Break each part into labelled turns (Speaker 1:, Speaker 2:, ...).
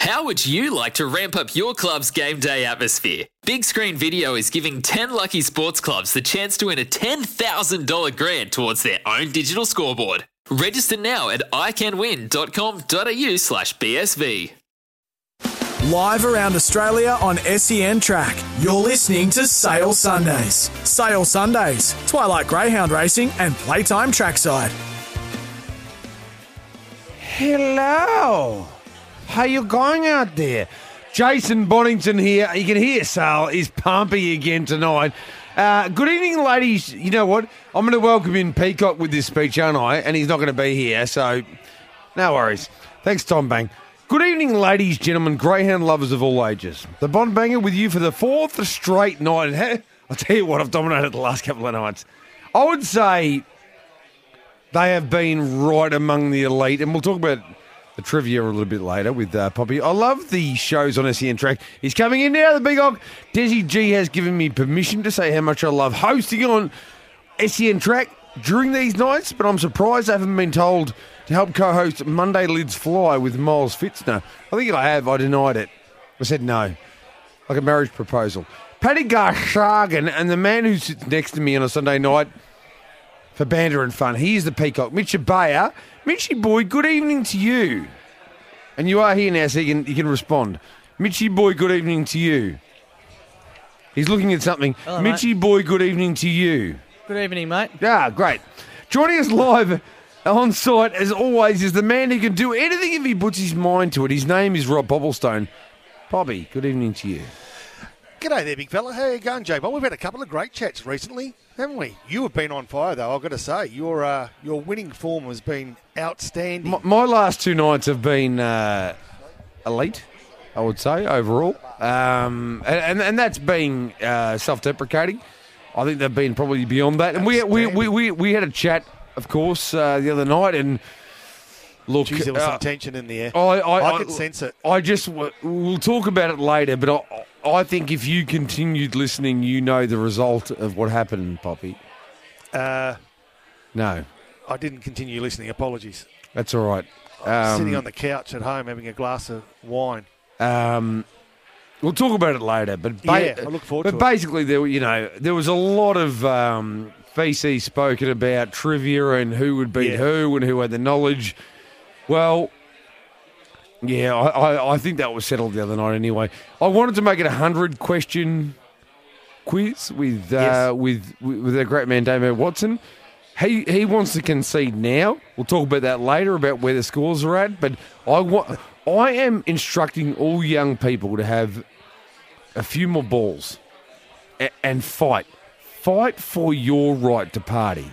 Speaker 1: How would you like to ramp up your club's game day atmosphere? Big Screen Video is giving 10 lucky sports clubs the chance to win a $10,000 grant towards their own digital scoreboard. Register now at iCanWin.com.au slash BSV.
Speaker 2: Live around Australia on SEN Track, you're listening to Sale Sundays. Sale Sundays, Twilight Greyhound Racing and Playtime Trackside.
Speaker 3: Hello. How you going out there? Jason Bonington here. You can hear Sal is pumpy again tonight. Uh, good evening, ladies. You know what? I'm going to welcome in Peacock with this speech, aren't I? And he's not going to be here, so no worries. Thanks, Tom Bang. Good evening, ladies, gentlemen, greyhound lovers of all ages. The Bond Banger with you for the fourth straight night. And hey, I'll tell you what, I've dominated the last couple of nights. I would say they have been right among the elite, and we'll talk about the trivia a little bit later with uh, Poppy. I love the shows on SEN Track. He's coming in now, the big hog. Desi G has given me permission to say how much I love hosting on SEN Track during these nights, but I'm surprised I haven't been told to help co-host Monday Lids Fly with Miles Fitzner. I think I have. I denied it. I said no like a marriage proposal. Paddy Garshagan and the man who sits next to me on a Sunday night for banter and fun. He is the peacock, Mitchie Bayer. Mitchie boy, good evening to you. And you are here now, so you can, you can respond. Mitchie boy, good evening to you. He's looking at something.
Speaker 4: Hello, mate.
Speaker 3: Mitchie boy, good evening to you.
Speaker 4: Good evening, mate.
Speaker 3: Ah, great. Joining us live on site, as always, is the man who can do anything if he puts his mind to it. His name is Rob Bobblestone. Bobby, good evening to you.
Speaker 5: G'day there, big fella. How you going, Jay? Well, we've had a couple of great chats recently, haven't we? You have been on fire, though. I've got to say, your uh, your winning form has been outstanding.
Speaker 3: My, my last two nights have been uh, elite, I would say overall, um, and, and and that's being uh, self-deprecating. I think they've been probably beyond that. And we we, we, we, we had a chat, of course, uh, the other night, and look,
Speaker 5: Jeez, there was
Speaker 3: uh,
Speaker 5: some tension in the air.
Speaker 3: I, I,
Speaker 5: could sense it.
Speaker 3: I just w- we'll talk about it later, but I, I think if you continued listening, you know the result of what happened, Poppy.
Speaker 5: Uh,
Speaker 3: No,
Speaker 5: I didn't continue listening. Apologies.
Speaker 3: that's all right.
Speaker 5: I'm sitting on the couch at home having a glass of wine.
Speaker 3: Um, we'll talk about it later, but ba-
Speaker 5: Yeah, I look forward
Speaker 3: But
Speaker 5: to it.
Speaker 3: basically, there were- you know there was a lot of um, feces spoken about trivia and who would beat
Speaker 5: Yeah.
Speaker 3: who and who had the knowledge. Well, yeah, I, I, I think that was settled the other night anyway. I wanted to make it a hundred question quiz with uh,
Speaker 5: Yes.
Speaker 3: with with our great man Damo Watson. He he wants to concede now. We'll talk about that later about where the scores are at. But I want I am instructing all young people to have a few more balls a- and fight, fight for your right to party.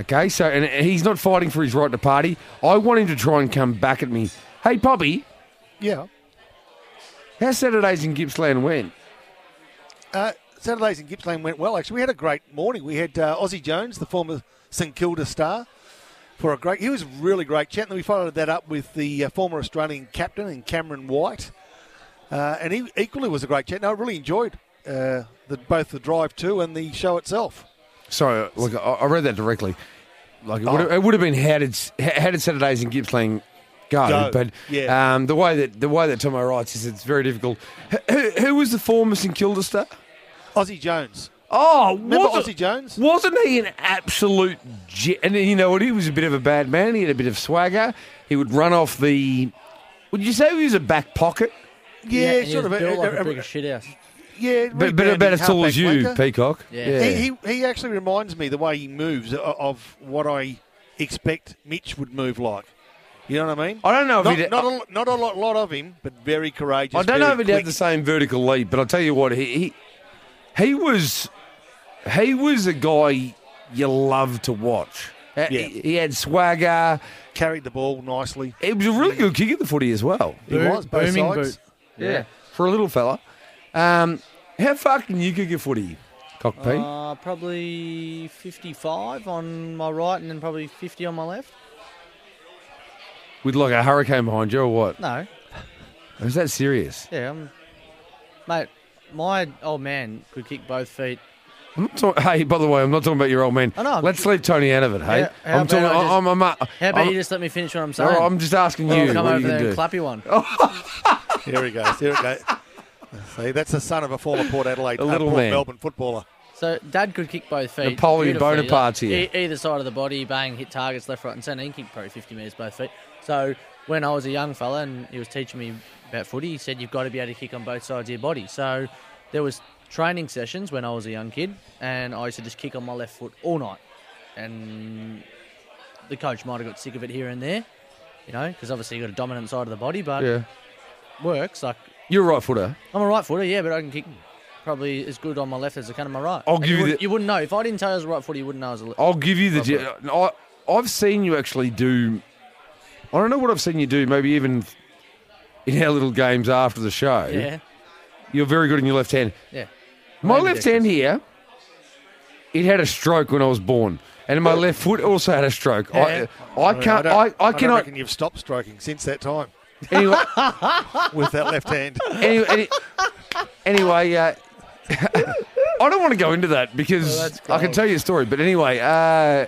Speaker 3: Okay, so and he's not fighting for his right to party. I want him to try and come back at me. Hey, Poppy,
Speaker 5: Yeah.
Speaker 3: how Saturdays in Gippsland went?
Speaker 5: Uh, Saturdays in Gippsland went well, actually. We had a great morning. We had uh, Ozzie Jones, the former St Kilda star, for a great. He was a really great chat. And we followed that up with the uh, former Australian captain and Cameron White. Uh, and he equally was a great chat. No, I really enjoyed uh, the, both the drive to and the show itself.
Speaker 3: Sorry, look, I, I read that directly. Like it, would have, it would have been how did s- h- how did Saturdays in Gippsland go?
Speaker 5: Go,
Speaker 3: But
Speaker 5: yeah.
Speaker 3: um, the way that the way that Tomo writes is it's very difficult. H- Who, who was the former St Kilda star?
Speaker 5: Ozzie Jones.
Speaker 3: Oh,
Speaker 5: Remember
Speaker 3: wasn't-
Speaker 5: Ozzie Jones?
Speaker 3: Wasn't he an absolute? Ge- and you know what? He was a bit of a bad man. He had a bit of swagger. He would run off the. Would you say he was a back pocket?
Speaker 5: Yeah,
Speaker 4: and he
Speaker 5: sort of. uh,
Speaker 4: was
Speaker 5: a-
Speaker 4: built like
Speaker 5: a-
Speaker 4: a
Speaker 5: a-
Speaker 4: big shit house.
Speaker 5: yeah,
Speaker 3: But, but about as tall as you,
Speaker 5: rebounding halfback
Speaker 3: Peacock.
Speaker 4: Yeah.
Speaker 5: He, he, he actually reminds me the way he moves o- of what I expect Mitch would move like. You know what I mean?
Speaker 3: I don't know if
Speaker 5: not,
Speaker 3: he'd-
Speaker 5: not a, not a lot, lot of him, but very courageous.
Speaker 3: I don't know
Speaker 5: very
Speaker 3: if he'd have
Speaker 5: quick.
Speaker 3: the same vertical leap, but I'll tell you what, he he, he was he was a guy you loved to watch. Uh,
Speaker 5: Yeah.
Speaker 3: He, he had swagger.
Speaker 5: carried the ball nicely.
Speaker 3: He was a really good kick at the footy as well.
Speaker 5: He
Speaker 4: Boom-
Speaker 5: was both
Speaker 4: booming
Speaker 5: sides.
Speaker 4: boot.
Speaker 3: Yeah. For a little fella. Um, how far can you kick a footy, Cockpit?
Speaker 4: Uh, probably 55 on my right and then probably 50 on my left.
Speaker 3: With like a hurricane behind you or what?
Speaker 4: No,
Speaker 3: Is that serious?
Speaker 4: yeah, I'm, mate. My old man could kick both feet.
Speaker 3: I'm not talk- hey, by the way, I'm not talking about your old man.
Speaker 4: I know.
Speaker 3: Let's leave Tony out of it, hey?
Speaker 4: Yeah, how
Speaker 3: I'm talking.
Speaker 4: about I just-
Speaker 3: I'm, I'm, I'm,
Speaker 4: How about
Speaker 3: I'm-
Speaker 4: you just let me finish what I'm
Speaker 3: No,
Speaker 4: saying?
Speaker 3: I'm just asking
Speaker 4: I'll
Speaker 3: you
Speaker 4: come
Speaker 3: what
Speaker 4: over
Speaker 3: you
Speaker 4: there
Speaker 3: can
Speaker 4: and
Speaker 3: do.
Speaker 4: clap you one.
Speaker 5: Here he goes. Here it goes. See, that's the son of a former Port Adelaide,
Speaker 3: A
Speaker 5: uh,
Speaker 3: little
Speaker 5: Port
Speaker 3: man.
Speaker 5: Melbourne footballer.
Speaker 4: So Dad could kick both feet.
Speaker 3: Napoleon
Speaker 4: beautifully,
Speaker 3: Bonaparte's
Speaker 4: like,
Speaker 3: here.
Speaker 4: e- either side of the body, bang, hit targets left, right, and centre. He kicked probably 50 metres both feet. So when I was a young fella and he was teaching me about footy, he said you've got to be able to kick on both sides of your body. So there was training sessions when I was a young kid, and I used to just kick on my left foot all night. And the coach might have got sick of it here and there, you know, because obviously you have got a dominant side of the body, but
Speaker 3: Yeah.
Speaker 4: it works. Like
Speaker 3: You're a right footer.
Speaker 4: I'm a right footer, yeah, but I can kick probably as good on my left as I can on my right.
Speaker 3: I'll
Speaker 4: And
Speaker 3: give you
Speaker 4: you, would,
Speaker 3: the-
Speaker 4: you wouldn't know if I didn't tell you I was a right footer. You wouldn't know I was a. le-
Speaker 3: I'll give you the.
Speaker 4: Love
Speaker 3: ge- I, I've seen you actually do. I don't know what I've seen you do. Maybe even in our little games after the show.
Speaker 4: yeah,
Speaker 3: You're very good in your left hand.
Speaker 4: yeah.
Speaker 3: My
Speaker 4: Maybe
Speaker 3: left
Speaker 4: that's
Speaker 3: hand here, it had a stroke when I was born, and my left foot also had a stroke.
Speaker 4: Yeah.
Speaker 3: I, I can't.
Speaker 5: don't-
Speaker 3: I, I,
Speaker 5: don't
Speaker 3: cannot.
Speaker 5: reckon you've stopped stroking since that time
Speaker 3: Anyway,
Speaker 5: with that left hand.
Speaker 3: any, any, anyway uh, I don't want to go into that because
Speaker 4: Well, that's
Speaker 3: I can
Speaker 4: gross.
Speaker 3: tell you a story. But anyway, uh,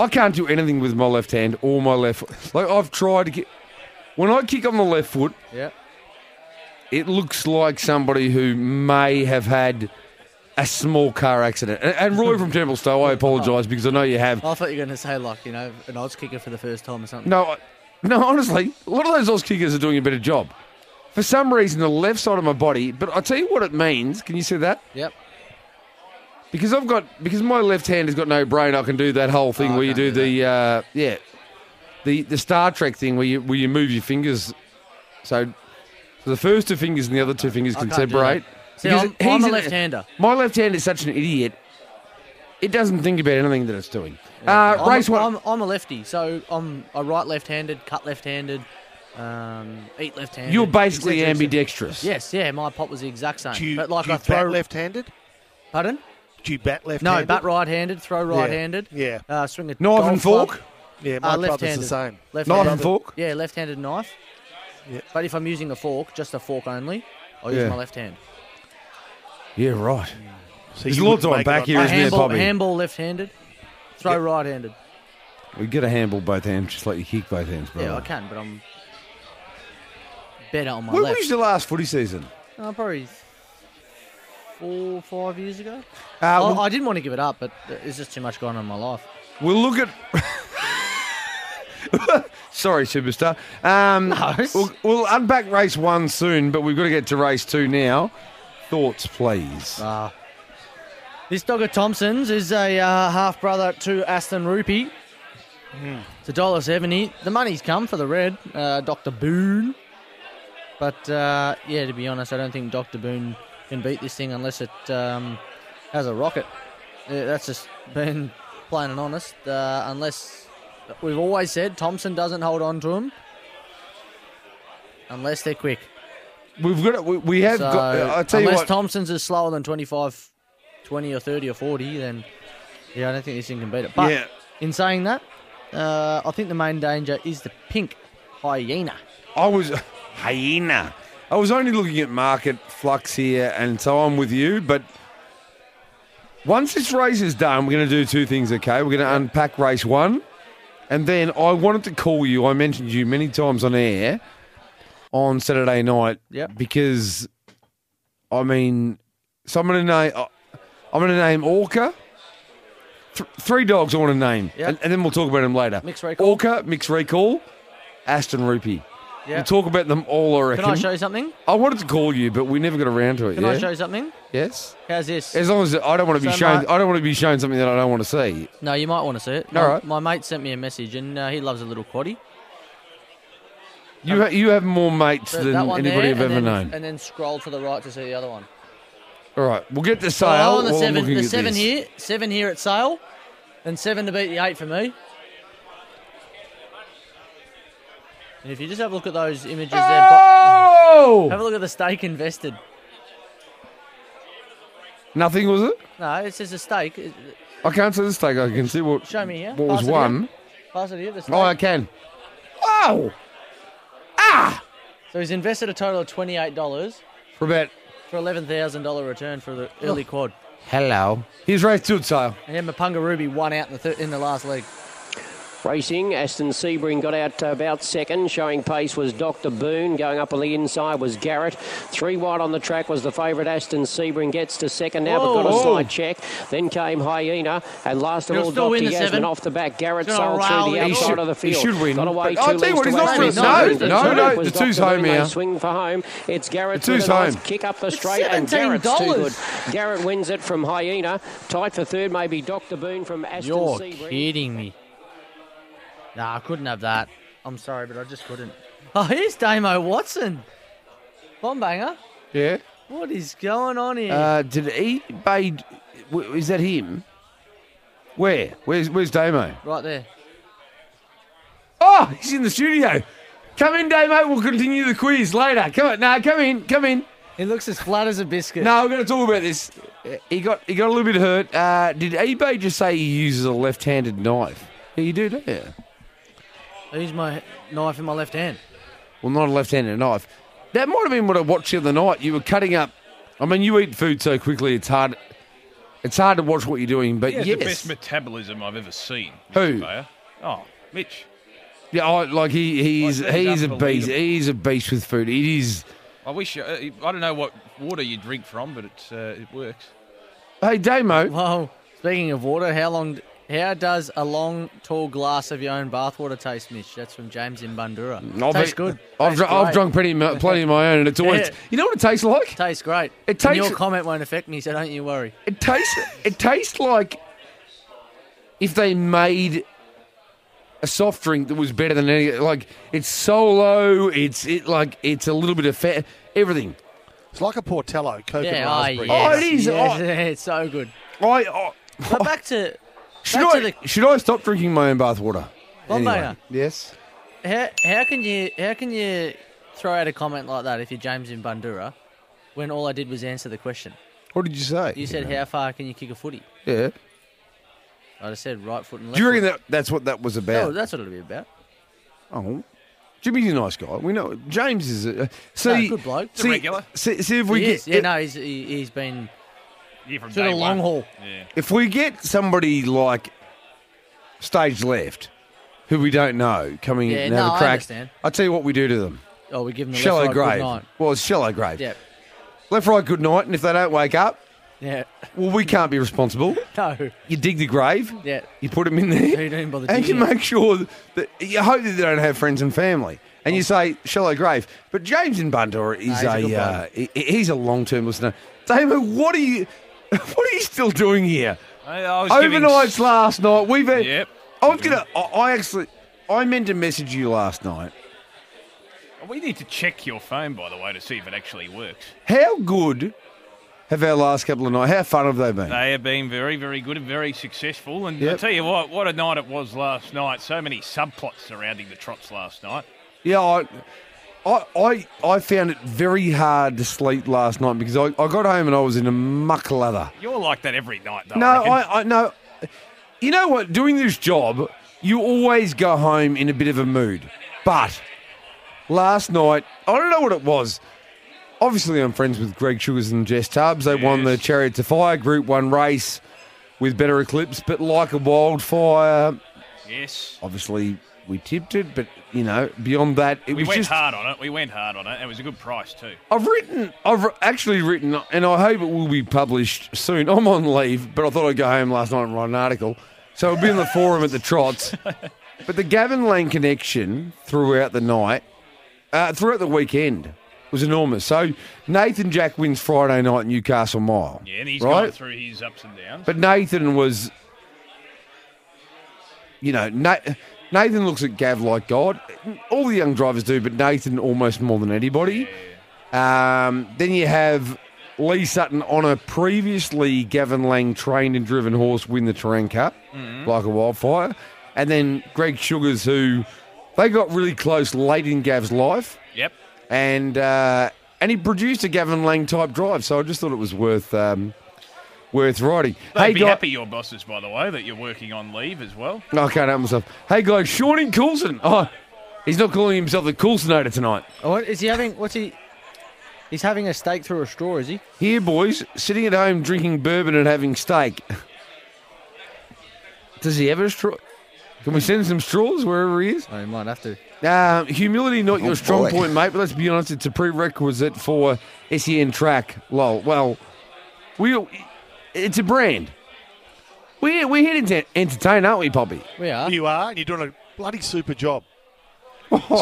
Speaker 3: I can't do anything with my left hand or my left. foot. Like I've tried to get when I kick on the left foot,
Speaker 4: Yeah.
Speaker 3: it looks like somebody who may have had a small car accident. And, and Roy from Templestowe, I apologise because I know you have.
Speaker 4: I thought you were going to say like you know an odds kicker for the first time or something.
Speaker 3: No, I- no, honestly, a lot of those Oz kickers are doing a better job. For some reason, the left side of my body, but I tell you what it means. Can you see that?
Speaker 4: Yep.
Speaker 3: Because I've got because my left hand has got no brain. I can do that whole thing
Speaker 4: Oh, I
Speaker 3: where you do,
Speaker 4: can't do
Speaker 3: the uh, yeah, the the Star Trek thing where you where you move your fingers. So, so the first two fingers and the other two fingers
Speaker 4: I
Speaker 3: can
Speaker 4: can't do
Speaker 3: separate.
Speaker 4: that. See,
Speaker 3: Because
Speaker 4: I'm- I'm
Speaker 3: he's
Speaker 4: a
Speaker 3: an-
Speaker 4: left-hander.
Speaker 3: My left hand is such an idiot. It doesn't think about anything that it's doing. Uh,
Speaker 4: I'm
Speaker 3: race
Speaker 4: a,
Speaker 3: one.
Speaker 4: I'm, I'm a lefty, so I'm a right left-handed, cut left-handed, um, eat left-handed.
Speaker 3: You're basically
Speaker 4: et cetera, et cetera.
Speaker 3: ambidextrous.
Speaker 4: Yes, yeah. My pop was the exact same.
Speaker 5: Do you,
Speaker 4: but like
Speaker 5: do you
Speaker 4: I throw
Speaker 5: bat left-handed?
Speaker 4: Pardon?
Speaker 5: Do you bat left-handed?
Speaker 4: No, bat right-handed, throw right-handed.
Speaker 5: Yeah.
Speaker 4: Uh, swing a
Speaker 3: Knife and
Speaker 4: golf club.
Speaker 3: fork?
Speaker 5: Yeah, my
Speaker 4: Uh,
Speaker 5: brother's
Speaker 4: left-handed.
Speaker 5: the same.
Speaker 3: Knife
Speaker 4: Left-handed.
Speaker 3: and fork?
Speaker 4: Yeah, left-handed knife.
Speaker 5: Yeah.
Speaker 4: But if I'm using a fork, just a fork only, I'll
Speaker 3: Yeah.
Speaker 4: use my left hand.
Speaker 3: Yeah, right.
Speaker 5: So
Speaker 3: There's
Speaker 5: you
Speaker 3: lots
Speaker 5: wouldn't
Speaker 3: on
Speaker 5: make
Speaker 3: back
Speaker 5: it
Speaker 3: here,
Speaker 4: I
Speaker 3: isn't there,
Speaker 4: handball,
Speaker 3: Bobby?
Speaker 4: handball left-handed, throw right-handed.
Speaker 3: We get a handball both hands, just like you kick both hands, bro.
Speaker 4: Yeah, I can, but I'm better on my
Speaker 3: When
Speaker 4: left.
Speaker 3: was your last footy season?
Speaker 4: No, probably four, five years ago.
Speaker 3: Uh,
Speaker 4: I,
Speaker 3: we'll,
Speaker 4: I didn't want to give it up, but there's just too much going on in my life.
Speaker 3: we'll look at. Sorry, superstar. Um,
Speaker 4: Nice.
Speaker 3: we'll, we'll unpack race one soon, but we've got to get to race two now. Thoughts, please.
Speaker 4: Uh, this Dogger Thompson's is a uh, half brother to Aston Rupee. It's a dollar seventy. The money's come for the red, uh, Doctor Boone. But uh, yeah, to be honest, I don't think Doctor Boone can beat this thing unless it um, has a rocket. Uh, that's just been plain and honest. Uh, unless we've always said Thompson doesn't hold on to him unless they're quick.
Speaker 3: We've got. We, we have.
Speaker 4: So,
Speaker 3: got, I uh, tell you
Speaker 4: unless
Speaker 3: what.
Speaker 4: Thompson's is slower than 25, 20 or 30 or 40, then yeah, I don't think this thing can beat it. But
Speaker 3: Yeah.
Speaker 4: in saying that, uh, I think the main danger is the pink hyena.
Speaker 3: I was hyena. I was only looking at market flux here, and so I'm with you. But once this race is done, we're going to do two things. Okay, we're going to unpack race one, and then I wanted to call you. I mentioned you many times on air on Saturday night.
Speaker 4: Yep.
Speaker 3: Because, I mean, so I'm going to name. uh, I'm going to name Orca. Th- three dogs I want to name,
Speaker 4: Yep.
Speaker 3: and, and then we'll talk about them later.
Speaker 4: Mixed recall.
Speaker 3: Orca, mixed recall, Aston Rupee.
Speaker 4: Yeah.
Speaker 3: We'll talk about them all, I reckon.
Speaker 4: Can I show you something?
Speaker 3: I wanted to call you, but we never got around to it.
Speaker 4: Can
Speaker 3: yeah?
Speaker 4: I show you something?
Speaker 3: Yes.
Speaker 4: How's this?
Speaker 3: As long as I don't want to be
Speaker 4: So,
Speaker 3: shown,
Speaker 4: mate-
Speaker 3: I don't want to be shown something that I don't want to see.
Speaker 4: No, you might want to see it.
Speaker 3: All
Speaker 4: my,
Speaker 3: right.
Speaker 4: my mate sent me a message, and uh, he loves a little quaddy.
Speaker 3: You ha- you have more mates
Speaker 4: So
Speaker 3: than
Speaker 4: that one
Speaker 3: anybody
Speaker 4: there,
Speaker 3: I've
Speaker 4: and
Speaker 3: ever
Speaker 4: then,
Speaker 3: known.
Speaker 4: And then scroll to the right to see the other one.
Speaker 3: all right, we'll get the sale.
Speaker 4: Oh, and the
Speaker 3: while I'm
Speaker 4: seven,
Speaker 3: looking
Speaker 4: the
Speaker 3: at
Speaker 4: seven
Speaker 3: this.
Speaker 4: here, seven here at sale, and seven to beat the eight for me. And if you just have a look at those images there, bo- have
Speaker 3: Oh,
Speaker 4: a look at the stake invested.
Speaker 3: nothing was it?
Speaker 4: No, it says a stake. It-
Speaker 3: I can't see the stake. I can see what.
Speaker 4: Show me here.
Speaker 3: What was
Speaker 4: Pass it
Speaker 3: one?
Speaker 4: Pass it here. The stake.
Speaker 3: Oh, I can. Oh, ah,
Speaker 4: So he's invested a total of twenty-eight dollars
Speaker 3: for about
Speaker 4: for eleven thousand dollar return for the
Speaker 3: Oh.
Speaker 4: early quad.
Speaker 3: hello. Here's race two at sale.
Speaker 4: And then Mapunga Ruby won out in the thir- in the last leg.
Speaker 6: Racing, Aston Sebring got out to about second. Showing pace was Dr. Boone. Going up on the inside was Garrett. Three wide on the track was the favourite Aston Sebring. Gets to second now, but got a
Speaker 3: Whoa.
Speaker 6: slight check. Then came Hyena, and last of
Speaker 4: He'll
Speaker 6: all,
Speaker 4: still
Speaker 6: Dr.
Speaker 4: win the
Speaker 6: Yasmin
Speaker 4: seven.
Speaker 6: off the back. Garrett
Speaker 4: He's gonna
Speaker 6: sold through
Speaker 4: rally
Speaker 6: the
Speaker 4: it. He
Speaker 6: outside
Speaker 3: should-
Speaker 6: of the
Speaker 3: he
Speaker 6: field.
Speaker 3: should win,
Speaker 6: Got away
Speaker 3: but I'll
Speaker 6: two
Speaker 3: tell you what,
Speaker 6: lengths
Speaker 3: he's
Speaker 6: to
Speaker 3: not
Speaker 6: win.
Speaker 4: winning. No,
Speaker 6: It
Speaker 4: no,
Speaker 6: was
Speaker 4: no,
Speaker 6: Dr.
Speaker 3: the two's home
Speaker 6: Lumo
Speaker 3: here.
Speaker 6: Swing for home. It's Garrett
Speaker 3: The
Speaker 6: with
Speaker 3: two's
Speaker 6: a nice
Speaker 3: home.
Speaker 6: kick up the
Speaker 4: It's
Speaker 6: straight, and Garrett's too good.
Speaker 4: $17.
Speaker 6: Garrett wins it from Hyena. Tight for third, maybe Dr. Boone from Aston
Speaker 4: You're
Speaker 6: Sebring.
Speaker 4: kidding me. Nah, I couldn't have that. I'm sorry, but I just couldn't. Oh, here's Damo Watson. Bomb banger.
Speaker 3: Yeah.
Speaker 4: What is going on here?
Speaker 3: Uh, did eBay? w- Is that him? Where? Where's Where's Damo?
Speaker 4: right there.
Speaker 3: Oh, he's in the studio. Come in, Damo. We'll continue the quiz later. Come on, now, come in, come in.
Speaker 4: He looks as flat as a biscuit.
Speaker 3: No, we're going to talk about this. He got he got a little bit hurt. Uh, did eBay just say he uses a left-handed knife? Yeah, you do, don't you?
Speaker 4: I use my knife in my left hand.
Speaker 3: Well, not a left-handed knife. That might have been what I watched the other night. You were cutting up. I mean, you eat food so quickly; it's hard. It's hard to watch what you're doing. But
Speaker 7: He has
Speaker 3: yes,
Speaker 7: the best metabolism I've ever seen.
Speaker 3: Who?
Speaker 7: Mr. Bayer. Oh, Mitch.
Speaker 3: yeah, I, like he he's
Speaker 7: Like,
Speaker 3: he's a beast.
Speaker 7: unbelievable.
Speaker 3: He's a beast with food. It is.
Speaker 7: I wish. Uh, I don't know what water you drink from, but it's uh, it works.
Speaker 3: Hey, Damo.
Speaker 4: Well, speaking of water, how long? How does a long, tall glass of your own bathwater taste, Mitch? That's from James in Bandura. tastes good.
Speaker 3: I've,
Speaker 4: Tastes
Speaker 3: dr- I've
Speaker 4: great.
Speaker 3: drunk plenty, of my- plenty of my own, and it's always.
Speaker 4: Yeah.
Speaker 3: You know what it tastes like?
Speaker 4: Tastes great.
Speaker 3: It
Speaker 4: And
Speaker 3: tastes-
Speaker 4: your comment won't affect me, so don't you worry.
Speaker 3: It tastes. it tastes like if they made a soft drink that was better than any. Like it's so low. It's it like it's a little bit of fat. Everything.
Speaker 5: It's like a Portello, coke and
Speaker 4: Yeah, oh,
Speaker 5: raspberry.
Speaker 4: yes,
Speaker 3: Oh, it is.
Speaker 4: yes,
Speaker 3: Oh.
Speaker 4: it's so good.
Speaker 3: I. I
Speaker 4: But back to
Speaker 3: should
Speaker 4: back
Speaker 3: I
Speaker 4: to the- uh,
Speaker 3: should I stop drinking my own bath water?
Speaker 4: Bombayer.
Speaker 3: Yes.
Speaker 4: How, how can you how can you throw out a comment like that if you're James in Bandura, when all I did was answer the question?
Speaker 3: What did you say?
Speaker 4: You said how far can you kick a footy?
Speaker 3: Yeah.
Speaker 4: I just said right foot and left.
Speaker 3: Do you reckon that
Speaker 4: foot.
Speaker 3: that's what that was
Speaker 4: Oh,
Speaker 3: about?
Speaker 4: that's what it'll be about.
Speaker 3: Oh, Jimmy's a nice guy. We know James is a uh, see.
Speaker 4: No, good bloke. He's
Speaker 7: a
Speaker 3: See,
Speaker 7: regular.
Speaker 3: See, see if we
Speaker 4: He
Speaker 3: get
Speaker 4: is. Yeah, no, he's he, he's been
Speaker 7: Yeah, from
Speaker 4: to the
Speaker 7: day
Speaker 4: long
Speaker 7: one.
Speaker 4: haul.
Speaker 7: Yeah.
Speaker 3: if we get somebody like stage left, who we don't know, coming
Speaker 4: Yeah,
Speaker 3: in and have
Speaker 4: no,
Speaker 3: a
Speaker 4: I
Speaker 3: crack,
Speaker 4: understand.
Speaker 3: I tell you what we do to them:
Speaker 4: Oh, we give him the
Speaker 3: shallow
Speaker 4: left right,
Speaker 3: grave.
Speaker 4: good night.
Speaker 3: Well, it's shallow grave.
Speaker 4: Yeah,
Speaker 3: Left, right, good night. And if they don't wake up,
Speaker 4: yeah,
Speaker 3: well, we can't be responsible.
Speaker 4: no,
Speaker 3: You dig the grave.
Speaker 4: yeah.
Speaker 3: You put them in there.
Speaker 4: You don't bother
Speaker 3: and you
Speaker 4: digging it.
Speaker 3: make sure that you hope that they don't have friends and family. And you say shallow grave. But James in Bundor is
Speaker 4: Nah, he's a
Speaker 3: a,
Speaker 4: good
Speaker 3: uh, he- he's a long term listener. Damon, what are you what are you still doing here?
Speaker 7: I, Uh, I was giving
Speaker 3: Overnights
Speaker 7: s-
Speaker 3: last night. We've had,
Speaker 7: Yep.
Speaker 3: I was gonna. I, I actually. I meant to message you last night.
Speaker 7: We need to check your phone, by the way, to see if it actually works.
Speaker 3: How good have our last couple of nights? How fun have they been?
Speaker 7: They have been very, very good and very successful. And I
Speaker 3: Yep.
Speaker 7: tell you what, what a night it was last night. So many subplots surrounding the trots last night.
Speaker 3: Yeah, I, I, I, I found it very hard to sleep last night because I, I got home and I was in a muck lather.
Speaker 7: You're like that every night, though.
Speaker 3: No,
Speaker 7: reckon.
Speaker 3: I, I no. You know what? Doing this job, you always go home in a bit of a mood. But last night, I don't know what it was. Obviously, I'm friends with Greg Sugars and Jess Tubbs. They won the
Speaker 7: Yes.
Speaker 3: Chariot to Fire Group One race with Better Eclipse, but like a wildfire.
Speaker 7: Yes.
Speaker 3: Obviously, we tipped it, but you know, beyond that, it
Speaker 7: We
Speaker 3: was
Speaker 7: went
Speaker 3: just.
Speaker 7: hard on it. We went hard on it. It was a good price, too.
Speaker 3: I've written, I've actually written, and I hope it will be published soon. I'm on leave, but I thought I'd go home last night and write an article. So it'll be in the forum at the Trots. But the Gavin Lane connection throughout the night, uh, throughout the weekend, was enormous. So Nathan Jack wins Friday night at Newcastle Mile.
Speaker 7: Yeah, and he's gone through his ups and downs.
Speaker 3: But Nathan was, you know, Na- Nathan looks at Gav like God. All the young drivers do, but Nathan almost more than anybody. Um, then you have Lee Sutton on a previously Gavin Lang trained and driven horse win the Terrain Cup like a wildfire. And then Greg Sugars, who they got really close late in Gav's life
Speaker 7: yep.
Speaker 3: and uh, and he produced a Gavin Lang type drive. So I just thought it was worth um, worth riding.
Speaker 7: They'd be
Speaker 3: guy-
Speaker 7: happy, your bosses, by the way, that you're working on leave as well.
Speaker 3: No, I can't help myself. Hey guys, Sean in Coulson. Oh, he's not calling himself the Coulsonator tonight.
Speaker 4: Oh, what, is he having? What's he? He's having a steak through a straw, is he?
Speaker 3: Here, boys, sitting at home drinking bourbon and having steak. Does he have a straw? Can we send some straws wherever he is?
Speaker 4: Oh, you might have to.
Speaker 3: Um, humility, not your strong
Speaker 8: boy.
Speaker 3: point, mate. But let's be honest, it's a prerequisite for SEN track. Lol. Well, we it's a brand. We we're here to entertain, aren't we, Poppy?
Speaker 4: We are.
Speaker 5: You are, and you're doing a bloody super job.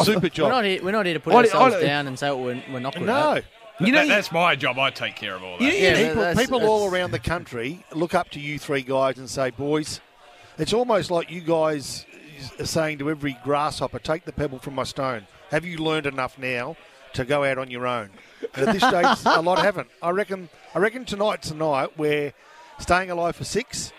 Speaker 5: super
Speaker 4: We're
Speaker 5: job.
Speaker 4: not here. We're not here to put
Speaker 3: What-
Speaker 4: ourselves
Speaker 3: what-
Speaker 4: down and say what we're, we're not good
Speaker 5: No.
Speaker 4: at.
Speaker 3: You know,
Speaker 7: That- that's my job. I take care of all that.
Speaker 3: you-
Speaker 4: Yeah,
Speaker 5: people,
Speaker 4: that's-
Speaker 5: people
Speaker 4: that's-
Speaker 5: all around the country look up to you three guys and say, boys, it's almost like you guys are saying to every grasshopper, take the pebble from my stone. Have you learned enough now to go out on your own? And at this stage, a lot haven't. I reckon. I reckon tonight's the night where staying alive for six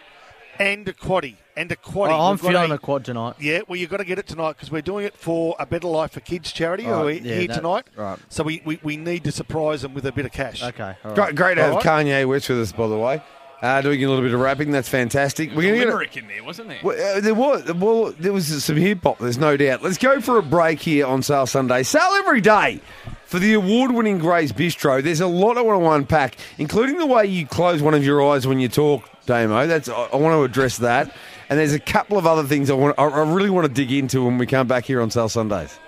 Speaker 5: and a quaddy and a quaddy.
Speaker 4: Oh, I'm
Speaker 5: We've got
Speaker 4: feeling
Speaker 5: a-
Speaker 4: a quad tonight.
Speaker 5: yeah, well, you've got to get it tonight because we're doing it for a Better Life for Kids charity.
Speaker 4: Right,
Speaker 5: Are we
Speaker 4: yeah,
Speaker 5: here
Speaker 4: that-
Speaker 5: tonight?
Speaker 4: right.
Speaker 5: So we, we, we need to surprise them with a bit of cash.
Speaker 4: Okay. all right.
Speaker 3: great, great to have
Speaker 5: All
Speaker 3: Kanye West with us, by the way. Uh, doing a little bit of rapping. That's fantastic. We're
Speaker 7: There's
Speaker 3: gonna
Speaker 7: a
Speaker 3: get a-
Speaker 7: limerick in there, wasn't there?
Speaker 3: Well, uh, there was well, there was some hip hop. There's no doubt. Let's go for a break here on Sale Sunday. Sale every day for the award-winning Gray's Bistro. There's a lot I want to unpack, including the way you close one of your eyes when you talk, Damo. That's I, I want to address that, and there's a couple of other things I want. I, I really want to dig into when we come back here on Sale Sundays.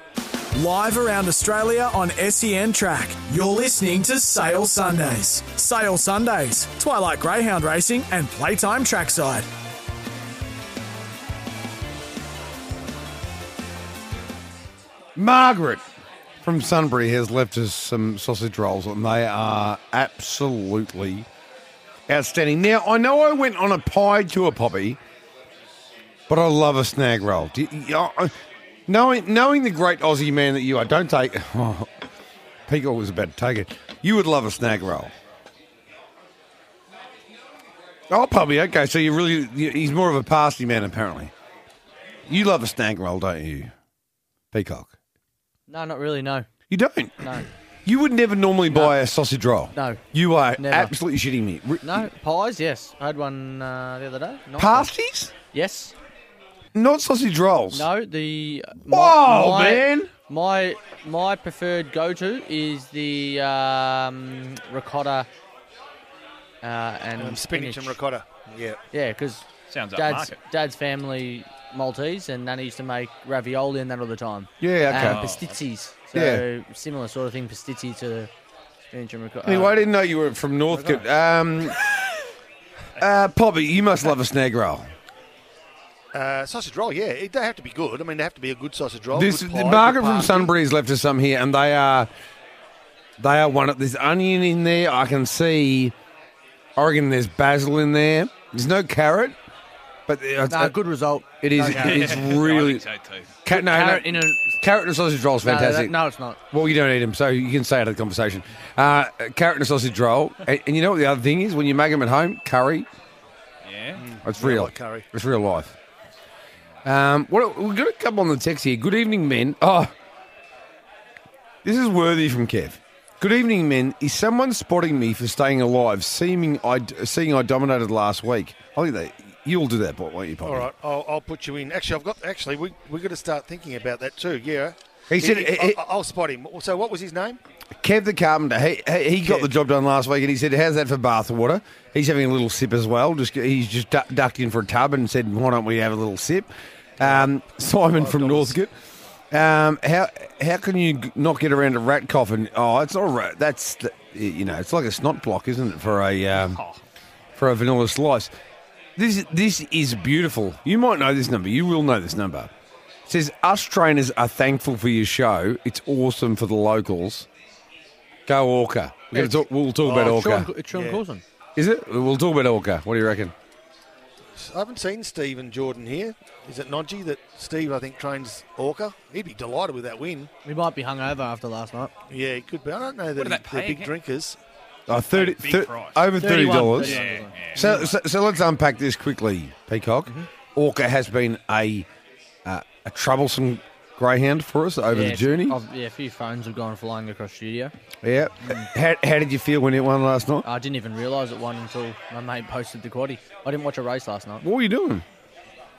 Speaker 2: Live around Australia on SEN track. You're listening to Sail Sundays. Sail Sundays, Twilight Greyhound Racing and Playtime Trackside.
Speaker 3: Margaret from Sunbury has left us some sausage rolls, and they are absolutely outstanding. Now, I know I went on a pie tour, Poppy, but I love a snag roll. Do you- you- I- knowing, knowing the great Aussie man that you are, don't take. Oh, Pico was about to take it. You would love a snag roll. Oh, Poppy, okay, so you really. You, he's more of a pasty man, apparently. You love a snag roll, don't you, Peacock?
Speaker 4: No, not really. No.
Speaker 3: You don't.
Speaker 4: No.
Speaker 3: You would never normally buy a sausage roll.
Speaker 4: No.
Speaker 3: You are
Speaker 4: Never.
Speaker 3: absolutely shitting me. R-
Speaker 4: No. Pies. Yes. I had one uh, the other day. Nice
Speaker 3: Pasties?
Speaker 4: one. Yes.
Speaker 3: Not sausage rolls.
Speaker 4: No. The. my-
Speaker 3: Whoa,
Speaker 4: my-
Speaker 3: man.
Speaker 4: My my preferred go-to is the um, ricotta uh, and,
Speaker 5: And Um, spinach, and ricotta. Yeah.
Speaker 4: Yeah, because
Speaker 7: Sounds
Speaker 4: dad's
Speaker 7: upmarket.
Speaker 4: dad's family Maltese, and Nanny used to make ravioli and that all the time.
Speaker 3: Yeah, okay.
Speaker 4: And pastizzis. So similar sort of thing, pastizzi to spinach and ricotta. Uh,
Speaker 3: Anyway, I didn't know you were from Northcote. Um, uh, Poppy, you must love a snag roll.
Speaker 5: Uh, sausage roll, yeah. It, they have to be good. I mean, they have to be a good sausage
Speaker 4: Oh,
Speaker 5: roll.
Speaker 3: This
Speaker 5: good pie,
Speaker 3: Margaret
Speaker 5: good
Speaker 3: from
Speaker 5: pie.
Speaker 3: Sunbury has left us some here, and they are they are one. of There's onion in there. I can see. I reckon there's basil in there. There's no carrot, but it's,
Speaker 4: Nah, good result.
Speaker 3: it is. It is really.
Speaker 7: I think so too.
Speaker 3: Ca- no,
Speaker 4: Carrot
Speaker 3: no,
Speaker 4: in a
Speaker 3: carrot and sausage rolls
Speaker 4: no,
Speaker 3: fantastic.
Speaker 4: that- no, it's not.
Speaker 3: Well, you don't eat them, so you can stay out of the conversation. Uh, carrot and a sausage roll. And, and you know what the other thing is? When you make them at home, curry.
Speaker 7: Yeah.
Speaker 3: It's real.
Speaker 5: like curry.
Speaker 3: It's real life. Um, what, we've got a couple on the text here. Good evening, men. Oh, this is worthy from Kev. Good evening, men. Is someone spotting me for staying alive, seeming I, seeing I dominated last week? I think they, you'll do that, won't you, Poppy?
Speaker 5: All right, I'll, I'll put you in. Actually, I've got. Actually, we we got to start thinking about that too. Yeah.
Speaker 3: He said-
Speaker 5: I, I, will spot him. So, what was his name?
Speaker 3: Kev the carpenter, he, he he got the job done last week, and he said, "How's that for bath water?" He's having a little sip as well. Just he's just duck, ducked in for a tub and said, "Why don't we have a little sip?" Um, Simon from Northcote, um, how how can you g- not get around a rat coffin? Oh, it's not a rat. That's the, you know, it's like a snot block, isn't it, for a um,
Speaker 7: Oh.
Speaker 3: for a vanilla slice? This this is beautiful. You might know this number. You will know this number. It says us trainers are thankful for your show. It's awesome for the locals. Go Orca. We're gonna talk, we'll talk about
Speaker 4: Oh,
Speaker 3: Orca.
Speaker 4: Sean, it's Sean
Speaker 5: Yeah.
Speaker 4: Coulson.
Speaker 3: Is it? We'll talk about Orca. What do you reckon?
Speaker 5: I haven't seen Steve and Jordan here. Is it Nodgy that Steve? I think trains Orca. He'd be delighted with that win.
Speaker 4: We might be hungover after last night.
Speaker 5: Yeah, he could be. I don't know that he,
Speaker 7: What do they
Speaker 5: they're
Speaker 7: pay
Speaker 5: big
Speaker 7: again?
Speaker 5: drinkers.
Speaker 3: Oh, 30,
Speaker 7: Big
Speaker 3: thir-
Speaker 7: price.
Speaker 3: over thirty
Speaker 4: 31.
Speaker 3: dollars.
Speaker 7: Yeah. yeah.
Speaker 3: So, so, so let's unpack this quickly, Peacock.
Speaker 4: Mm-hmm.
Speaker 3: Orca has been a uh, a troublesome greyhound for us over
Speaker 4: yeah,
Speaker 3: the journey.
Speaker 4: I've- yeah, a few phones have gone flying across studio.
Speaker 3: Yeah. How, how did you feel when it won last night?
Speaker 4: I didn't even realise it won until my mate posted the quaddy. I didn't watch a race last night.
Speaker 3: What were you doing?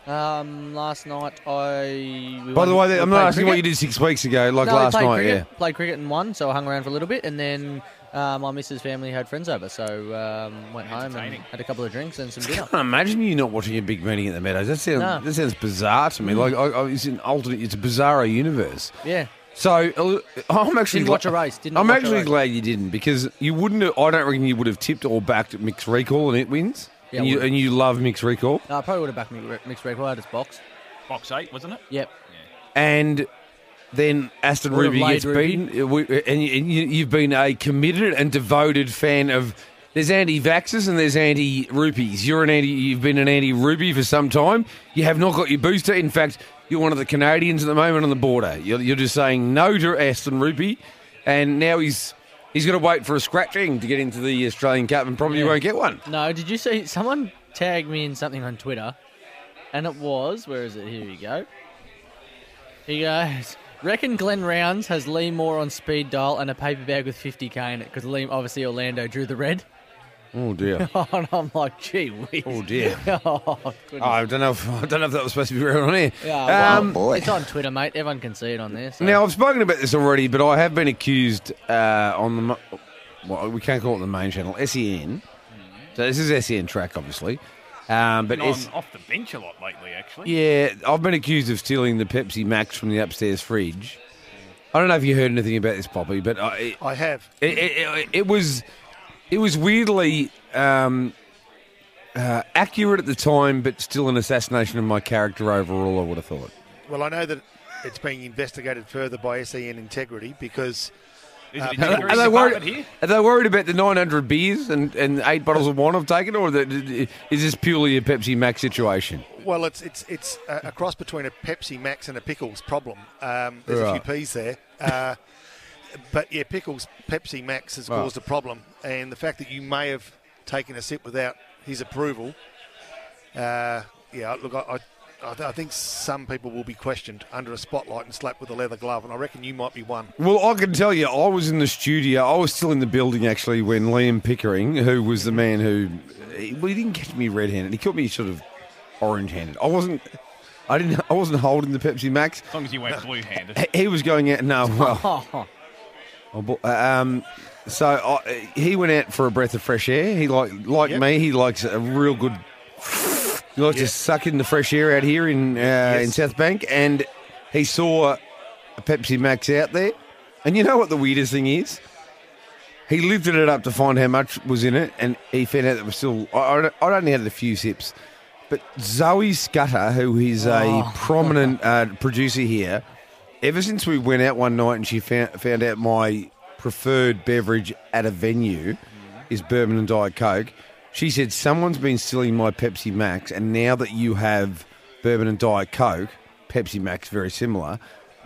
Speaker 4: Um, last night I. we
Speaker 3: By the
Speaker 4: won-
Speaker 3: way,
Speaker 4: we
Speaker 3: I'm not
Speaker 4: played
Speaker 3: asking what you did
Speaker 4: cricket.
Speaker 3: six weeks ago, like
Speaker 4: No, we
Speaker 3: last
Speaker 4: played
Speaker 3: night.
Speaker 4: cricket, played cricket and won, so I hung around for a little bit, and then uh, my missus' family had friends over, so um, went home and
Speaker 7: Entertaining.
Speaker 4: had a couple of drinks and some
Speaker 3: Yeah.
Speaker 4: dinner.
Speaker 3: Can't imagine you not watching a big meeting at the Meadows. That sounds
Speaker 4: No. Mm.
Speaker 3: that sounds bizarre to me. Like I, I, it's an alternate, it's a bizarro universe.
Speaker 4: yeah,
Speaker 3: So uh, I'm actually
Speaker 4: Didn't watch a race, didn't
Speaker 3: I'm
Speaker 4: watch a
Speaker 3: actually
Speaker 4: race.
Speaker 3: glad you didn't because you wouldn't. Have, I don't reckon you would have tipped or backed mixed recall and it wins.
Speaker 4: Yeah,
Speaker 3: and,
Speaker 4: I
Speaker 3: you,
Speaker 4: would've.
Speaker 3: and you love mixed recall.
Speaker 4: no, I probably would have backed me mixed record. I had his box.
Speaker 7: Box eight, wasn't it?
Speaker 4: Yep.
Speaker 3: and then Aston
Speaker 4: Would've
Speaker 3: Ruby
Speaker 4: laid
Speaker 3: gets
Speaker 4: Ruby.
Speaker 3: beaten. Uh, we- uh, And you- and you- you've been a committed and devoted fan of. There's anti-vaxxers and there's anti-rupees. You're an anti. You've been an anti-rupee for some time. You have not got your booster. In fact, you're one of the Canadians at the moment on the border. You're, you're just saying no to Aston Rupee, and now he's he's got to wait for a scratching to get into the Australian Cup, and probably
Speaker 4: Yeah.
Speaker 3: won't get one.
Speaker 4: No, did you see someone tagged me in something on Twitter? And it was, where is it? Here we go. He goes, reckon Glenn Rounds has Lee Moore on speed dial and a paper bag with 50k in it because Lee, obviously Orlando drew the red.
Speaker 3: Oh dear.
Speaker 4: and I'm like, gee whiz.
Speaker 3: Oh dear.
Speaker 4: oh, goodness.
Speaker 3: I don't know. If, I don't know if that was supposed to be real on air.
Speaker 4: Yeah, well,
Speaker 3: Um,
Speaker 4: It's on Twitter, mate. Everyone can see it on there. So.
Speaker 3: Now I've spoken about this already, but I have been accused uh, on the mo- well, we can't call it the main channel, SEN. So this is SEN track, obviously, um, but
Speaker 7: Been
Speaker 3: it's,
Speaker 7: on, off the bench a lot lately, actually.
Speaker 3: yeah, I've been accused of stealing the Pepsi Max from the upstairs fridge. I don't know if you heard anything about this, Poppy, but I, it,
Speaker 5: I have.
Speaker 3: it, it, it was it was weirdly um, uh, accurate at the time, but still an assassination of my character overall. I would have thought.
Speaker 5: Well, I know that it's being investigated further by SEN Integrity because
Speaker 7: Is it in
Speaker 5: Are
Speaker 3: Are,
Speaker 5: they-
Speaker 7: Gregory's
Speaker 3: they
Speaker 7: department
Speaker 3: Uh, worried,
Speaker 7: here?
Speaker 3: are they worried about the 900 beers and, and eight bottles of wine I've taken, or the, is this purely a Pepsi Max situation?
Speaker 5: Well, it's it's it's a, a cross between a Pepsi Max and a pickles problem. Um, there's a
Speaker 3: Right.
Speaker 5: few P's there, uh, but yeah, pickles Pepsi Max has
Speaker 3: Right.
Speaker 5: caused a problem, and the fact that you may have taken a sip without his approval. Uh, yeah, look, I. I, I th- I think some people will be questioned under a spotlight and slapped with a leather glove, and I reckon you might be one.
Speaker 3: Well, I can tell you, I was in the studio. I was still in the building actually when Liam Pickering, who was the man who, he- well, he didn't catch me red-handed. He caught me sort of orange-handed. I wasn't, I didn't, I wasn't holding the Pepsi Max.
Speaker 7: As long as you weren't blue-handed.
Speaker 3: He- He was going out. No, well,
Speaker 4: Oh,
Speaker 3: Oh, bo- uh, um, so I, he went out for a breath of fresh air. He like like
Speaker 5: Yep.
Speaker 3: me. He likes a real good. He likes to suck in the fresh air out here in uh, in South Bank, and he saw a Pepsi Max out there. And you know what the weirdest thing is? He lifted it up to find how much was in it, and he found out that was still. I, I, don't- I'd only had a few sips, but Zoe Scudder, who is
Speaker 5: Oh.
Speaker 3: a prominent uh, producer here, ever since we went out one night and she found, found out my preferred beverage at a venue is bourbon and diet coke, she said someone's been stealing my Pepsi Max, and now that you have bourbon and diet coke, Pepsi Max very similar,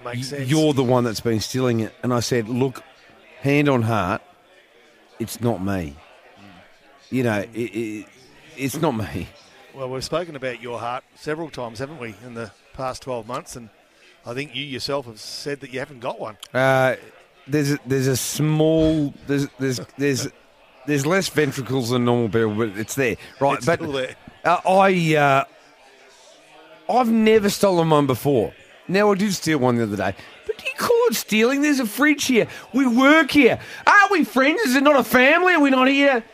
Speaker 5: Makes
Speaker 3: y-
Speaker 5: sense.
Speaker 3: you're the one that's been stealing it. And I said, look, hand on heart, it's not me. You know, it, it, it's not me.
Speaker 5: Well, we've spoken about your heart several times, haven't we, in the past 12 months, and I think you yourself have said that you haven't got one.
Speaker 3: Uh, there's a, there's a small there's there's there's there's less ventricles than normal people, but it's there, right?
Speaker 5: It's
Speaker 3: but
Speaker 5: still there.
Speaker 3: Uh, I uh, I've never stolen one before. Now I did steal one the other day. But do you call it stealing? There's a fridge here. We work here. Are we friends? Is it not a family? Are we not here?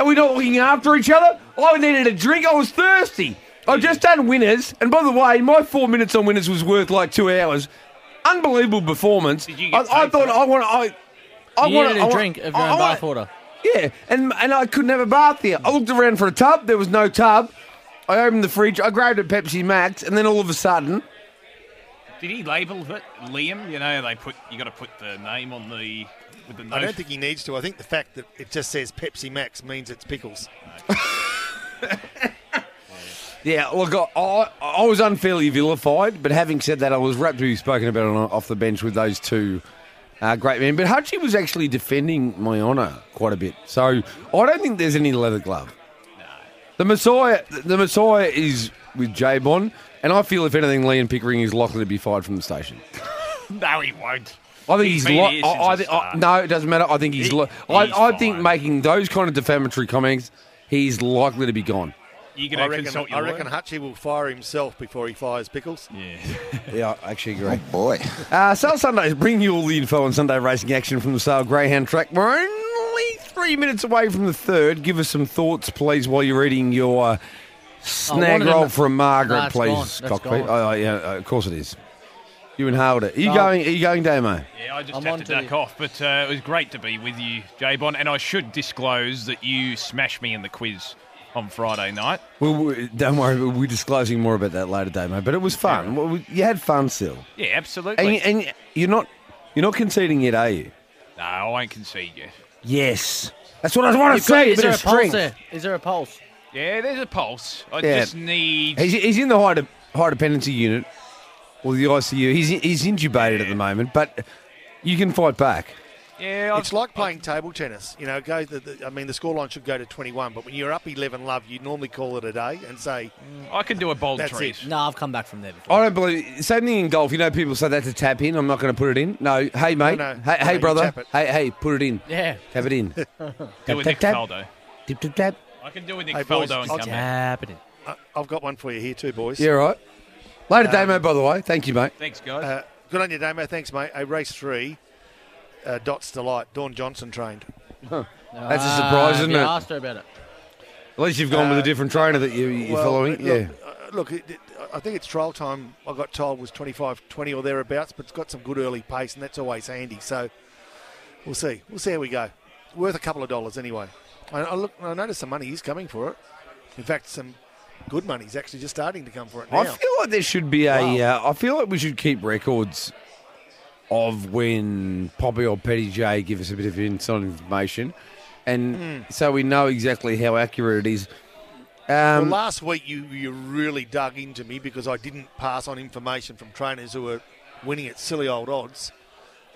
Speaker 3: Are we not looking after each other? I needed a drink. I was thirsty. I just done winners, and by the way, my four minutes on winners was worth like two hours. Unbelievable performance.
Speaker 7: Did you
Speaker 3: I,
Speaker 7: get
Speaker 3: I
Speaker 7: paid
Speaker 3: thought
Speaker 7: for it?
Speaker 3: I want. I, I
Speaker 4: you
Speaker 3: wanna-
Speaker 4: needed
Speaker 3: I
Speaker 4: a
Speaker 3: wanna-
Speaker 4: drink of
Speaker 3: I-
Speaker 4: your own
Speaker 3: I wanna-
Speaker 4: bath water.
Speaker 3: yeah, and and I couldn't have a bath there. I looked around for a tub. There was no tub. I opened the fridge. I grabbed a Pepsi Max, and then all of a sudden,
Speaker 7: Did he label it Liam? You know, they put you got to put the name on the with the nose.
Speaker 5: I don't think he needs to. I think the fact that it just says Pepsi Max means it's pickles.
Speaker 3: yeah, look, I, I, I was unfairly vilified. But having said that, I was rapt to be spoken about on, off the bench with those two uh, great men. But Hutchie was actually defending my honour quite a bit. So I don't think there's any leather glove. The Messiah, the Messiah is with J Bon, and I feel if anything, Liam Pickering is likely to be fired from the station.
Speaker 7: No, he won't.
Speaker 3: I think he's.
Speaker 7: been
Speaker 3: Lo-
Speaker 7: here
Speaker 3: I,
Speaker 7: since
Speaker 3: I
Speaker 7: the
Speaker 3: thi- I,
Speaker 7: start.
Speaker 3: no, it doesn't matter. I think he's.
Speaker 7: He-
Speaker 3: Lo- I,
Speaker 7: he's
Speaker 3: I think
Speaker 7: fine.
Speaker 3: making those kind of defamatory comments, he's likely to be gone.
Speaker 7: You're
Speaker 5: I
Speaker 7: going to
Speaker 5: reckon,
Speaker 7: consult
Speaker 5: I
Speaker 7: your
Speaker 5: reckon
Speaker 7: lawyer?
Speaker 5: Hutchie will fire himself before he fires Pickles.
Speaker 7: Yeah.
Speaker 3: Yeah, I actually agree.
Speaker 9: Boy.
Speaker 3: Uh, Sale Sundays bring you all the info on Sunday racing action from the Sale Greyhound track. We're only three minutes away from the third. Give us some thoughts, please, while you're eating your uh, snag
Speaker 4: wanted
Speaker 3: roll
Speaker 4: an-
Speaker 3: from Margaret,
Speaker 4: No, it's
Speaker 3: please,
Speaker 4: gone. That's
Speaker 3: Cockpit.
Speaker 4: gone.
Speaker 3: Oh, oh, yeah, uh, of course it is. You inhaled it. Are you
Speaker 4: No.
Speaker 3: going? Are you going, Damo?
Speaker 7: Yeah, I just
Speaker 4: I'm
Speaker 7: have
Speaker 4: on
Speaker 7: to
Speaker 4: to
Speaker 7: duck
Speaker 4: you.
Speaker 7: off, but uh, it was great to be with you, J Bon. And I should disclose that you smashed me in the quiz on Friday night.
Speaker 3: Well, we, don't worry. We'll be disclosing more about that later, Damo. But it was fun. Well, we- You had fun still,
Speaker 7: Yeah,
Speaker 3: and,
Speaker 7: absolutely.
Speaker 3: you- and you're not you're not conceding yet, are you?
Speaker 7: no, I won't concede yet.
Speaker 3: Yes. That's what I want to say. A
Speaker 4: is
Speaker 3: bit
Speaker 4: there
Speaker 3: of
Speaker 4: a pulse
Speaker 3: strength.
Speaker 4: there? Is there a pulse?
Speaker 7: Yeah, there's a pulse. I
Speaker 3: Yeah.
Speaker 7: just need.
Speaker 3: He's, he's in the high, de- high dependency unit or the ICU. He's, he's intubated at the moment, but you can fight back.
Speaker 7: Yeah, I've,
Speaker 5: It's like playing table tennis. You know, it goes. The, the, I mean, the scoreline should go to 21, but when you're up 11 love, you normally call it a day and say,
Speaker 7: I can do a bold
Speaker 5: That's
Speaker 7: trees.
Speaker 5: it.
Speaker 4: No, I've come back from there before.
Speaker 3: I don't believe. Same thing in golf. You know, people say that's a tap in. I'm not going to put it in. No. Hey, mate.
Speaker 5: No, no.
Speaker 3: Hey,
Speaker 5: No,
Speaker 3: hey
Speaker 5: you
Speaker 3: brother.
Speaker 5: tap it.
Speaker 3: Hey, hey, put it in.
Speaker 4: Yeah.
Speaker 3: Tap it in. tap,
Speaker 7: Do a
Speaker 3: tap,
Speaker 7: Nick
Speaker 3: tap.
Speaker 7: Faldo.
Speaker 3: Tip, tip, tap.
Speaker 7: I can do a Nick
Speaker 5: Hey, boys,
Speaker 7: Faldo and
Speaker 5: I'll
Speaker 7: come back.
Speaker 4: Tap it in.
Speaker 5: I- "Uh, "I've got one for you here too, boys."
Speaker 3: Yeah, right. Later, Damo,
Speaker 5: Um,
Speaker 3: by the way. Thank you, mate.
Speaker 7: Thanks, guys.
Speaker 5: Uh, good on you, Damo. Thanks, mate. A race three, uh, Dots Delight. Dawn Johnson trained.
Speaker 3: That's a surprise,
Speaker 4: Ah,
Speaker 5: uh,
Speaker 3: isn't
Speaker 4: if you
Speaker 3: it?
Speaker 4: asked her about it.
Speaker 3: At least you've gone with a different trainer that you, you're
Speaker 5: Well,
Speaker 3: following. yeah.
Speaker 5: Look, uh, look it, it, I think its trial time, I got told, was 25 20 or thereabouts, but it's got some good early pace, and that's always handy. So we'll see. We'll see how we go. Worth a couple of dollars anyway. I, I look. I noticed some money is coming for it. In fact, some good money is actually just starting to come for it now.
Speaker 3: I feel like there should be a. Uh, I feel like we should keep records of when Poppy or Petty J give us a bit of inside information, and
Speaker 5: Hmm.
Speaker 3: so we know exactly how accurate it is. Um,
Speaker 5: well, last week you, you really dug into me because I didn't pass on information from trainers who were winning at silly old odds.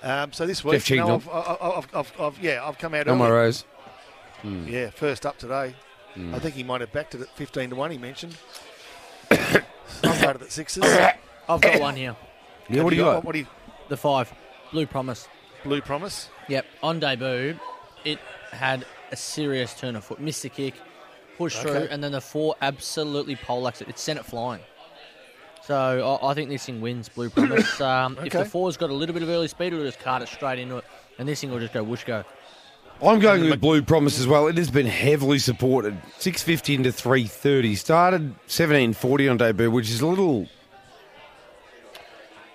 Speaker 5: Um, so this week,
Speaker 3: Jeff
Speaker 5: you know,
Speaker 3: Chignall.
Speaker 5: I've, I- I- I've, I've, I've, yeah, I've come out
Speaker 3: on my
Speaker 5: early.
Speaker 3: rose.
Speaker 5: Yeah, first up today.
Speaker 3: Hmm.
Speaker 5: I think he might have backed it at 15 to 1, he mentioned. I've got it at sixes.
Speaker 4: I've got one here.
Speaker 3: Yeah, what do you got?
Speaker 5: What do you,
Speaker 4: The five. Blue Promise.
Speaker 5: Blue Promise?
Speaker 4: Yep. On debut, it had a serious turn of foot. Missed the kick, pushed through,
Speaker 5: Okay.
Speaker 4: and then the four absolutely poleaxed it. It sent it flying. So I, I think this thing wins Blue Promise. Um, If the
Speaker 5: Okay.
Speaker 4: four's got a little bit of early speed, it'll just cart it straight into it. And this thing will just go whoosh go.
Speaker 3: I'm going with Blue Promise as well. It has been heavily supported, six fifty into three thirty. Started seventeen forty on debut, which is a little,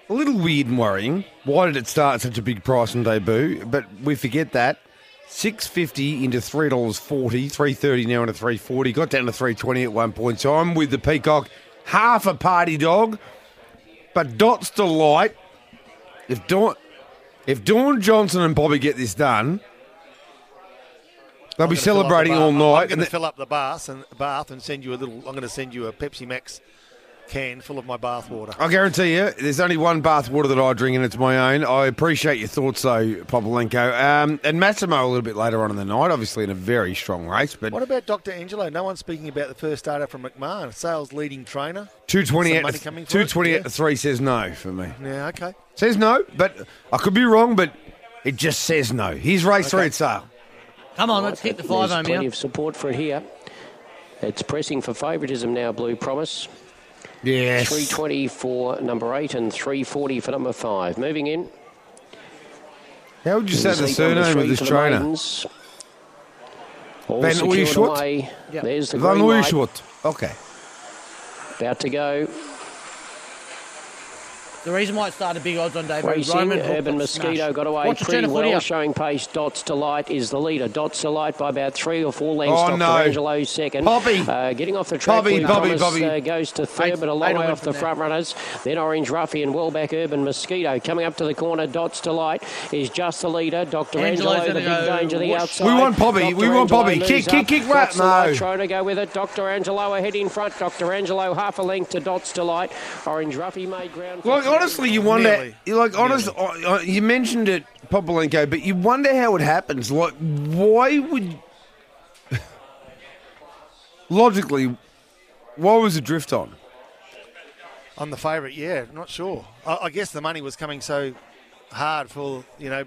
Speaker 3: a little weird and worrying. Why did it start at such a big price on debut? But we forget that six fifty into three dollars forty, three thirty now into three forty. Got down to three twenty at one point. So I'm with the Peacock, half a party dog, but Dot's delight. If Dawn, if Dawn Johnson and Bobby get this done. They'll
Speaker 5: I'm
Speaker 3: be
Speaker 5: gonna fill up the
Speaker 3: celebrating
Speaker 5: bar-
Speaker 3: all
Speaker 5: I'm-
Speaker 3: night.
Speaker 5: I'm going
Speaker 3: and
Speaker 5: to fill up the bath and, bath and send you a little, I'm going to send you a Pepsi Max can full of my bath water.
Speaker 3: I guarantee you, there's only one bath water that I drink, and it's my own. I appreciate your thoughts, though, Popolenko. Um, and Massimo a little bit later on in the night, obviously in a very strong race, but
Speaker 5: What about Dr. Angelo? No one's speaking about the first starter from McMahon, sales leading trainer.
Speaker 3: two twenty
Speaker 5: Some
Speaker 3: out,
Speaker 5: money
Speaker 3: of-
Speaker 5: coming for
Speaker 3: two
Speaker 5: it,
Speaker 3: twenty out
Speaker 5: yeah.
Speaker 3: of three says no for me.
Speaker 5: Yeah, okay.
Speaker 3: Says no, but I could be wrong, but it just says no. Here's race three at sale.
Speaker 4: Come on, let's hit the five
Speaker 6: There's
Speaker 4: home
Speaker 6: plenty
Speaker 4: here.
Speaker 6: of support for it here. It's pressing for favouritism now, Blue Promise.
Speaker 3: Yes,
Speaker 6: 320 for number eight and 340 for number five. Moving in.
Speaker 3: How would you say the
Speaker 6: Sleep number
Speaker 3: surname
Speaker 6: three
Speaker 3: of this
Speaker 6: for the
Speaker 3: trainer?
Speaker 6: maidens. All
Speaker 3: Van
Speaker 6: secured
Speaker 3: Uyshot?
Speaker 6: away. There's the
Speaker 3: Van
Speaker 6: green light.
Speaker 3: Uyshot. Okay.
Speaker 6: About to go.
Speaker 4: The reason why it started big odds on debut,
Speaker 6: Racing,
Speaker 4: Roman Hook
Speaker 6: Urban
Speaker 4: got
Speaker 6: Mosquito
Speaker 4: smashed.
Speaker 6: got away
Speaker 4: Watch it turn
Speaker 6: pretty
Speaker 4: the footy
Speaker 6: well,
Speaker 4: up.
Speaker 6: showing pace. Dots Delight is the leader. Dots Delight by about three or four lengths
Speaker 3: Oh,
Speaker 6: off
Speaker 3: no.
Speaker 6: Angelo's second.
Speaker 3: Bobby.
Speaker 6: Uh, getting off the track.
Speaker 3: Bobby,
Speaker 6: Blue
Speaker 3: Bobby,
Speaker 6: Promise,
Speaker 3: Bobby.
Speaker 6: Uh, goes to third,
Speaker 4: Eight- eight
Speaker 6: but a long way
Speaker 4: away
Speaker 6: off the
Speaker 4: from
Speaker 6: front runners. Then Orange Ruffy and well back Urban Mosquito. Coming up to the corner, Dots Delight is just the leader. Dr.
Speaker 4: Angelo's
Speaker 6: Angelo, the
Speaker 4: gonna
Speaker 6: big
Speaker 4: go
Speaker 6: danger, the
Speaker 4: whoosh.
Speaker 6: outside.
Speaker 3: We want Bobby,
Speaker 6: Dr.
Speaker 3: we want
Speaker 6: Angelo
Speaker 3: Bobby.
Speaker 6: moves
Speaker 3: Kick, kick,
Speaker 6: up.
Speaker 3: kick, right-
Speaker 6: Dots Delight
Speaker 3: no.
Speaker 6: trying to go with it. Dr. Angelo ahead in front. Dr. Angelo half a length to Dots Delight. Orange Ruffy made ground. for
Speaker 3: Like
Speaker 6: third.
Speaker 3: honestly, you wonder.
Speaker 5: Nearly.
Speaker 3: you Like honestly, you mentioned it, Popolenko, but you wonder how it happens. Like, why would logically, why was it drift on?
Speaker 5: I'm the favourite, yeah, not sure. I, I guess the money was coming so hard for, you know,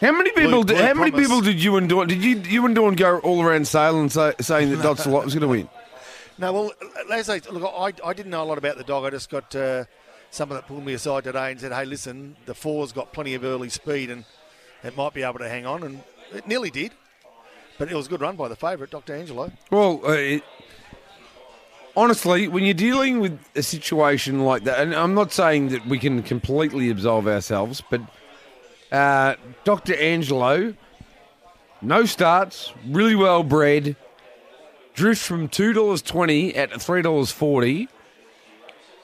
Speaker 3: How many people?
Speaker 5: Blue-
Speaker 3: did,
Speaker 5: Blue
Speaker 3: how many
Speaker 5: Promise.
Speaker 3: people did you and Dawn? Did you you and Dawn go all around Sale and say, saying that Dot's a lot was going to win?
Speaker 5: No, well, as I look, I, I didn't know a lot about the dog. I just got uh, someone that pulled me aside today and said, "Hey, listen, the four's got plenty of early speed and it might be able to hang on." And it nearly did, but it was a good run by the favourite, Dr. Angelo.
Speaker 3: Well, uh, it, honestly, when you're dealing with a situation like that, and I'm not saying that we can completely absolve ourselves, but uh, Dr. Angelo, no starts, really well bred, drift from $2.20 at $3.40.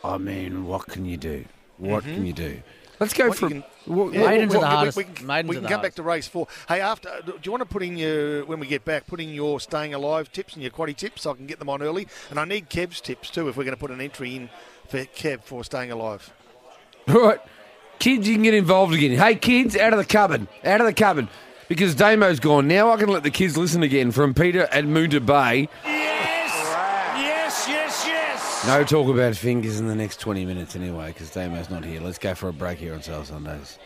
Speaker 3: I mean, what can you do? What can you do? Let's go
Speaker 5: Mm-hmm. What
Speaker 3: for.
Speaker 5: you
Speaker 3: what-
Speaker 5: Yeah,
Speaker 4: Maidens are
Speaker 5: well,
Speaker 4: the
Speaker 5: we-
Speaker 4: hardest.
Speaker 5: We, can,
Speaker 4: Maidens
Speaker 5: we
Speaker 4: are
Speaker 5: can
Speaker 4: the
Speaker 5: come back to race four. Hey, after, do you want to put in your when we get back, put in your staying alive tips and your quaddy tips so I can get them on early, and I need Kev's tips too if we're going to put an entry in for Kev for staying alive.
Speaker 3: All right, kids, you can get involved again. Hey, kids, out of the cupboard, out of the cupboard, because Damo's gone. Now I can let the kids listen again from Peter and Moonta Bay.
Speaker 7: Yes, yes, yes.
Speaker 3: No talk about fingers in the next 20 minutes anyway, because Damo's not here. Let's go for a break here on Sale Sundays.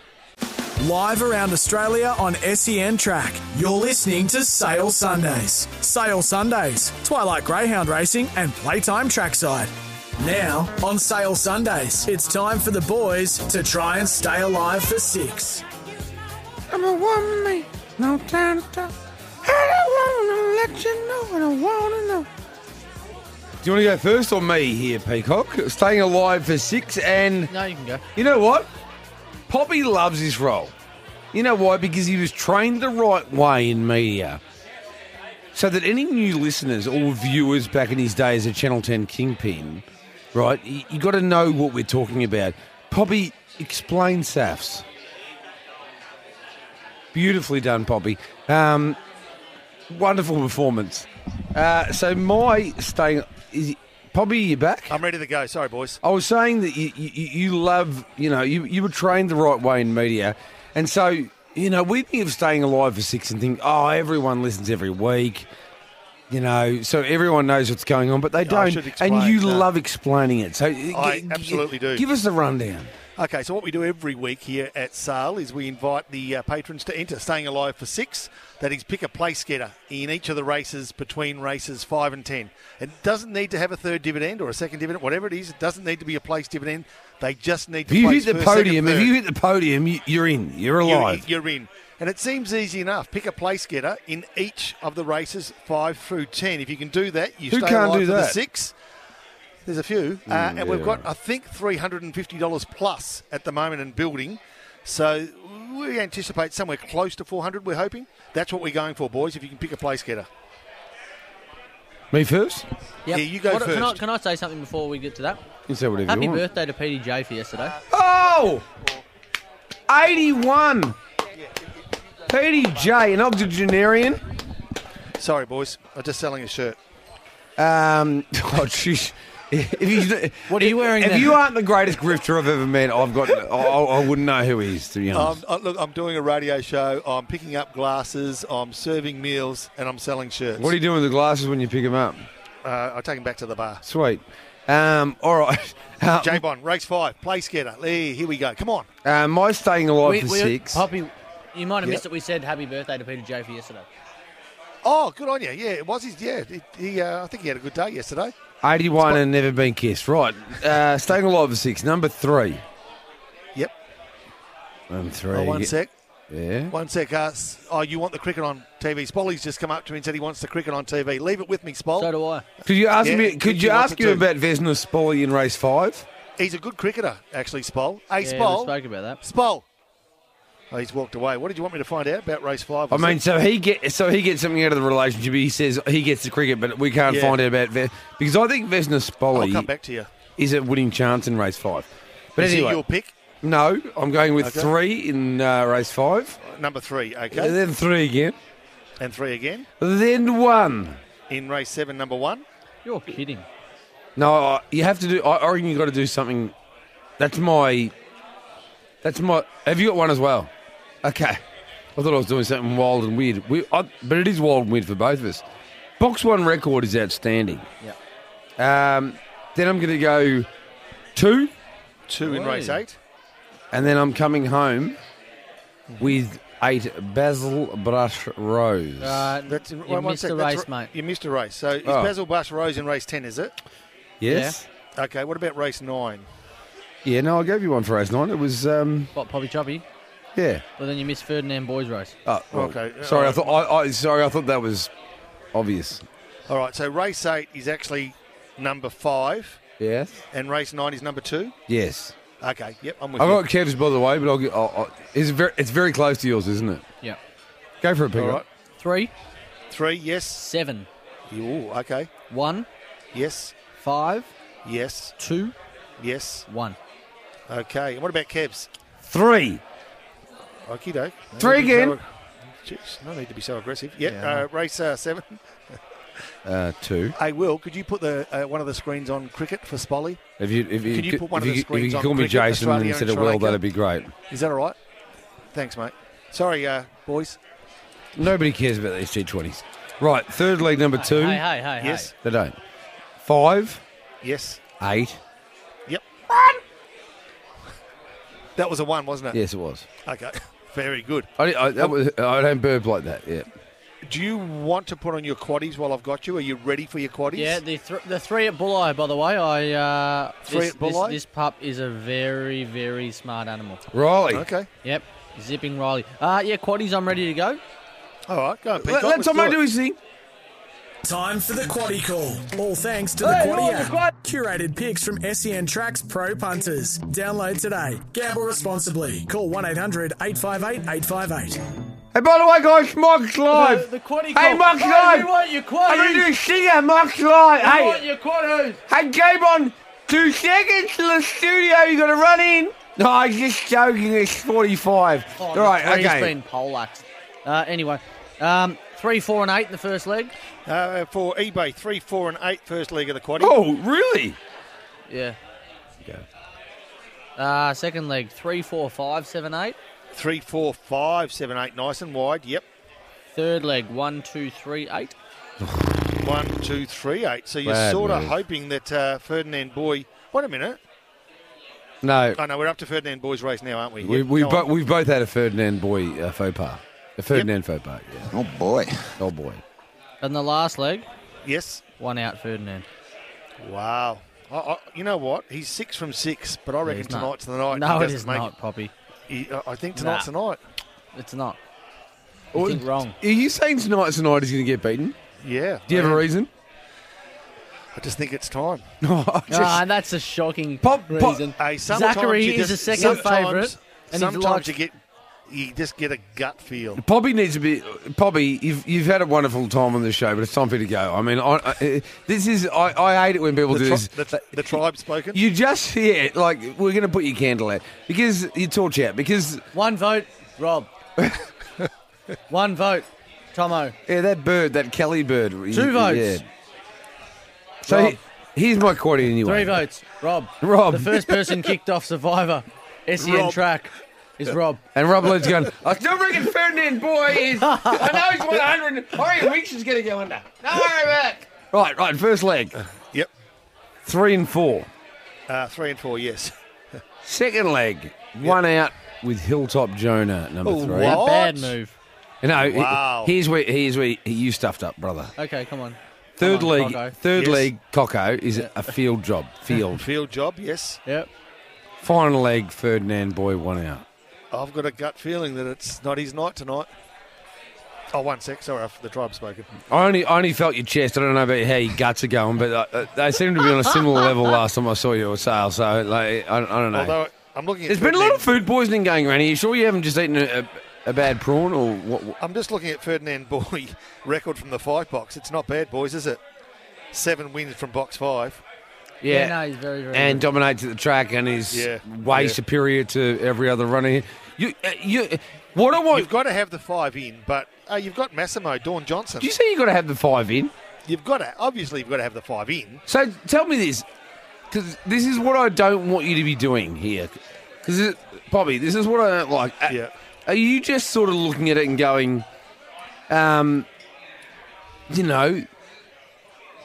Speaker 2: Live around Australia on SEN Track, you're listening to Sale Sundays. Sale Sundays, Twilight Greyhound Racing and Playtime Trackside. Now, on Sale Sundays, it's time for the boys to try and stay alive for six.
Speaker 3: I'm a woman, no time to talk. I don't want to let you know what I want to know. Do you want to go first or me here, Peacock? Staying alive for six and.
Speaker 4: No, you can go.
Speaker 3: You know what? Poppy loves his role. You know why? Because he was trained the right way in media. So that any new listeners or viewers back in his day as a Channel 10 kingpin, right, you, you got to know what we're talking about. Poppy, explain SAFs. Beautifully done, Poppy. Um, wonderful performance. Uh, so my staying... Is, Poppy, you back?
Speaker 5: I'm ready to go. Sorry, boys.
Speaker 3: I was saying that you, you, you love, you know, you, you were trained the right way in media. And so, you know, we think of staying alive for six and think, oh, everyone listens every week, you know, so everyone knows what's going on, but they
Speaker 5: I
Speaker 3: don't.
Speaker 5: should
Speaker 3: and
Speaker 5: explain,
Speaker 3: you
Speaker 5: no.
Speaker 3: love explaining it. So uh,
Speaker 5: I absolutely do.
Speaker 3: Give us the rundown.
Speaker 5: Okay, so what we do every week here at Sale is we invite the uh, patrons to enter Staying Alive for Six. That is, pick a place getter in each of the races between races five and ten. It doesn't need to have a third dividend or a second dividend, whatever it is. It doesn't need to be a place dividend. They just need to
Speaker 3: If you
Speaker 5: place
Speaker 3: hit the
Speaker 5: first, second,
Speaker 3: podium, if
Speaker 5: third.
Speaker 3: you hit the podium, you, you're in. You're
Speaker 5: You-
Speaker 3: alive.
Speaker 5: You're in. And it seems easy enough. Pick a place getter in each of the races five through ten. If you can do that, you
Speaker 3: Who
Speaker 5: stay
Speaker 3: can't
Speaker 5: alive
Speaker 3: do
Speaker 5: for the
Speaker 3: that?
Speaker 5: six. There's a few, uh, and we've got I think three hundred and fifty dollars plus at the moment and building. So we anticipate somewhere close to four hundred. We're hoping that's what we're going for, boys. If you can pick a place getter,
Speaker 3: Me first?
Speaker 4: Yep.
Speaker 5: Yeah, you go
Speaker 4: What- Can I,
Speaker 5: first.
Speaker 4: can I say something before we get to that?
Speaker 3: You can say whatever
Speaker 4: Happy
Speaker 3: you want.
Speaker 4: birthday to PDJ for yesterday.
Speaker 3: Oh! 81! PDJ, an octogenarian.
Speaker 5: sorry, boys. I'm just selling a shirt.
Speaker 3: Um, oh, jeez. If he's,
Speaker 4: What are you wearing
Speaker 3: If
Speaker 4: then?
Speaker 3: you aren't the greatest grifter I've ever met, I've got. I, I I wouldn't know who he is, to be honest.
Speaker 5: Um, uh, look, I'm doing a radio show. I'm picking up glasses. I'm serving meals, and I'm selling shirts.
Speaker 3: what are you doing with the glasses when you pick them up?
Speaker 5: Uh, I take them back to the bar.
Speaker 3: Sweet. Um, all right. Uh,
Speaker 5: J Bond, race five, place getter. Lee, Here we go. Come on.
Speaker 3: uh, my staying alive
Speaker 4: We-
Speaker 3: for
Speaker 4: we-
Speaker 3: six.
Speaker 4: Poppy, you might have
Speaker 5: Yeah.
Speaker 4: missed it. We said happy birthday to Peter J for yesterday.
Speaker 5: Oh, good on you. Yeah, it was his. Yeah, it, he. Uh, I think he had a good day yesterday.
Speaker 3: 81 and never been kissed. Right. Uh, staying alive for six. Number three.
Speaker 5: Yep.
Speaker 3: Number three.
Speaker 5: Oh, one sec.
Speaker 3: Yeah.
Speaker 5: One sec. Uh, s- oh, you want the cricket on TV? Spolly's just come up to me and said he wants the cricket on TV. Leave it with me, Spol.
Speaker 4: So do I.
Speaker 3: Could you ask
Speaker 5: Yeah,
Speaker 3: me? Could
Speaker 5: if
Speaker 3: you
Speaker 5: you
Speaker 3: ask
Speaker 5: wanted
Speaker 3: him
Speaker 5: to.
Speaker 3: about Vesna Spolly in race five?
Speaker 5: He's a good cricketer, actually, Spol. Hey,
Speaker 4: Yeah, we
Speaker 5: Spol.
Speaker 4: spoke about that.
Speaker 5: Spol. Oh, he's walked away. What did you want me to find out about race five?
Speaker 3: I
Speaker 5: was
Speaker 3: mean,
Speaker 5: it?
Speaker 3: so he get so he gets something out of the relationship. He says he gets the cricket, but we can't
Speaker 5: Yeah.
Speaker 3: find out about Ve- because I think Vesna
Speaker 5: I'll come
Speaker 3: Spolly
Speaker 5: back to you.
Speaker 3: is a winning chance in race five. But
Speaker 5: Is he
Speaker 3: anyway,
Speaker 5: your pick?
Speaker 3: no, I'm going with
Speaker 5: Okay.
Speaker 3: three in uh, race five,
Speaker 5: Number three,
Speaker 3: and
Speaker 5: okay.
Speaker 3: then three again,
Speaker 5: And three again.
Speaker 3: then one.
Speaker 5: In race seven, number one.
Speaker 4: You're kidding.
Speaker 3: No, I- you have to do. I I reckon you got to do something. That's my. That's my. Have you got one as well? Okay. I thought I was doing something wild and weird. We, I, but it is wild and weird for both of us. Box one record is outstanding. Yeah. Um, then I'm going to go two,
Speaker 5: Two in race
Speaker 4: Oi.
Speaker 5: eight.
Speaker 3: Mm-hmm. and then I'm coming home with eight, Basil Brush Rose.
Speaker 4: Uh,
Speaker 5: That's in,
Speaker 4: you
Speaker 5: one- one
Speaker 4: missed
Speaker 5: sec,
Speaker 4: the
Speaker 5: that's
Speaker 4: race,
Speaker 5: r-
Speaker 4: mate.
Speaker 5: You missed a race. So is
Speaker 3: Oh.
Speaker 5: Basil Bush Rose in race ten? Is it?
Speaker 3: yes.
Speaker 5: Okay. What about race nine?
Speaker 3: Yeah. no, I gave you one for race nine. It was, um,
Speaker 4: What, Poppy Choppy?
Speaker 3: yeah.
Speaker 4: Well, then you missed Ferdinand Boys race.
Speaker 5: Uh.
Speaker 3: Oh, well,
Speaker 5: Okay,
Speaker 3: Sorry, I
Speaker 5: alright.
Speaker 3: thought. I, I, sorry, I thought that was obvious.
Speaker 5: All right. So race eight is actually number five,
Speaker 3: Yes.
Speaker 5: and race nine is number two.
Speaker 3: Yes.
Speaker 5: Okay. Yep. I'm with
Speaker 3: I've
Speaker 5: you.
Speaker 3: got Kev's by the way, but I'll get. I'll, I'll, it's very, it's very close to yours, isn't it?
Speaker 4: Yeah.
Speaker 3: Go for a pick.
Speaker 5: All right.
Speaker 4: Three,
Speaker 5: Three. Yes.
Speaker 4: seven,
Speaker 5: Ooh, okay.
Speaker 4: one,
Speaker 5: Yes.
Speaker 4: five,
Speaker 5: Yes.
Speaker 4: two,
Speaker 5: Yes.
Speaker 4: one.
Speaker 5: Okay. And what about Kebs?
Speaker 10: Three.
Speaker 5: Okie doke. No
Speaker 10: Three
Speaker 5: need to be
Speaker 10: again.
Speaker 5: So, Jeez, no need to be so aggressive. Yeah, uh, race uh, seven.
Speaker 3: Uh, two.
Speaker 5: Hey, Will, could you put the uh, one of the screens on cricket for Spolly?
Speaker 3: If you if you
Speaker 5: Could you
Speaker 3: could-
Speaker 5: put
Speaker 3: if
Speaker 5: one of the
Speaker 3: you, could- if you
Speaker 5: screens
Speaker 3: could
Speaker 5: on
Speaker 3: call me
Speaker 5: cricket,
Speaker 3: Jason
Speaker 5: Australia and
Speaker 3: instead of
Speaker 5: Sri
Speaker 3: Will,
Speaker 5: Lanka?
Speaker 3: that'd be great.
Speaker 5: Is that all right? Thanks, mate. Sorry, uh, boys.
Speaker 3: Nobody cares about these G20s. Right, third league number two.
Speaker 4: Hey, hey, hey, hey.
Speaker 5: Yes.
Speaker 3: They don't. Five,
Speaker 5: Yes.
Speaker 3: eight.
Speaker 5: Yep. That was a one, wasn't it?
Speaker 3: Yes, it was.
Speaker 5: Okay. Very good.
Speaker 3: I, I, that was, I don't burp like that. Yeah.
Speaker 5: Do you want to put on your quaddies while I've got you? Are you ready for your quaddies?
Speaker 4: Yeah, the, th- the three at Bull Eye, by the way. I uh,
Speaker 5: Three
Speaker 4: this,
Speaker 5: at Bull
Speaker 4: this-
Speaker 5: Eye?
Speaker 4: This pup is a very, very smart animal.
Speaker 3: Riley.
Speaker 5: Okay.
Speaker 4: Yep, zipping Riley. Uh, yeah, quaddies, I'm ready to go.
Speaker 5: All right. Go on, Pete.
Speaker 10: Let,
Speaker 5: Go on,
Speaker 10: let's
Speaker 5: let's
Speaker 10: Tomo
Speaker 5: do
Speaker 10: do
Speaker 5: it.
Speaker 10: his thing.
Speaker 2: Time for the Quaddy Call. All thanks to the Quaddy app. Curated picks from SEN Tracks Pro Punters. Download today. Gamble responsibly. Call 1-800-858-858. 858
Speaker 10: Hey, by the way, guys, Mark's live.
Speaker 4: quaddy
Speaker 10: Hey, Mark's live.
Speaker 4: your
Speaker 10: I'm going to do a singer, Mark's live. Hey,
Speaker 4: your quaddies.
Speaker 10: Hey, Gabon, two seconds to the studio. You got to run in. No, I'm just joking. It's 45.
Speaker 4: Oh,
Speaker 10: All
Speaker 4: the
Speaker 10: right,
Speaker 4: three's
Speaker 10: okay.
Speaker 4: been poleaxed. Uh, anyway, um, three, four, and eight in the first leg.
Speaker 5: Uh, for eBay, three, four, and eight, first leg of the quaddie.
Speaker 10: Oh, really?
Speaker 4: Yeah. Uh, second leg, three, four, five, seven, eight.
Speaker 5: Three, four, five, seven, eight, nice and wide. Yep.
Speaker 4: Third leg, one, two, three, eight.
Speaker 5: One, two, three, eight. So you're
Speaker 3: Bad
Speaker 5: sort of
Speaker 3: move.
Speaker 5: hoping that uh, Ferdinand Boy. Wait a minute.
Speaker 3: No,
Speaker 5: Oh, no, we're up to Ferdinand Boy's race now, aren't we?
Speaker 3: we
Speaker 5: Yep,
Speaker 3: we
Speaker 5: go
Speaker 3: bo-
Speaker 5: on.
Speaker 3: we've both had a Ferdinand boy uh, faux pas. A Ferdinand faux pas. Yeah.
Speaker 11: Oh boy.
Speaker 3: Oh boy.
Speaker 4: And the last leg,
Speaker 5: Yes.
Speaker 4: one out, Ferdinand.
Speaker 5: Wow. I, I, you know what? He's six from six, but I reckon
Speaker 4: It's not-
Speaker 5: tonight's the night.
Speaker 4: No,
Speaker 5: He
Speaker 4: it
Speaker 5: doesn't
Speaker 4: is
Speaker 5: make
Speaker 4: not, Poppy.
Speaker 5: He, I- I think tonight's the night.
Speaker 4: It's not.
Speaker 3: Well,
Speaker 4: You think wrong.
Speaker 3: Are you saying tonight tonight he's going to get beaten?
Speaker 5: Yeah.
Speaker 3: Do you have a
Speaker 5: I-
Speaker 3: reason?
Speaker 5: I just think it's time.
Speaker 3: No, I just-
Speaker 4: Ah, and that's a shocking
Speaker 3: Pop- pop-
Speaker 4: reason.
Speaker 5: Hey, sometimes
Speaker 4: Zachary
Speaker 5: you
Speaker 4: is
Speaker 5: just-
Speaker 4: a second
Speaker 5: sometimes-
Speaker 4: favourite. And he's
Speaker 5: Sometimes
Speaker 4: like,
Speaker 5: you get, you just get a gut feel.
Speaker 3: Poppy needs to be. Poppy, you've you've had a wonderful time on the show, but it's time for you to go. I mean, I, I, this is. I, I hate it when people
Speaker 5: The,
Speaker 3: do
Speaker 5: tri-
Speaker 3: this.
Speaker 5: the, the tribe spoken.
Speaker 3: You just hear it, like we're going to put your candle out because you torch out because
Speaker 4: one vote, Rob. one vote, Tomo.
Speaker 3: yeah, that bird, that Kelly bird. Two
Speaker 4: votes.
Speaker 3: So
Speaker 4: Rob.
Speaker 3: he- here's my quaddy anyway.
Speaker 4: Three votes, Rob.
Speaker 3: Rob.
Speaker 4: The first person kicked off Survivor, SEN track, is Rob.
Speaker 3: And Rob Lloyd's going. I still reckon
Speaker 10: Freaking Ferdinand boy is. I know he's 100. I reckon Weeks is going to go under. Don't worry about it.
Speaker 3: right, right. First leg,
Speaker 5: Yep.
Speaker 3: three and four.
Speaker 5: Uh, three and four. Yes.
Speaker 3: Second leg, one out with Hilltop Jonah number
Speaker 5: Oh,
Speaker 3: three.
Speaker 5: wow. What?
Speaker 4: Bad move.
Speaker 3: No, he-
Speaker 5: Wow.
Speaker 3: here's where here's where you stuffed up, brother.
Speaker 4: Okay, come on.
Speaker 3: Third
Speaker 4: Come on,
Speaker 3: league,
Speaker 4: Coco.
Speaker 3: third
Speaker 5: Yes.
Speaker 3: league, Coco is a field job. Field.
Speaker 5: Field job. Yes.
Speaker 4: Yep.
Speaker 3: Final leg, Ferdinand Boy, one out.
Speaker 5: I've got a gut feeling that it's not his night tonight. Oh, one sec. Sorry, I've- the tribe's spoken.
Speaker 3: I only, I only felt your chest. I don't know about how your guts are going, but uh, uh, they seem to be on a similar level last time I saw you at sale. So like, I, I don't know.
Speaker 5: Although I'm looking at.
Speaker 3: There's been a lot of food
Speaker 5: Ferdinand-
Speaker 3: poisoning going around. Are you sure you haven't just eaten a, a, a bad prawn or what? what-
Speaker 5: I'm just looking at Ferdinand Boy record from the fight box. It's not bad, boys, is it? Seven wins from box five.
Speaker 4: Yeah, no, he's very, very
Speaker 3: and
Speaker 4: good.
Speaker 3: dominates at the track and is
Speaker 5: Yeah,
Speaker 3: way
Speaker 5: yeah.
Speaker 3: superior to every other runner. here. You, uh, you, what I want?
Speaker 5: You've got to have the five in, but uh, you've got Massimo, Dawn Johnson.
Speaker 3: do you say you got to have the five in?
Speaker 5: You've got to obviously you've got to have the five in.
Speaker 3: So tell me this, because this is what I don't want you to be doing here. Because Bobby, this is what I don't like. A-
Speaker 5: Yeah.
Speaker 3: Are you just sort of looking at it and going, um, you know,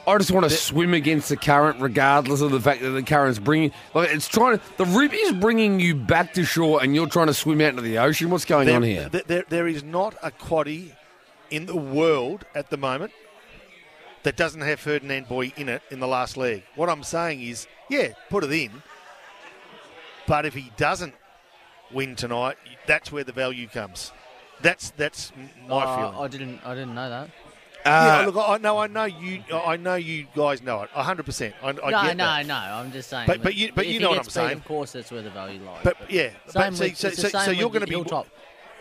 Speaker 3: I just want to swim against the current, regardless of the fact that the current's bringing. Like it's trying to. The rip is bringing you back to shore, and you're trying to swim out into the ocean. What's going
Speaker 5: There-
Speaker 3: on here?
Speaker 5: th- there- there is not a quaddy in the world at the moment that doesn't have Ferdinand Boy in it in the last leg. What I'm saying is, yeah, put it in. But if he doesn't win tonight, that's where the value comes. That's that's m- my
Speaker 3: Ah.
Speaker 4: Uh,
Speaker 5: feeling.
Speaker 4: I didn't. I didn't know that. Uh,
Speaker 5: yeah, look, I know, I know you, I know you guys know it, hundred percent. I, I
Speaker 4: no,
Speaker 5: get
Speaker 4: no,
Speaker 5: that.
Speaker 4: no. I'm just saying.
Speaker 5: But- but you- but
Speaker 4: if
Speaker 5: you
Speaker 4: he
Speaker 5: know what
Speaker 4: gets
Speaker 5: I'm
Speaker 4: beat,
Speaker 5: saying.
Speaker 4: Of course, that's where the value lies.
Speaker 5: But yeah,
Speaker 4: same
Speaker 5: but see,
Speaker 4: with,
Speaker 5: so,
Speaker 4: it's
Speaker 5: so,
Speaker 4: the same
Speaker 5: so you're
Speaker 4: with
Speaker 5: going to be
Speaker 4: Hilltop.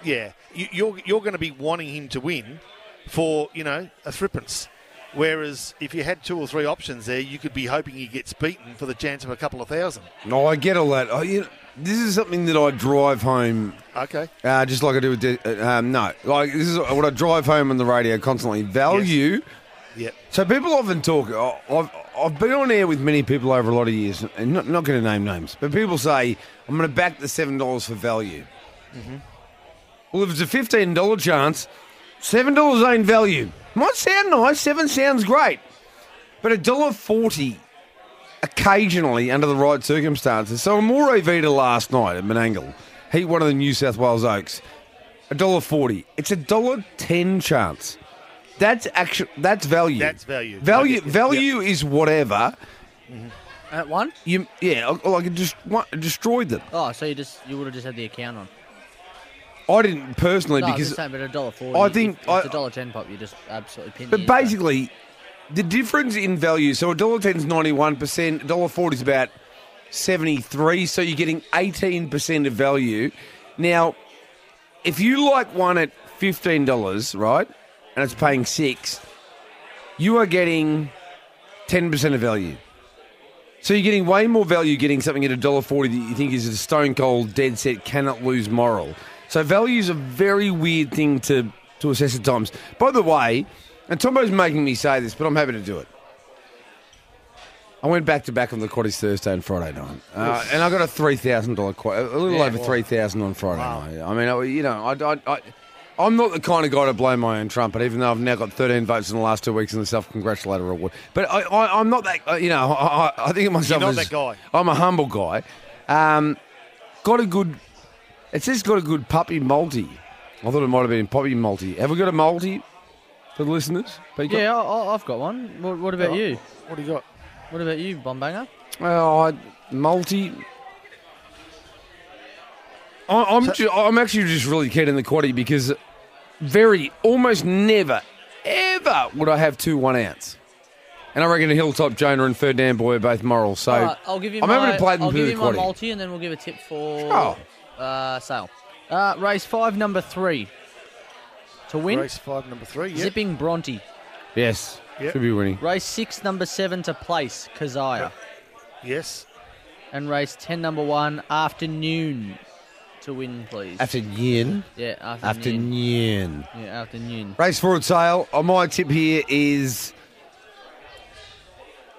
Speaker 5: yeah, you, you're you're going to be wanting him to win for you know a threepence. Whereas if you had two or three options there, you could be hoping he gets beaten for the chance of a couple of thousand.
Speaker 3: No, I get all that. I, you this is something that I drive home
Speaker 5: Okay,
Speaker 3: Uh, just like I do with di- uh, um, no, like this is what I drive home on the radio constantly. Value.
Speaker 5: Yep.
Speaker 3: So people often talk. I- I've I've been on air with many people over a lot of years, and not not going to name names, but people say I'm going to back the seven dollars for value. Well, if it's a fifteen dollar chance, seven dollars ain't value. Might sound nice. Seven sounds great, but a dollar forty occasionally under the right circumstances. So Amore Vita last night at Menangle, he one of the New South Wales Oaks, a dollar forty. It's a dollar ten chance. That's action. That's value.
Speaker 5: That's value. I
Speaker 3: Value.
Speaker 5: get you.
Speaker 3: Value is whatever
Speaker 4: At one?
Speaker 3: you. Yeah, I- like it just wa- it destroyed them.
Speaker 4: Oh, so you just you would have just had the account on.
Speaker 3: I didn't personally
Speaker 4: No, I'm
Speaker 3: because
Speaker 4: just saying, but a dollar forty.
Speaker 3: I think
Speaker 4: if,
Speaker 3: I-
Speaker 4: if it's a dollar ten pop, you just absolutely pin.
Speaker 3: But basically, the difference in value. So a dollar ten is ninety one percent. A dollar forty is about seventy three. So you're getting eighteen percent of value. Now, if you like one at fifteen dollars, right, and it's paying six, you are getting ten percent of value. So you're getting way more value getting something at a dollar forty that you think is a stone cold dead set cannot lose moral. So value is a very weird thing to to assess at times. By the way, and Tombo's making me say this, but I'm happy to do it. I went back to back on the quaddies Thursday and Friday night, uh, and I got a three thousand dollar quad, a little over three thousand on Friday night. I mean, I, you know, I, I, I, I'm not the kind of guy to blow my own trumpet, even though I've now got 13 votes in the last two weeks in the self-congratulatory award. But I, I, I'm not that, uh, you know, I, I, I think of myself
Speaker 5: not
Speaker 3: as-
Speaker 5: that guy.
Speaker 3: I'm a humble guy. Um, got a good. It says got a good puppy multi. I thought it might have been puppy multi. Have we got a multi for the listeners? Pete?
Speaker 4: yeah, I- I, I've got one. What, what about you?
Speaker 5: What do you got?
Speaker 4: What about you, Bombanger?
Speaker 3: Well, I, multi. I, I'm ju- I'm actually just really keen in the quaddy because very almost never ever would I have two one ounce, and I reckon Hilltop Jonah and Ferdinand Boy are both moral. So
Speaker 4: All right, I'll give you.
Speaker 3: I'm
Speaker 4: my,
Speaker 3: happy to play them
Speaker 4: I'll
Speaker 3: through
Speaker 4: give
Speaker 3: the
Speaker 4: you
Speaker 3: quaddy.
Speaker 4: my multi, and then we'll give a tip for
Speaker 3: Oh.
Speaker 4: uh, sale. Uh, race five, number three, to win.
Speaker 5: Race five, number three. Yep.
Speaker 4: Zipping Bronte.
Speaker 3: yes,
Speaker 5: Yep.
Speaker 3: should be winning.
Speaker 4: Race six, number seven, to place Kazaya.
Speaker 5: Yes.
Speaker 4: And race ten, number one, afternoon, to win, please.
Speaker 3: Afternoon.
Speaker 4: yeah, afternoon.
Speaker 3: Afternoon.
Speaker 4: Yeah, afternoon.
Speaker 3: Race forward sale. Uh, my tip here is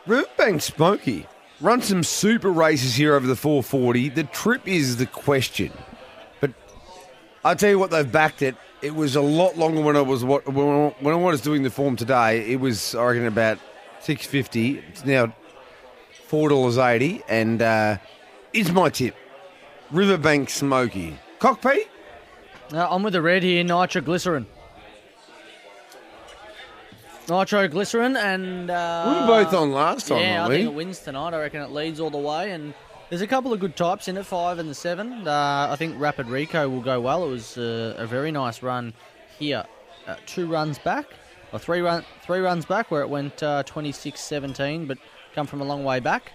Speaker 3: Riverbank Smoky. Run some super races here over the 440. The trip is the question. But I'll tell you what, they've backed it. It was a lot longer when I was wa- when when I was doing the form today. It was, I reckon, about 650. It's now $4.80. And uh, is my tip Riverbank Smoky. Cockpit?
Speaker 4: Uh, I'm with the red here, nitroglycerin. Nitroglycerin and uh,
Speaker 3: We were both on last time,
Speaker 4: yeah,
Speaker 3: weren't
Speaker 4: I
Speaker 3: we?
Speaker 4: think it wins tonight. I reckon it leads all the way, and there's a couple of good types in it, five and the seven. Uh, I think Rapid Rico will go well. It was uh, a very nice run here, uh, two runs back, or three run, three runs back, where it went uh, 26-17, but come from a long way back.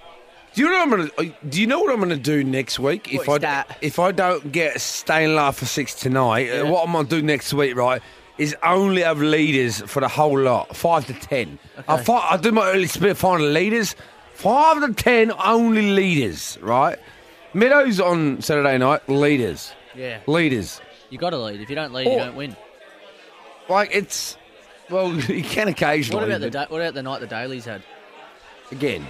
Speaker 3: Do you know what I'm gonna? uh, Do you know what I'm gonna do next week? If I
Speaker 4: What's that?
Speaker 3: if I don't get staying live for six tonight, uh
Speaker 4: Yeah.
Speaker 3: what I'm gonna do next week, right? Is only have leaders for the whole lot, five to ten. I, fi- I do my early split final leaders, five to ten only leaders, right? Meadows on Saturday night, leaders,
Speaker 4: Yeah,
Speaker 3: leaders.
Speaker 4: you got to lead. If you don't lead,
Speaker 3: Oh.
Speaker 4: you don't win.
Speaker 3: Like it's well, you can occasionally.
Speaker 4: What about the
Speaker 3: but
Speaker 4: da- what about the night the dailies had?
Speaker 3: again?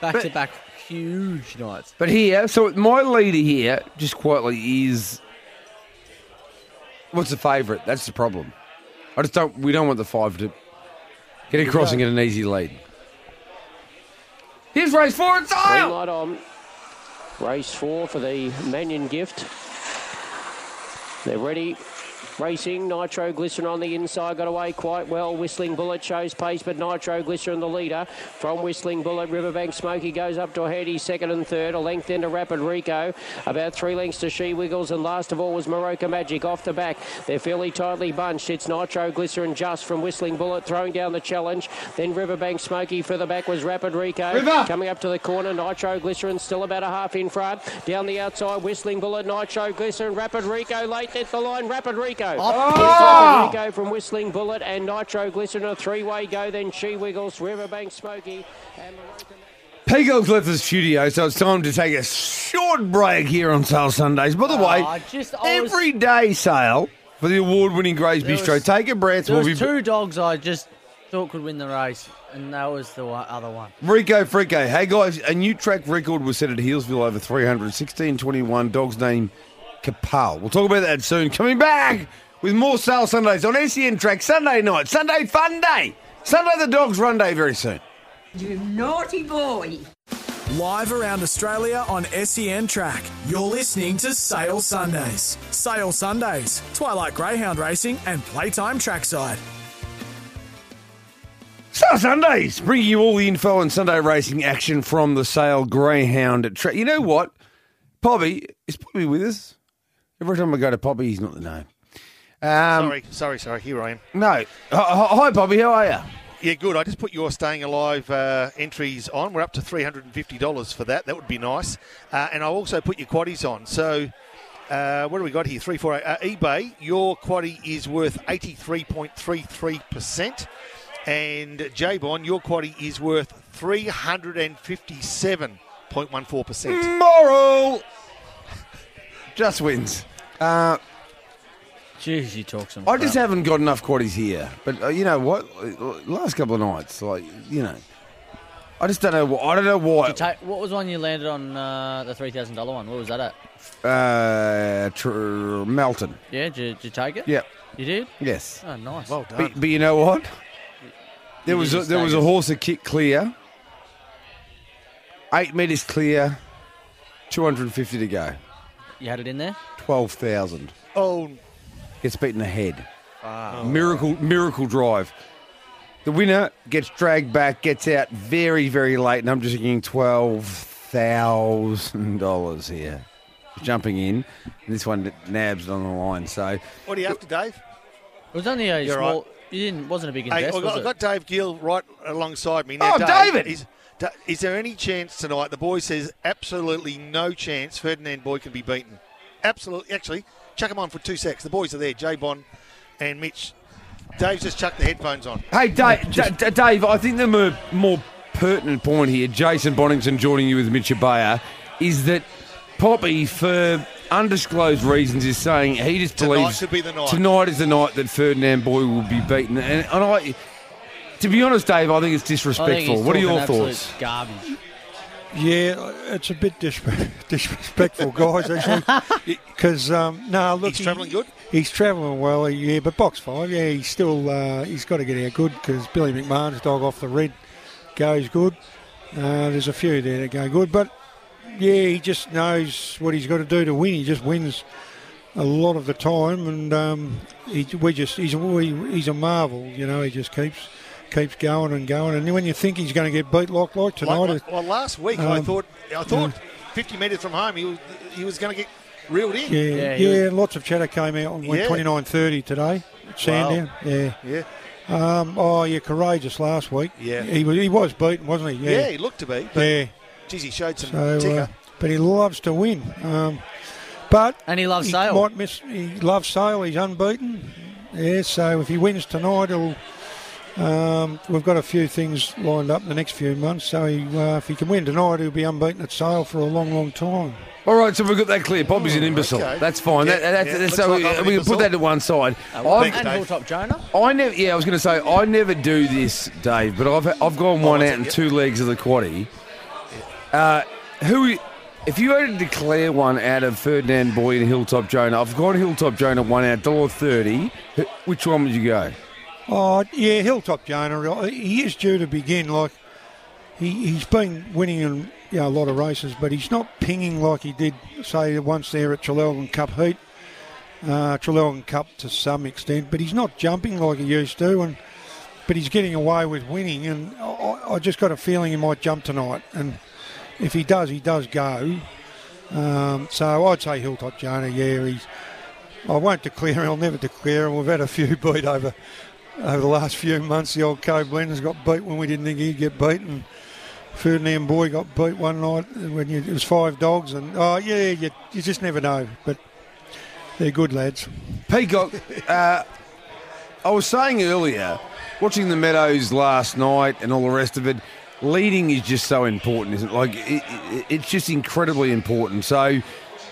Speaker 4: Back to back, huge nights.
Speaker 3: But here, so my leader here, just quietly, is what's the favourite? That's the problem. I just don't. We don't want the five to get across and get an easy lead. Here's race four in
Speaker 6: Green
Speaker 3: style.
Speaker 6: light on. Race four for the Mannion gift. They're ready. Racing, nitroglycerin on the inside, got away quite well. Whistling Bullet shows pace, but nitroglycerin the leader. From Whistling Bullet, Riverbank Smoky goes up to ahead. He's second and third. A length into Rapid Rico. About three lengths to She Wiggles, and last of all was Morocco Magic off the back. They're fairly tightly bunched. It's nitroglycerin just from Whistling Bullet throwing down the challenge. Then Riverbank Smoky further back was Rapid Rico.
Speaker 10: River!
Speaker 6: Coming up to the corner, nitroglycerin still about a half in front. Down the outside, Whistling Bullet, nitroglycerin, Rapid Rico late at the line, Rapid Rico. Inside Rico from Whistling Bullet and Nitroglycerin, a three-way go. Then She Wiggles, Riverbank Smoky, and Morocco
Speaker 3: Peacock's left the studio, so it's time to take a short break here on Sale Sundays. By the
Speaker 4: Ah, I
Speaker 3: way,
Speaker 4: just- I was-
Speaker 3: every day sale for the award-winning Grays
Speaker 4: There
Speaker 3: Bistro.
Speaker 4: was-
Speaker 3: Take a breath.
Speaker 4: There
Speaker 3: We'll
Speaker 4: was
Speaker 3: be
Speaker 4: two dogs I just thought could win the race, and that was the one, other one.
Speaker 3: Rico Frico. Hey guys, a new track record was set at Hillsville over 316.21. Dog's name Kapal. We'll talk about that soon. Coming back with more Sale Sundays on SEN Track Sunday night, Sunday Fun Day, Sunday the Dogs Run Day very soon.
Speaker 11: You naughty boy.
Speaker 2: Live around Australia on SEN Track, you're listening to Sale Sundays. Sale Sundays, Twilight Greyhound Racing and Playtime Trackside.
Speaker 3: Sale Sundays, bringing you all the info on Sunday racing action from the Sale Greyhound at track. You know what? Poppy is Poppy with us. Every time I go to Poppy, he's not the name. Um,
Speaker 5: sorry, sorry, sorry. Here I am.
Speaker 3: No. Hi- Hi, hi, Poppy. How are you?
Speaker 5: Yeah, good. I just put your staying alive uh, entries on. We're up to three hundred and fifty dollars for that. That would be nice. Uh, and I also put your quaddies on. So. Uh, what do we got here? Three, four, eight. Uh, eBay. Your quaddie is worth eighty-three point three three percent, and J Bond. Your quaddie is worth three hundred and fifty-seven point one four percent.
Speaker 3: Mm. Moral just wins.
Speaker 4: Jeez, you talk some.
Speaker 3: I just
Speaker 4: crap.
Speaker 3: haven't got enough quaddies here. But uh, you know what? Uh, Last couple of nights, like you know, I just don't know. Wh- I don't know why.
Speaker 4: You ta- what was one you landed on uh, the three thousand dollar one? What was that at?
Speaker 3: Uh, tr- Melton.
Speaker 4: Yeah, did you, did you take it?
Speaker 3: Yep.
Speaker 4: you did.
Speaker 3: Yes. Uh,
Speaker 4: Oh, nice.
Speaker 5: Well done.
Speaker 3: But, but you know what? There
Speaker 4: You
Speaker 3: was
Speaker 4: did
Speaker 3: a,
Speaker 4: your
Speaker 3: there was a
Speaker 4: staggers.
Speaker 3: horse that kicked clear. Eight metres clear. Two hundred and fifty to go.
Speaker 4: you had it in there.
Speaker 3: Twelve thousand.
Speaker 5: Oh,
Speaker 3: gets beaten ahead.
Speaker 5: Ah.
Speaker 3: Miracle, miracle drive. The winner gets dragged back, gets out very, very late, and I'm just thinking twelve thousand dollars here, jumping in. And this one nabs it on the line. So
Speaker 5: what are you after, Dave?
Speaker 4: It was only a
Speaker 5: You're
Speaker 4: small. You didn't. Wasn't a big
Speaker 5: Hey,
Speaker 4: investment.
Speaker 5: I've got, I've got Dave Gill right alongside me.
Speaker 3: Oh, David!
Speaker 5: Is, Da- is there any chance tonight? The boy says absolutely no chance Ferdinand Boy can be beaten. Absolutely. Actually, chuck him on for two secs. The boys are there, J Bon and Mitch. Dave's just chucked the headphones on.
Speaker 3: Hey, Dave, D- D- Dave, I think the more, more pertinent point here, Jason Bonington joining you with Mitch Bayer, is that Poppy, for undisclosed reasons, is saying he just
Speaker 5: Tonight
Speaker 3: believes
Speaker 5: should be the night.
Speaker 3: Tonight is the night that Ferdinand Boy will be beaten. And, and I, to be honest, Dave, I think it's
Speaker 4: I think
Speaker 3: disrespectful.
Speaker 4: he's
Speaker 3: What are
Speaker 4: talking
Speaker 3: your
Speaker 4: absolute
Speaker 3: thoughts?
Speaker 4: Garbage.
Speaker 12: Yeah, it's a bit disre- disrespectful, guys, actually. Because, um, no, look.
Speaker 5: He's travelling good?
Speaker 12: He's travelling well, yeah, but box five, yeah, he's still, uh, he's got to get out good because Billy McMahon's dog off the red goes good. Uh, there's a few there that go good, but yeah, he just knows what he's got to do to win. He just wins a lot of the time, and um, he, we just he's we, he's a marvel, you know. He just keeps keeps going and going, and when you think he's going to get beat like like tonight,
Speaker 5: Like-
Speaker 12: it-
Speaker 5: like- well, last week I
Speaker 12: Um,
Speaker 5: thought I thought 50 metres from home he was, he was going to get reeled in.
Speaker 12: Yeah,
Speaker 4: Yeah,
Speaker 12: yeah,
Speaker 4: he
Speaker 12: lots of chatter came out on
Speaker 5: Yeah.
Speaker 12: 29.30 today. Sandown, yeah.
Speaker 5: Yeah.
Speaker 12: Um, oh, yeah, courageous last week.
Speaker 5: Yeah.
Speaker 12: He was, he was beaten, wasn't he?
Speaker 5: Yeah.
Speaker 12: Yeah.
Speaker 5: he looked to be. But,
Speaker 12: Yeah.
Speaker 5: Geez, he showed some
Speaker 12: So,
Speaker 5: ticker.
Speaker 12: uh, but he loves to win. Um, but
Speaker 4: And he loves
Speaker 12: he
Speaker 4: sale.
Speaker 12: might miss. He loves Sale. He's unbeaten. Yeah, so if he wins tonight, he'll. Um, we've got a few things lined up in the next few months, so he, uh, if he can win tonight, he'll be unbeaten at Sale for a long, long time.
Speaker 3: All right, so we've got that clear. Poppy's an imbecile.
Speaker 5: Oh, okay.
Speaker 3: That's fine.
Speaker 5: Yeah,
Speaker 3: That- that-
Speaker 5: yeah,
Speaker 3: that's-
Speaker 5: looks
Speaker 3: so
Speaker 5: like I'm an
Speaker 3: we, we can put
Speaker 5: imbecile.
Speaker 3: that to one side. I've-
Speaker 5: Thanks,
Speaker 4: and
Speaker 5: Dave.
Speaker 4: Hilltop Jonah.
Speaker 3: I never, yeah, I was going to say I never do this, Dave, but I've I've gone one
Speaker 5: I see,
Speaker 3: out and
Speaker 5: Oh, yeah.
Speaker 3: two legs of the quaddy. Uh, who, if you had to declare one out of Ferdinand Boy and Hilltop Jonah, I've gone Hilltop Jonah one out dollar thirty. Wh- Which one would you go?
Speaker 12: Uh, Oh yeah, Hilltop Jonah. He is due to begin. Like he, he's been winning in you know, a lot of races, but he's not pinging like he did, say, once there at Trelelgan Cup Heat, uh, Trelelgan Cup to some extent, but he's not jumping like he used to, and but he's getting away with winning, and I- I, I just got a feeling he might jump tonight, and if he does, he does go. Um, so I'd say Hilltop Jonah, yeah, he's. I won't declare, I'll never declare, and we've had a few beat over over the last few months. The old Co Blender's got beat when we didn't think he'd get beaten. Ferdinand Boy got beat one night when you, it was five dogs, and oh yeah, you, you just never know. But they're good lads.
Speaker 3: Peacock, uh, I was saying earlier, watching the Meadows last night and all the rest of it, leading is just so important, isn't it? Like, it, it, it's just incredibly important. So,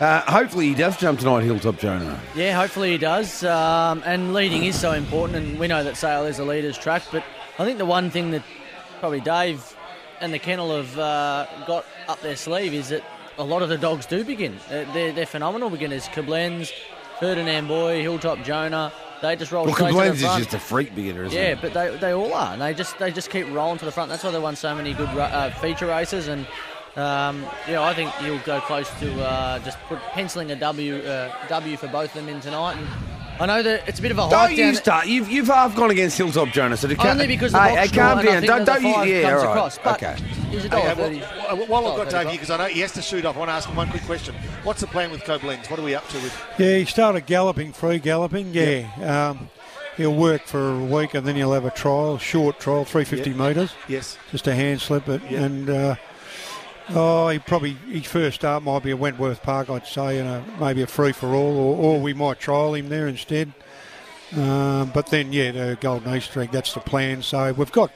Speaker 3: uh, hopefully, he does jump tonight, Hilltop Jonah.
Speaker 4: Yeah, hopefully he does. Um, and leading is so important, and we know that Sale is a leader's track. But I think the one thing that probably Dave and the kennel have uh, got up their sleeve is that a lot of the dogs do begin. They're, they're, they're phenomenal beginners. Koblenz, Ferdinand Boy, Hilltop Jonah. They just roll
Speaker 3: Well,
Speaker 4: straight to
Speaker 3: Koblenz
Speaker 4: the
Speaker 3: is
Speaker 4: front.
Speaker 3: just a freak beginner, isn't
Speaker 4: yeah,
Speaker 3: he?
Speaker 4: but they, they all are. They just they just keep rolling to the front. That's why they won so many good ru- uh, feature races. And um, yeah, I think you'll go close to uh, just put, penciling a W uh, W for both of them in tonight. And I know that it's a bit of a hype
Speaker 3: Don't
Speaker 4: down.
Speaker 3: you start. You've, you've half gone against Hilltop Jonah. So to ca-
Speaker 4: Only because the
Speaker 3: Hey,
Speaker 4: box
Speaker 3: hey, calm
Speaker 4: draw, and I
Speaker 3: down.
Speaker 4: think
Speaker 3: Don't,
Speaker 4: that the
Speaker 3: don't you?
Speaker 4: five
Speaker 3: Yeah,
Speaker 4: comes
Speaker 3: all right.
Speaker 4: across, but-
Speaker 3: okay.
Speaker 4: He's Oh, a dollar
Speaker 5: Okay, well,
Speaker 4: thirty.
Speaker 5: Oh, well, while I've got
Speaker 4: $1.30
Speaker 5: Dave here, because I know he has to shoot off, I want to ask him one quick question. What's the plan with Koblenz? What are we up to with
Speaker 12: Yeah, he started galloping, free galloping. Yeah, um, he'll work for a week, and then he'll have a trial, short trial, three fifty
Speaker 5: Yeah.
Speaker 12: metres.
Speaker 5: Yes.
Speaker 12: just a hand slip it,
Speaker 5: Yeah.
Speaker 12: and uh, oh, he probably his first start might be at Wentworth Park, I'd say, and a, maybe a free for all, or, or we might trial him there instead. Um, but then, yeah, the golden Easter egg, that's the plan. So we've got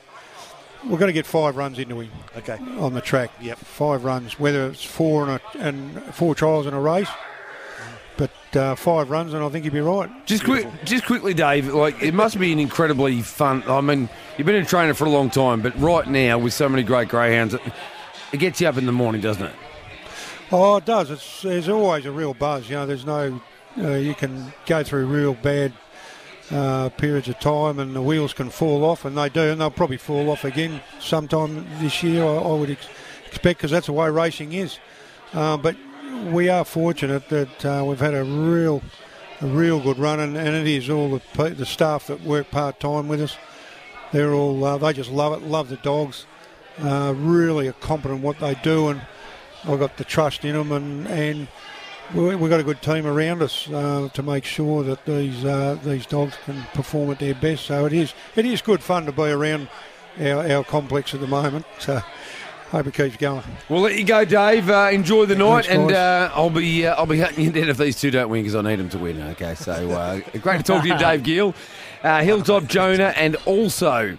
Speaker 12: we're going to get five runs into him
Speaker 5: Okay.
Speaker 12: on the track.
Speaker 5: Yep.
Speaker 12: five runs, whether it's four and, a, and four trials in a race.
Speaker 5: Mm.
Speaker 12: But uh, five runs, and I think you'd be right.
Speaker 3: Just quick, just quickly, Dave. Like it must be an incredibly fun. I mean, you've been a trainer for a long time, but right now with so many great greyhounds, it, it gets you up in the morning, doesn't it?
Speaker 12: Oh, it does. It's, there's always a real buzz. You know, there's no. Uh, you can go through real bad uh, periods of time, and the wheels can fall off, and they do, and they'll probably fall off again sometime this year. I, I would ex- expect because that's the way racing is. Uh, but we are fortunate that uh, we've had a real, a real good run, and, and it is all the pe- the staff that work part time with us. They're all uh, they just love it, love the dogs. Uh, really are competent in what they do, and I've got the trust in them, and and we- we've got a good team around us uh, to make sure that these uh, these dogs can perform at their best. So it is it is good fun to be around our, our complex at the moment. So hope it keeps going.
Speaker 3: We'll let you go, Dave. Uh, enjoy the night,
Speaker 12: Thanks,
Speaker 3: and
Speaker 12: guys.
Speaker 3: uh, I'll be uh, I'll be hunting you down if these two don't win because I need them to win. Okay, so uh, great to talk to you, Dave Gill, uh, Hilltop Jonah, and also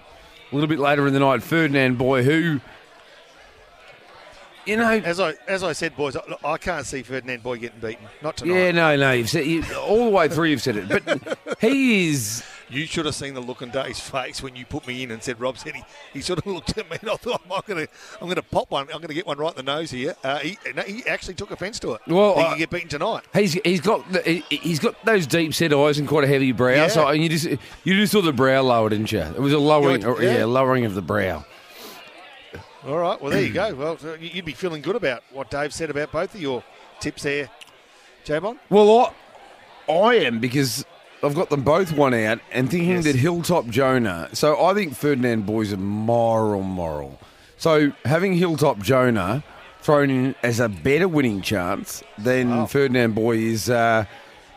Speaker 3: a little bit later in the night, Ferdinand Boy, who you know
Speaker 5: As I as I said, boys, I, look, I can't see Ferdinand Boy getting beaten. Not tonight.
Speaker 3: Yeah, no, no. You've said you, all the way through. You've said it, but he is.
Speaker 5: You should have seen the look on Dave's face when you put me in and said Rob said he, he sort of looked at me and I thought I'm going to I'm going to pop one. I'm going to get one right in the nose here. Uh, he, no, he actually took offence to it.
Speaker 3: Well,
Speaker 5: he
Speaker 3: I-
Speaker 5: can get beaten tonight.
Speaker 3: He's he's got the, he- he's got those deep set eyes and quite a heavy brow.
Speaker 5: Yeah.
Speaker 3: So and you just you just saw the brow lower, didn't you? It was a lowering,
Speaker 5: Yeah,
Speaker 3: yeah,
Speaker 5: yeah.
Speaker 3: lowering of the brow.
Speaker 5: All right. Well, there you go. Well, so you- you'd be feeling good about what Dave said about both of your tips there, Jabon.
Speaker 3: Well, I I am because I've got them both one out and thinking
Speaker 5: Yes.
Speaker 3: that Hilltop Jonah. So I think Ferdinand Boy's a moral moral. So having Hilltop Jonah thrown in as a better winning chance than Ferdinand Boy is. Uh,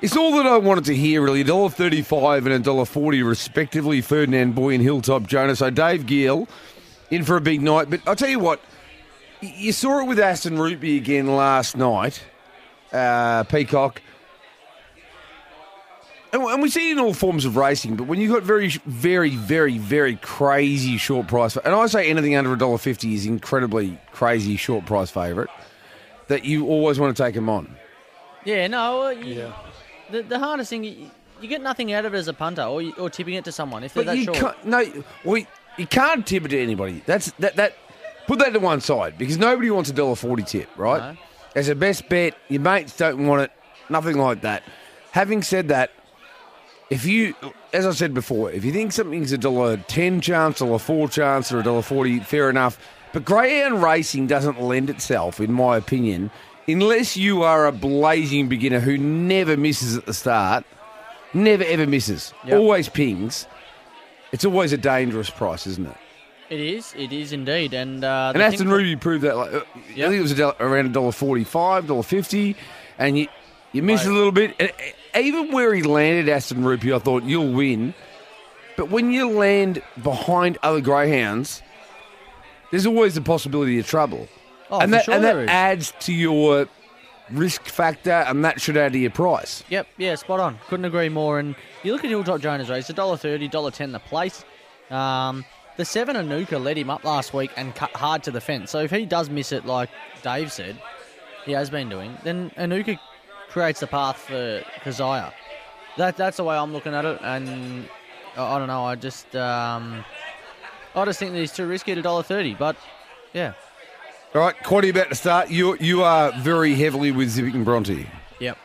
Speaker 3: it's all that I wanted to hear, really. $1.35 and $1.40, respectively, Ferdinand Boy and Hilltop Jonah. So Dave Gill in for a big night. But I'll tell you what, y- you saw it with Aston Ruby again last night, uh, Peacock. And, and we see it in all forms of racing, but when you've got very, very, very, very crazy short price, and I say anything under $1.50 is incredibly crazy short price favourite, that you always want to take them on.
Speaker 4: Yeah, no. Uh, you, The, the hardest thing, you, you get nothing out of it as a punter or, you- or tipping it to someone if they're
Speaker 3: But
Speaker 4: that
Speaker 3: you
Speaker 4: short.
Speaker 3: can't, no, well, you can't tip it to anybody. That's that that. Put that to one side because nobody wants a dollar forty tip, right?
Speaker 4: No.
Speaker 3: As a best bet, your mates don't want it, nothing like that. Having said that, If you, as I said before, if you think something's a dollar ten chance, dollar four chance, or a dollar forty, fair enough. But greyhound racing doesn't lend itself, in my opinion, unless you are a blazing beginner who never misses at the start, never ever misses, always pings. It's always a dangerous price, isn't it?
Speaker 4: It is. It is indeed. And uh,
Speaker 3: And
Speaker 4: the thing-
Speaker 3: Aston Ruby proved that. Like, uh, I think it was a dollar, around a dollar forty-five, dollar fifty, and you you missed a little bit. And, uh, even where he landed Aston Ruby, I thought you'll win. But when you land behind other greyhounds, there's always the possibility of trouble.
Speaker 4: Oh,
Speaker 3: and
Speaker 4: for
Speaker 3: that
Speaker 4: sure
Speaker 3: and that
Speaker 4: there is.
Speaker 3: adds to your risk factor, and that should add to your price.
Speaker 4: Yep, yeah, spot on. Couldn't agree more. And you look at Hilltop Jonas race, $1.30, $1.10 the place. Um, the seven Anuka led him up last week and cut hard to the fence. So if he does miss it, like Dave said, he has been doing, then Anuka creates the path for Kazaya. That that's the way I'm looking at it. And I, I don't know. I just um, I just think that he's too risky at $1.30. But yeah,
Speaker 3: All right, Quaddy about to start. You you are very heavily with Zivic and Bronte.
Speaker 4: yep.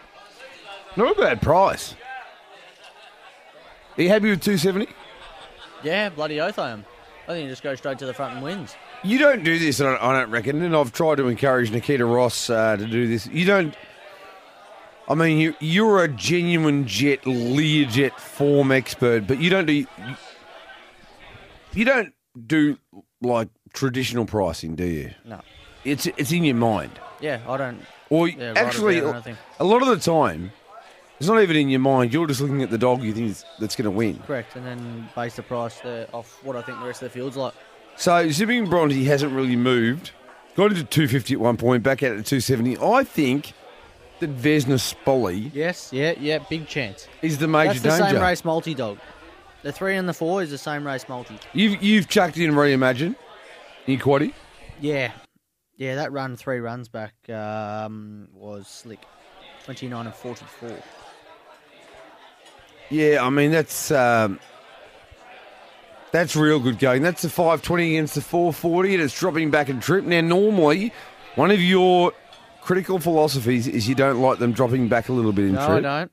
Speaker 3: Not a bad price. Are you happy with two seventy?
Speaker 4: Yeah, bloody oath I am. I think he just goes straight to the front and wins.
Speaker 3: You don't do this, I don't, I don't reckon, and I've tried to encourage Nikita Ross uh, to do this. You don't. I mean, you you're a genuine jet Learjet form expert, but you don't do. You don't do like traditional pricing, do you?
Speaker 4: No.
Speaker 3: It's it's in your mind,
Speaker 4: Yeah, I don't.
Speaker 3: or
Speaker 4: Yeah, right
Speaker 3: actually,
Speaker 4: about it, I don't think.
Speaker 3: a lot of the time, it's not even in your mind. You're just looking at the dog you think is- that's going to win.
Speaker 4: Correct, and then base the price there off what I think the rest of the field's like.
Speaker 3: So Zipping Bronte hasn't really moved. Got into 250 at one point, back out at 270. I think that Vesna Spolly
Speaker 4: Yes, yeah, yeah, big chance.
Speaker 3: is the major
Speaker 4: That's the
Speaker 3: danger.
Speaker 4: same race multi dog. The three and the four is the same race multi.
Speaker 3: You've you've chucked in reimagine in your quaddy.
Speaker 4: Yeah, yeah, that run three runs back um, was slick. Twenty nine and forty four.
Speaker 3: Yeah, I mean that's um, that's real good going. That's the 520 against the 440, and it's dropping back and trip. Now normally, one of your critical philosophies is you don't like them dropping back a little bit in
Speaker 4: No, I
Speaker 3: trip.
Speaker 4: don't.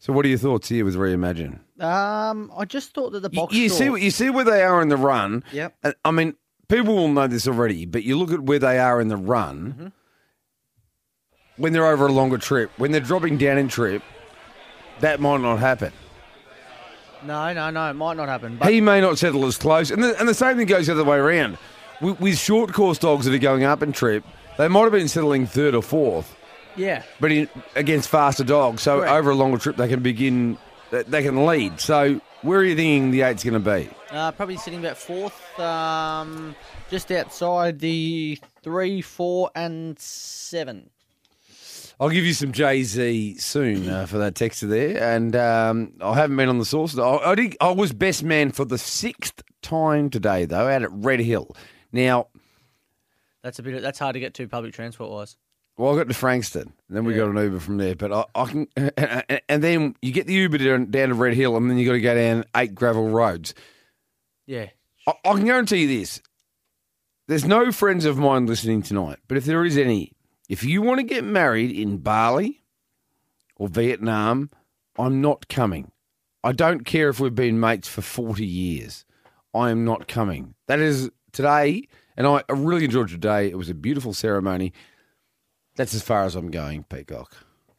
Speaker 3: So what are your thoughts here with reimagine?
Speaker 4: Um, I just thought that the box.
Speaker 3: you see
Speaker 4: draw-
Speaker 3: what you see where they are in the run.
Speaker 4: Yep.
Speaker 3: And, I mean, people will know this already, but you look at where they are in the run
Speaker 4: Mm-hmm.
Speaker 3: when they're over a longer trip, when they're dropping down in trip, that might not happen.
Speaker 4: No, no, no, it might not happen. But
Speaker 3: he may not settle as close, and the, and the same thing goes the other way around. With, with short course dogs that are going up in trip, they might have been settling third or fourth,
Speaker 4: yeah,
Speaker 3: but in, against faster dogs, so
Speaker 4: Correct.
Speaker 3: over a longer trip they can begin, they- they can lead. So where are you thinking the eight's going to be?
Speaker 4: Uh, probably sitting about fourth, um, just outside the three, four, and seven.
Speaker 3: I'll give you some Jay Z soon uh, for that texter there, and um, I haven't been on the source. I, I, did, I was best man for the sixth time today, though, out at Red Hill. Now,
Speaker 4: That's a bit. That's hard to get to public transport wise.
Speaker 3: well, I got to Frankston, and then we got an Uber from there. But I, I can, and, then you get the Uber down, down to Red Hill, and then you got to go down eight gravel roads.
Speaker 4: Yeah.
Speaker 3: I, I can guarantee you this: there's no friends of mine listening tonight, but if there is any, if you want to get married in Bali or Vietnam, I'm not coming. I don't care if we've been mates for 40 years. I am not coming. That is today, and I, I really enjoyed today. It was a beautiful ceremony. That's as far as I'm going, Peacock.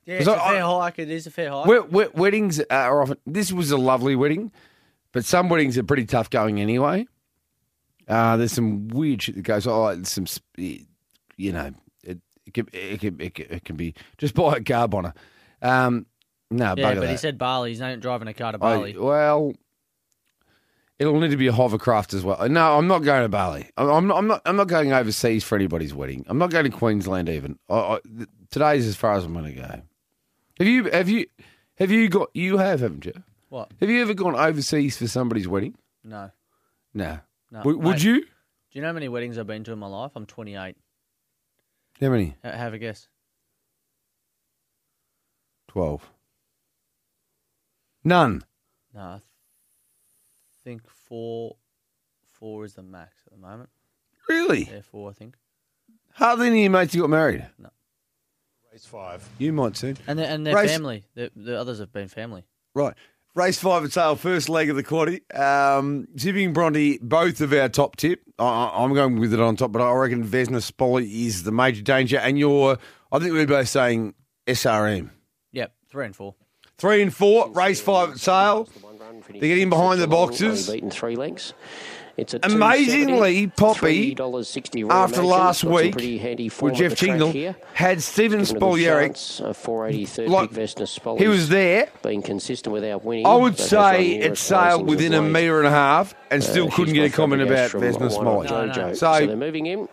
Speaker 4: Yeah,
Speaker 3: Is
Speaker 4: it's
Speaker 3: that-
Speaker 4: a fair hike. It is a fair hike.
Speaker 3: We- we- weddings are often. This was a lovely wedding, but some weddings are pretty tough going anyway. Uh, there's some weird shit that goes. Oh, it's some, sp- you know, it, it, can, it, can, it, can, it can be just buy a car bonner. Um, no,
Speaker 4: yeah,
Speaker 3: bugger
Speaker 4: but he
Speaker 3: that.
Speaker 4: said Bali. He's not driving a car to
Speaker 3: I-
Speaker 4: Bali.
Speaker 3: well, it'll need to be a hovercraft as well. No, I'm not going to Bali. I'm- I'm not. I'm not. I'm not going overseas for anybody's wedding. I'm not going to Queensland even. I, I, th- today's as far as I'm going to go. Have you? Have you? Have you got? You have, haven't you?
Speaker 4: what?
Speaker 3: Have you ever gone overseas for somebody's wedding?
Speaker 4: No.
Speaker 3: No.
Speaker 4: No,
Speaker 3: W- would
Speaker 4: mate.
Speaker 3: you?
Speaker 4: Do you know how many weddings I've been to in my life? I'm 28.
Speaker 3: How many?
Speaker 4: Ha- Have a guess.
Speaker 3: Twelve. None.
Speaker 4: No, I th- think four. Four is the max at the moment.
Speaker 3: Really?
Speaker 4: Yeah, four, I think.
Speaker 3: Hardly any of your mates you got married.
Speaker 4: No.
Speaker 3: Race five. You might soon.
Speaker 4: And their and their
Speaker 3: Race-
Speaker 4: family. The, the others have been family.
Speaker 3: Right. Race five at sale, first leg of the quaddy. Um, Zipping Bronte, both of our top tip. I, I- I'm going with it on top, but I reckon Vesna Spolly is the major danger. And you're, I think we're both saying SRM.
Speaker 4: Yep, three and four.
Speaker 3: Three and four, race five at sale. They're getting behind the boxes.
Speaker 6: Only beaten three lengths. It's a
Speaker 3: Amazingly, Poppy,
Speaker 6: $3.60
Speaker 3: after
Speaker 6: reimagine.
Speaker 3: last
Speaker 6: Got some
Speaker 3: week
Speaker 6: pretty handy form
Speaker 3: with
Speaker 6: at the
Speaker 3: Jeff
Speaker 6: track
Speaker 3: Tingle,
Speaker 6: here.
Speaker 3: had Stephen
Speaker 6: Given a good
Speaker 3: Spolieric.
Speaker 6: chance, a 483
Speaker 3: like,
Speaker 6: big Vesna Spolly's
Speaker 3: He was there.
Speaker 6: Being consistent with our winning.
Speaker 3: I would
Speaker 6: but has
Speaker 3: say
Speaker 6: run
Speaker 3: it
Speaker 6: numerous
Speaker 3: sailed
Speaker 6: closings
Speaker 3: within a
Speaker 6: of late.
Speaker 3: metre and a half and still
Speaker 6: Uh,
Speaker 3: couldn't
Speaker 6: she's
Speaker 3: get a
Speaker 6: like
Speaker 3: comment
Speaker 6: Fabian
Speaker 3: about
Speaker 6: from
Speaker 3: Vesna
Speaker 6: Why
Speaker 3: Smollett.
Speaker 6: Not Jojo.
Speaker 4: No, no.
Speaker 6: So,
Speaker 3: So-
Speaker 6: they're moving him.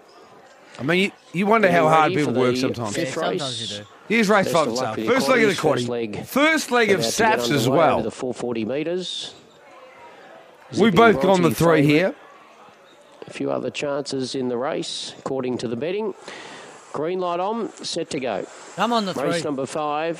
Speaker 3: I mean, you, you wonder how
Speaker 6: Are you
Speaker 3: hard
Speaker 6: ready
Speaker 3: people
Speaker 6: for
Speaker 3: work
Speaker 6: the
Speaker 3: sometimes.
Speaker 6: Fifth
Speaker 4: Yeah,
Speaker 6: race.
Speaker 4: sometimes you do.
Speaker 3: Here's race
Speaker 6: Best
Speaker 3: five
Speaker 6: of
Speaker 3: at
Speaker 6: luck
Speaker 3: sale.
Speaker 6: for the
Speaker 3: First leg of the quaddy.
Speaker 6: Cornies, first leg.
Speaker 3: First leg of
Speaker 6: About to get
Speaker 3: Saps as
Speaker 6: underway
Speaker 3: well.
Speaker 6: over The 440 metres.
Speaker 3: We've
Speaker 6: Zipping
Speaker 3: both gone the
Speaker 6: Bronte
Speaker 3: three here.
Speaker 6: favourite. A few other chances in the race, according to the betting. Green light on, set to go.
Speaker 4: Come on, the three.
Speaker 6: Race number five.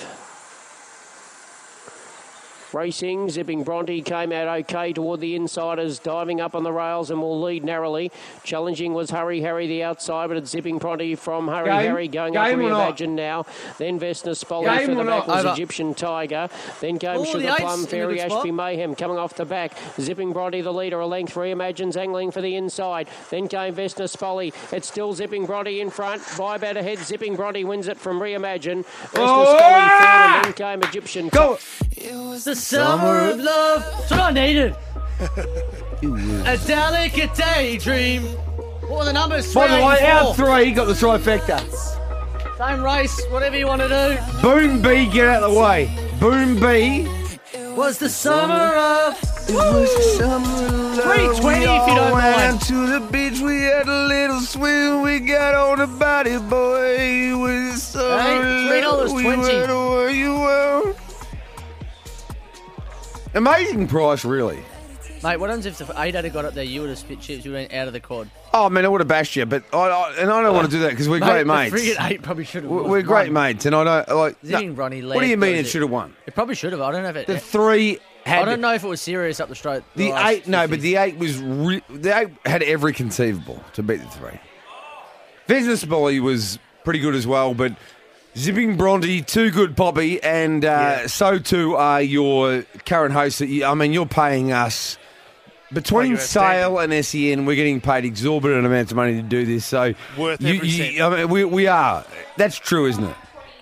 Speaker 6: Racing, Zipping Bronte came out okay toward the insiders, diving up on the rails and will lead narrowly. Challenging was Hurry Harry the outside, but it's Zipping Bronte from Hurry
Speaker 3: Game-
Speaker 6: Harry going
Speaker 3: game
Speaker 6: up
Speaker 3: or not?
Speaker 6: Reimagine now. Then Vesna Spolly
Speaker 3: Game
Speaker 6: for
Speaker 3: or
Speaker 6: the
Speaker 3: not?
Speaker 6: back was
Speaker 4: Over.
Speaker 6: Egyptian Tiger. Then came
Speaker 4: Oh, the
Speaker 6: Sugar
Speaker 4: eights in
Speaker 6: Plum,
Speaker 4: a
Speaker 6: Fairy
Speaker 4: good spot.
Speaker 6: Ashby Mayhem coming off the back. Zipping Bronte the leader, a length reimagines angling for the inside. Then came Vesna Spolly. It's still Zipping Bronte in front. By about ahead, Zipping Bronte wins it from Reimagine. Vesna
Speaker 3: Oh!
Speaker 6: Spolly third and then came Egyptian
Speaker 3: Go.
Speaker 4: It's the summer of love. That's what I needed. a delicate daydream. What were the numbers? Three
Speaker 3: By the way,
Speaker 4: and
Speaker 3: our
Speaker 4: four.
Speaker 3: three got the trifecta.
Speaker 4: Same race, whatever you want to
Speaker 3: Boom B, get out of the way. Boom B.
Speaker 4: do. Was the summer of.
Speaker 3: It was the summer of love.
Speaker 4: 320
Speaker 3: We
Speaker 4: if you
Speaker 3: all
Speaker 4: don't
Speaker 3: went
Speaker 4: mind.
Speaker 3: out to the beach, we had a little swim, we got on a body, boy. It was the summer
Speaker 4: Hey,
Speaker 3: of love. We
Speaker 4: $3.20.
Speaker 3: went away, you were. Amazing price, really.
Speaker 4: Mate, what happens if the eight had got up there? You would have spit chips. You went out of the quad.
Speaker 3: Oh man, I would have bashed you, but I, I and I don't want to do that because we're great
Speaker 4: Mate,
Speaker 3: mates.
Speaker 4: the frigate eight probably should have.
Speaker 3: We're we're great mates, and I don't like. no.
Speaker 4: Zipping Ronnie
Speaker 3: what do you
Speaker 4: led,
Speaker 3: mean
Speaker 4: does
Speaker 3: it
Speaker 4: it?
Speaker 3: should have won?
Speaker 4: It probably should have. I don't know if it.
Speaker 3: The three had.
Speaker 4: I don't know if it was serious up the straight.
Speaker 3: The
Speaker 4: last
Speaker 3: eight, no,
Speaker 4: 50.
Speaker 3: but the eight was re- the eight had every conceivable to beat the three. Business Bolly was pretty good as well, but Zipping Bronte, too good, Poppy, and uh, so too are your current hosts. That you, I mean, you're paying us between Sale and Sen. We're getting paid exorbitant amounts of money to do this, so
Speaker 5: Worth
Speaker 3: you,
Speaker 5: every
Speaker 3: you,
Speaker 5: cent.
Speaker 3: I mean, we, we are. That's true, isn't it?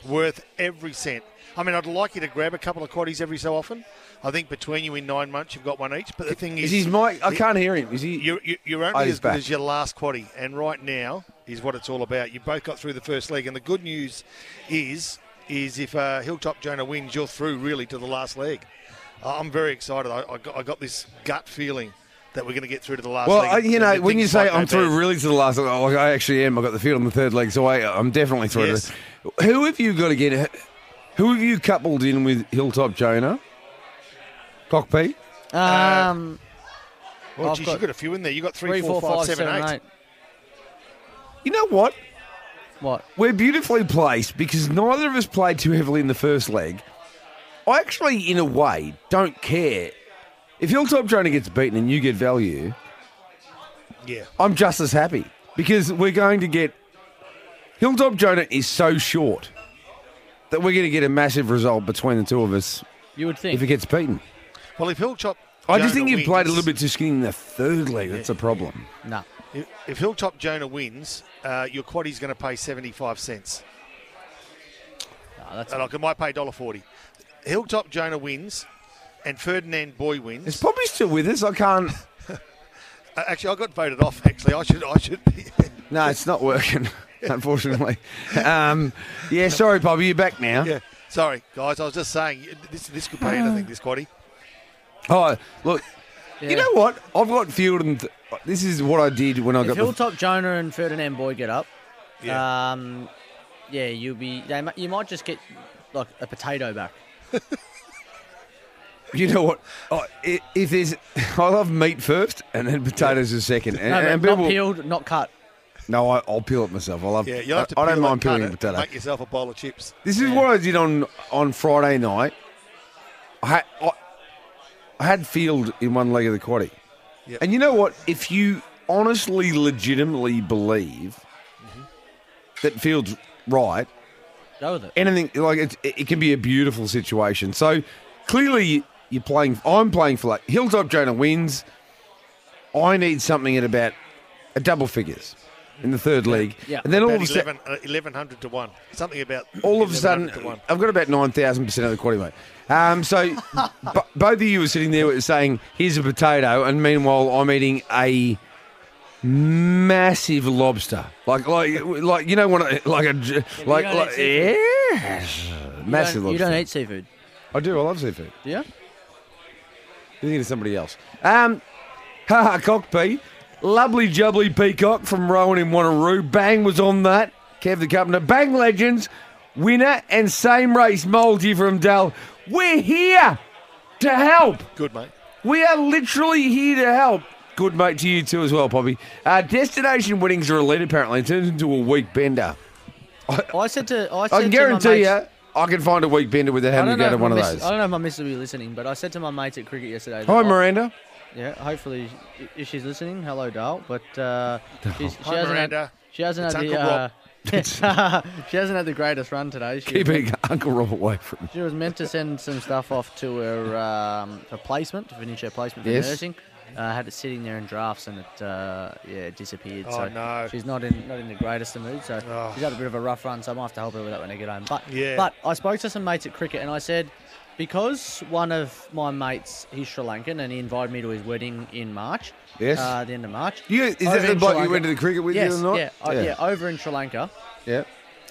Speaker 5: worth every cent. I mean, I'd like you to grab a couple of quaddies every so often. I think between you in nine months, you've got one each. But the thing
Speaker 3: Is
Speaker 5: is,
Speaker 3: his mic? I can't hear him. Is he?
Speaker 5: you're, you're- you're
Speaker 3: Oh,
Speaker 5: only
Speaker 3: he's
Speaker 5: as good
Speaker 3: back.
Speaker 5: as your last quaddy, and right now is what it's all about. You both got through the first leg, and the good news is, is if uh, Hilltop Jonah wins, you're through really to the last leg. I- I'm very excited. I, I, got, I got this gut feeling that we're going to get through to the last
Speaker 3: Well,
Speaker 5: leg.
Speaker 3: I, you
Speaker 5: and
Speaker 3: know,
Speaker 5: that
Speaker 3: when you
Speaker 5: things
Speaker 3: say
Speaker 5: might go
Speaker 3: I'm through
Speaker 5: bad.
Speaker 3: really to the last, like, oh, I actually am. I got the field on the third leg, so I, I'm definitely through. to
Speaker 5: Yes.
Speaker 3: the- Who have you got again? Who have you coupled in with Hilltop Jonah? Cockpea?
Speaker 4: Um,
Speaker 5: Oh,
Speaker 4: I've
Speaker 5: geez,
Speaker 4: got
Speaker 5: you've got a few in there. You've got
Speaker 4: three,
Speaker 5: three, four, five, seven, eight.
Speaker 3: You know what?
Speaker 4: What?
Speaker 3: We're beautifully placed because neither of us played too heavily in the first leg. I actually, in a way, don't care. If Hilltop Jonah gets beaten and you get value,
Speaker 5: Yeah.
Speaker 3: I'm just as happy because we're going to get Hilltop Jonah is so short that we're going to get a massive result between the two of us
Speaker 4: You would think.
Speaker 3: if it gets beaten.
Speaker 5: Well, if Hilltop,
Speaker 3: I just
Speaker 5: Jonah
Speaker 3: think you played a
Speaker 5: wins-
Speaker 3: little bit too skinny in the third leg. That's a problem.
Speaker 4: Nah.
Speaker 5: If, if Hilltop Jonah wins, uh, your quaddie's going to pay 75 cents.
Speaker 4: Nah, that's
Speaker 5: And like, it might pay $1.40. Hilltop Jonah wins and Ferdinand Boy
Speaker 3: It's
Speaker 5: wins.
Speaker 3: probably still with us. I can't.
Speaker 5: Uh, actually, I got voted off, actually. I should, I should be.
Speaker 3: No, it's not working, unfortunately. Um, yeah, sorry, Bobby. You're back now.
Speaker 5: yeah. Sorry, guys. I was just saying, this, this could pay anything, this quaddie.
Speaker 3: Oh, look.
Speaker 4: Yeah.
Speaker 3: You know what? I've got field and. Th- this is what I did when I
Speaker 4: If
Speaker 3: got the
Speaker 4: Hilltop Jonah and Ferdinand Boy get up,
Speaker 5: Yeah.
Speaker 4: um, yeah, you'll be. They, mi- you might just get like a potato back.
Speaker 3: You know what? Oh, i- if there's, I love meat first and then potatoes a second. And,
Speaker 4: No,
Speaker 3: and
Speaker 4: but not
Speaker 3: people-
Speaker 4: peeled, not cut.
Speaker 3: no, I, I'll peel it myself. I love.
Speaker 5: yeah, you'll have to
Speaker 3: I, I don't
Speaker 5: peel
Speaker 3: mind
Speaker 5: it, cut
Speaker 3: peeling a
Speaker 5: it,
Speaker 3: potato.
Speaker 5: Make yourself a bowl of chips.
Speaker 3: This is what I did on on Friday night. I had, I, I had field in one leg of the quaddy,
Speaker 5: Yep.
Speaker 3: and you know what? If you honestly, legitimately believe
Speaker 5: Mm-hmm.
Speaker 3: that field's right,
Speaker 4: Go with it.
Speaker 3: anything like it, it can be a beautiful situation. So clearly, You're playing. I'm playing for like Hilltop Jonah wins. I need something at about a double figures in the third league,
Speaker 4: Yeah.
Speaker 3: and then all of
Speaker 5: About
Speaker 3: a sudden,
Speaker 5: 11, uh, 1100 to 1. Something about.
Speaker 3: all of a
Speaker 5: 1100
Speaker 3: sudden,
Speaker 5: to 1.
Speaker 3: I've got about nine thousand percent of the quality weight. Um, so b- both of you were sitting there saying, "Here's a potato," and meanwhile, I'm eating a massive lobster, like like like you know, one of- like a j- like,
Speaker 4: don't
Speaker 3: like
Speaker 4: eat seafood.
Speaker 3: yes, massive
Speaker 4: you, don't,
Speaker 3: lobster.
Speaker 4: you don't eat seafood,
Speaker 3: I do. I love seafood.
Speaker 4: do you?
Speaker 3: You're thinking of somebody else. Um, haha, cockpee. Lovely jubbly peacock from Rowan in Wanneroo. Bang was on that. Kev the Carpenter. Bang Legends. Winner and same race Multi from Dal. We're here to help.
Speaker 5: Good, mate.
Speaker 3: We are literally here to help. Good mate to you too as well, Poppy. Uh, destination weddings are elite apparently. It turns into a week bender.
Speaker 4: I said to I, said
Speaker 3: I can
Speaker 4: to
Speaker 3: guarantee
Speaker 4: my mates,
Speaker 3: you, I can find a week bender without
Speaker 4: I
Speaker 3: having
Speaker 4: don't
Speaker 3: to go to
Speaker 4: know if
Speaker 3: one
Speaker 4: my
Speaker 3: of
Speaker 4: miss-
Speaker 3: those.
Speaker 4: I don't know if my missus will be listening, but I said to my mates at cricket yesterday. that
Speaker 3: Hi,
Speaker 4: I-
Speaker 3: Miranda.
Speaker 4: Yeah, hopefully, i- if she's listening, hello, Dale. But uh, she's, she hasn't
Speaker 5: Hi,
Speaker 4: had,
Speaker 5: Miranda.
Speaker 4: she hasn't
Speaker 5: It's
Speaker 4: had the
Speaker 5: Uncle
Speaker 4: uh, she hasn't had the greatest run today. She,
Speaker 3: Keeping Uncle Rob away from
Speaker 4: she was meant to send some stuff off to her um, for placement to finish her placement for
Speaker 3: Yes.
Speaker 4: nursing. Uh, had it sitting there in drafts and it uh, yeah it disappeared.
Speaker 5: Oh,
Speaker 4: so
Speaker 5: no.
Speaker 4: she's not in not in the greatest of moods. So
Speaker 5: Oh.
Speaker 4: she's had a bit of a rough run. So I might have to help her with that when I get home. But
Speaker 5: Yeah.
Speaker 4: but I spoke to some mates at cricket and I said because one of my mates he's Sri Lankan and he invited me to his wedding in March.
Speaker 3: Yes.
Speaker 4: Uh, the end of March.
Speaker 3: You, is
Speaker 4: Over
Speaker 3: that the
Speaker 4: in
Speaker 3: bloke
Speaker 4: Sri
Speaker 3: you went
Speaker 4: Lanka.
Speaker 3: to the cricket with
Speaker 4: yes,
Speaker 3: the other night?
Speaker 4: Yeah, uh, yeah. Over in Sri Lanka.
Speaker 3: yeah.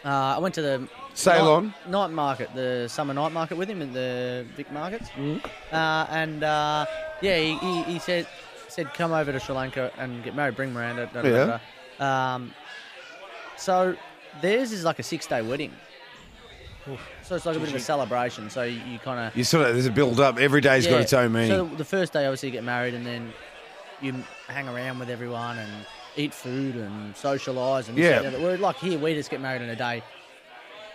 Speaker 4: Uh, I went to the
Speaker 3: Ceylon.
Speaker 4: night, night market, the summer night market with him at the Vic Markets, uh, and uh, yeah, he, he, he said said come over to Sri Lanka and get married, bring Miranda. Da, da, da,
Speaker 3: Yeah.
Speaker 4: da." Um, so theirs is like a six day wedding, so it's like a bit of a celebration. So you, you kind of
Speaker 3: You sort of there's a build up. Every day's got its own meaning.
Speaker 4: so the first day, obviously, you get married, and then you m- hang around with everyone and eat food and socialise and this,
Speaker 3: Yeah.
Speaker 4: that, and the other. Where, like here, we just get married in a day.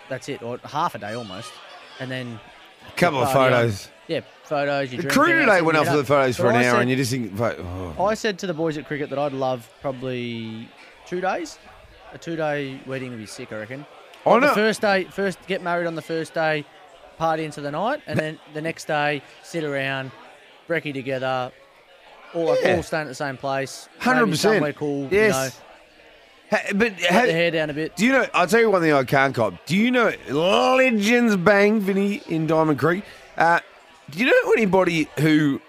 Speaker 4: That's it, or half a day almost, and then
Speaker 3: couple of
Speaker 4: party on.
Speaker 3: photos.
Speaker 4: Yeah, photos. You
Speaker 3: The
Speaker 4: drink,
Speaker 3: crew
Speaker 4: everything
Speaker 3: today
Speaker 4: else,
Speaker 3: went
Speaker 4: you
Speaker 3: out
Speaker 4: meet
Speaker 3: for the
Speaker 4: up.
Speaker 3: photos for
Speaker 4: But
Speaker 3: an
Speaker 4: I
Speaker 3: hour,
Speaker 4: said-
Speaker 3: and you just think, like, oh.
Speaker 4: I said to the boys at cricket that I'd love probably two days. A two-day wedding would be sick, I reckon.
Speaker 5: Oh,
Speaker 3: I
Speaker 4: the
Speaker 3: know.
Speaker 4: first day, first get married on the first day, party into the night, and then the next day sit around, brekkie together, all
Speaker 3: Yeah.
Speaker 4: all staying at the same place, maybe
Speaker 3: 100%.
Speaker 4: somewhere cool.
Speaker 3: Yes. Ha- but
Speaker 4: you know,
Speaker 3: ha-
Speaker 4: let the hair down a bit.
Speaker 3: do you know? I'll tell you one thing I can't cop. Do you know Legends Bang Vinny in Diamond Creek? Uh, do you know anybody who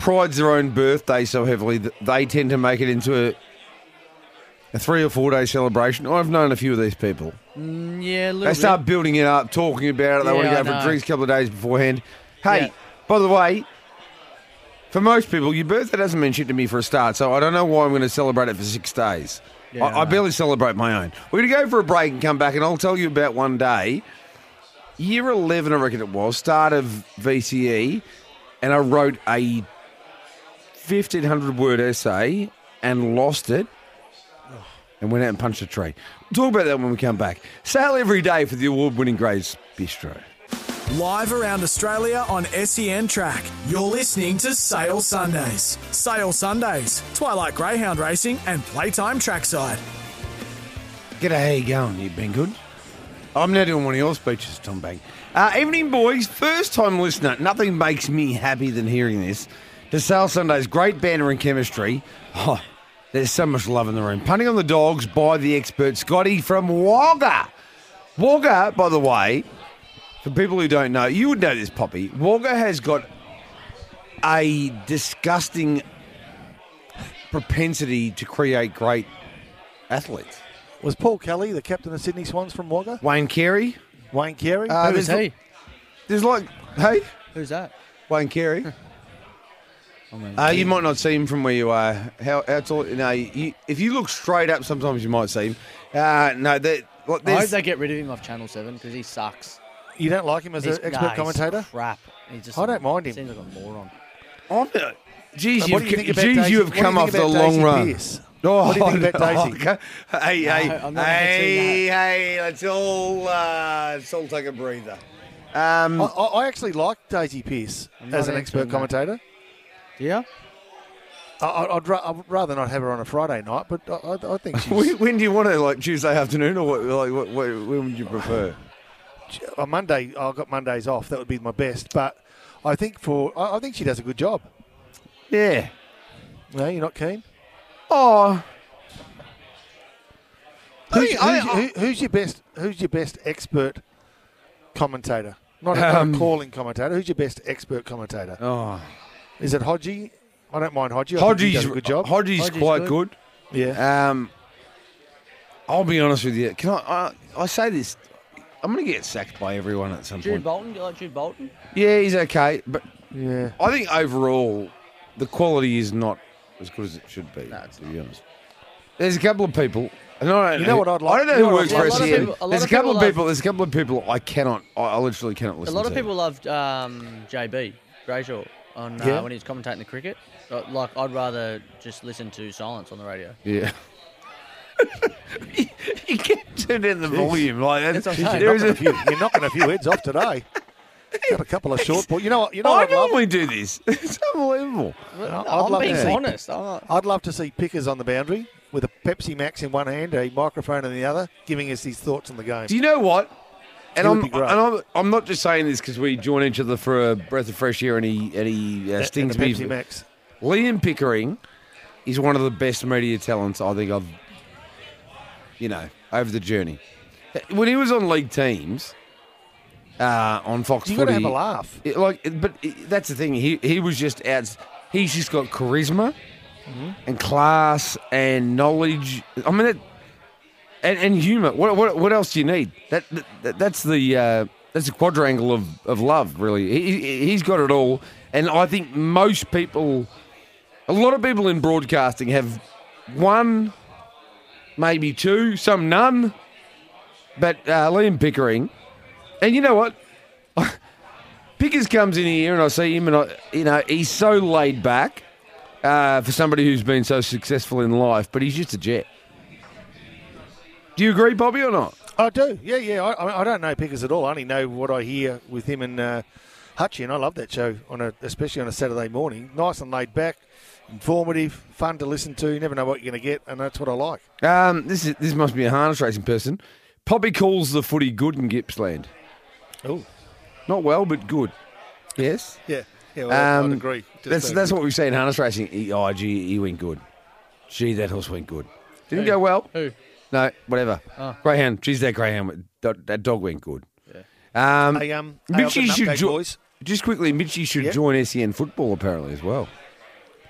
Speaker 3: prides their own birthday so heavily that they tend to make it into a, a three or four day celebration? I've known a few of these people.
Speaker 4: Mm, yeah, a little
Speaker 3: They
Speaker 4: bit.
Speaker 3: start building it up, talking about it. They
Speaker 4: Yeah,
Speaker 3: want to
Speaker 4: I
Speaker 3: go for
Speaker 4: know.
Speaker 3: drinks a couple of days beforehand. Hey,
Speaker 4: Yeah.
Speaker 3: by the way, for most people, your birthday doesn't mean shit to me for a start, so I don't know why I'm going to celebrate it for six days.
Speaker 4: Yeah,
Speaker 3: I, I
Speaker 4: I know.
Speaker 3: barely celebrate my own. We're going to go for a break and come back, and I'll tell you about one day. Year 11, I reckon it was, start of VCE, and I wrote a 1,500 word essay and lost it and went out and punched a tree. We'll talk about that when we come back. Sale every day for the award winning Grays Bistro.
Speaker 2: Live around Australia on SEN Track, you're listening to Sale Sundays. Sale Sundays, Twilight Greyhound Racing and Playtime Trackside.
Speaker 3: G'day, how you going? You been good? I'm now doing one of your speeches, Tom Bang. Uh, evening, boys. First time listener. Nothing makes me happy than hearing this. To Sale Sunday's great banter and chemistry. Oh, there's so much love in the room. Punting on the dogs by the expert Scotty from Wagga. Wagga, by the way, for people who don't know, you would know this, Poppy. Wagga has got a disgusting propensity to create great athletes.
Speaker 5: Was Paul Kelly the captain of Sydney Swans from Wagga?
Speaker 3: Wayne Carey.
Speaker 5: Wayne Carey?
Speaker 3: Uh,
Speaker 4: Who's
Speaker 3: there's-
Speaker 4: he?
Speaker 3: There's like, hey,
Speaker 4: Who's that?
Speaker 3: Wayne Carey.
Speaker 5: Oh,
Speaker 4: I mean,
Speaker 3: Uh, you might not see him from where you are. How, how tall? No, you, if you look straight up, sometimes you might see him. Uh, no, that. Like,
Speaker 4: I hope
Speaker 3: there's,
Speaker 4: they get rid of him off Channel Seven because he sucks.
Speaker 5: you don't like him as an
Speaker 4: He's- nah,
Speaker 5: expert
Speaker 4: he's
Speaker 5: commentator?
Speaker 4: crap. He's just
Speaker 5: I don't mind him.
Speaker 4: Seems like a moron.
Speaker 3: I'm, uh, geez,
Speaker 5: And what
Speaker 3: you've,
Speaker 5: do you think about
Speaker 3: geez,
Speaker 5: Daisy-
Speaker 3: you have
Speaker 5: what do you
Speaker 3: come
Speaker 5: think
Speaker 3: off the
Speaker 5: about
Speaker 3: long
Speaker 5: Daisy
Speaker 3: run.
Speaker 5: Pearce?
Speaker 3: Oh,
Speaker 5: What do you think about
Speaker 3: no,
Speaker 5: Daisy?
Speaker 3: okay. Hey, hey,
Speaker 4: I'm not
Speaker 3: hey, hey, let's all, uh, let's all take a breather. Um,
Speaker 5: I, I I actually like Daisy Pearce
Speaker 4: not
Speaker 5: as an
Speaker 4: into
Speaker 5: expert
Speaker 4: him, mate.
Speaker 5: commentator.
Speaker 4: Yeah.
Speaker 5: I, I- I'd, ra- I'd rather not have her on a Friday night, but I, I, I think
Speaker 3: when,
Speaker 5: she's,
Speaker 3: when do you want it? Like Tuesday afternoon, or what, like what, what, when would you prefer?
Speaker 5: uh, on Monday. I've got Mondays off. That would be my best, but I think for I I think she does a good job.
Speaker 10: Yeah.
Speaker 5: No, you're not keen.
Speaker 10: Oh,
Speaker 5: Who's,
Speaker 10: I- I-
Speaker 5: who's- who- who's your best? Who's your best expert commentator? Not,
Speaker 10: Um,
Speaker 5: not a calling commentator. Who's your best expert commentator?
Speaker 10: oh.
Speaker 5: Is it Hodgie? I don't mind Hodgie. I think he
Speaker 10: Hodgie's
Speaker 5: does a good job.
Speaker 10: Hodgie's,
Speaker 4: Hodgie's
Speaker 10: quite
Speaker 4: good.
Speaker 10: good.
Speaker 5: yeah.
Speaker 3: Um, I'll be honest with you. Can I? I, I say this. I'm going to get sacked by everyone at some
Speaker 4: Jude
Speaker 3: point.
Speaker 4: Bolton, do you like Jude Bolton?
Speaker 3: Yeah, he's okay, but
Speaker 5: Yeah.
Speaker 3: I think overall the quality is not as good as it should be. to be honest, there's a couple of people. And I don't
Speaker 5: You know what I'd like-
Speaker 3: I don't know
Speaker 5: you know
Speaker 3: who
Speaker 5: what
Speaker 3: works
Speaker 5: I'd
Speaker 3: for
Speaker 5: like-
Speaker 3: SEN.
Speaker 5: A lot of
Speaker 4: people- a lot
Speaker 3: there's a
Speaker 4: of
Speaker 3: couple
Speaker 4: people
Speaker 3: of
Speaker 4: love-
Speaker 3: people. There's a couple of people I cannot. I, I literally cannot
Speaker 4: A
Speaker 3: listen.
Speaker 4: lot of
Speaker 3: to.
Speaker 4: people loved um, JB Grayshaw on uh,
Speaker 5: Yeah.
Speaker 4: when he was commentating the cricket. But, Like I'd rather just listen to silence on the radio.
Speaker 3: Yeah. you can't turn down the volume like that.
Speaker 4: That's what I'm
Speaker 5: Jeez,
Speaker 4: saying.
Speaker 3: There
Speaker 5: you're,
Speaker 3: is
Speaker 5: knocking
Speaker 3: a-
Speaker 5: a few, you're knocking a few heads off today. Got a couple of short balls. You know what? You know
Speaker 3: I
Speaker 5: what I'd love?
Speaker 3: normally do this. It's unbelievable.
Speaker 5: I'd
Speaker 4: I'm
Speaker 5: love
Speaker 4: being
Speaker 5: to see.
Speaker 4: honest. I'm not-
Speaker 5: I'd love to see Pickers on the boundary with a Pepsi Max in one hand, a microphone in the other, giving us his thoughts on the game.
Speaker 3: Do you know what? And
Speaker 5: It would
Speaker 3: I'm
Speaker 5: be
Speaker 3: and
Speaker 5: great.
Speaker 3: I'm, I'm not just saying this because we join each other for a breath of fresh air, and he and he uh,
Speaker 5: And- and
Speaker 3: stings
Speaker 5: the
Speaker 3: me.
Speaker 5: Pepsi Max.
Speaker 3: Liam Pickering is one of the best media talents I think I've, you know, over the journey. When he was on league teams, uh, on Fox
Speaker 5: You got to
Speaker 3: Footy,
Speaker 5: have a laugh.
Speaker 3: it- like, it- but it- that's the thing. He he was just out. He's just got charisma and class and knowledge. I mean, it, and and humour. What, what what else do you need? That, that that's the uh, that's the quadrangle of, of love. Really, he, he- he's got it all. And I think most people, a lot of people in broadcasting have one, maybe two, some none. But uh, Liam Pickering, and you know what? Pickers comes in here and I see him, and I, you know, he's so laid back uh, for somebody who's been so successful in life, but he's just a jet. Do you agree, Bobby, or not?
Speaker 5: I do. Yeah, yeah. I- I, I don't know Pickers at all. I only know what I hear with him and uh, Hutchie, and I love that show on a, especially on a Saturday morning. Nice and laid back, informative, fun to listen to. You never know what you're going to get, and that's what I like.
Speaker 3: Um, this is this must be a harness racing person. Poppy calls the footy good in Gippsland.
Speaker 5: Oh,
Speaker 3: Not well, but good. Yes,
Speaker 5: yeah, yeah.
Speaker 3: well, I'd Um,
Speaker 5: I'd
Speaker 3: agree.
Speaker 5: agree.
Speaker 3: that's that's what we say in harness racing. E- Oh, gee, he went good. Gee, that horse went good. Didn't go well.
Speaker 4: Who?
Speaker 3: No, whatever.
Speaker 4: Oh.
Speaker 3: Greyhound. Geez, that greyhound. went- That, that dog went good. Yeah. Um,
Speaker 5: Hey, um, hey, I've got
Speaker 3: Mitchy
Speaker 5: an
Speaker 3: should
Speaker 5: update,
Speaker 3: jo-
Speaker 5: boys.
Speaker 3: just quickly. Mitchy should
Speaker 5: Yeah.
Speaker 3: join SEN football apparently as well.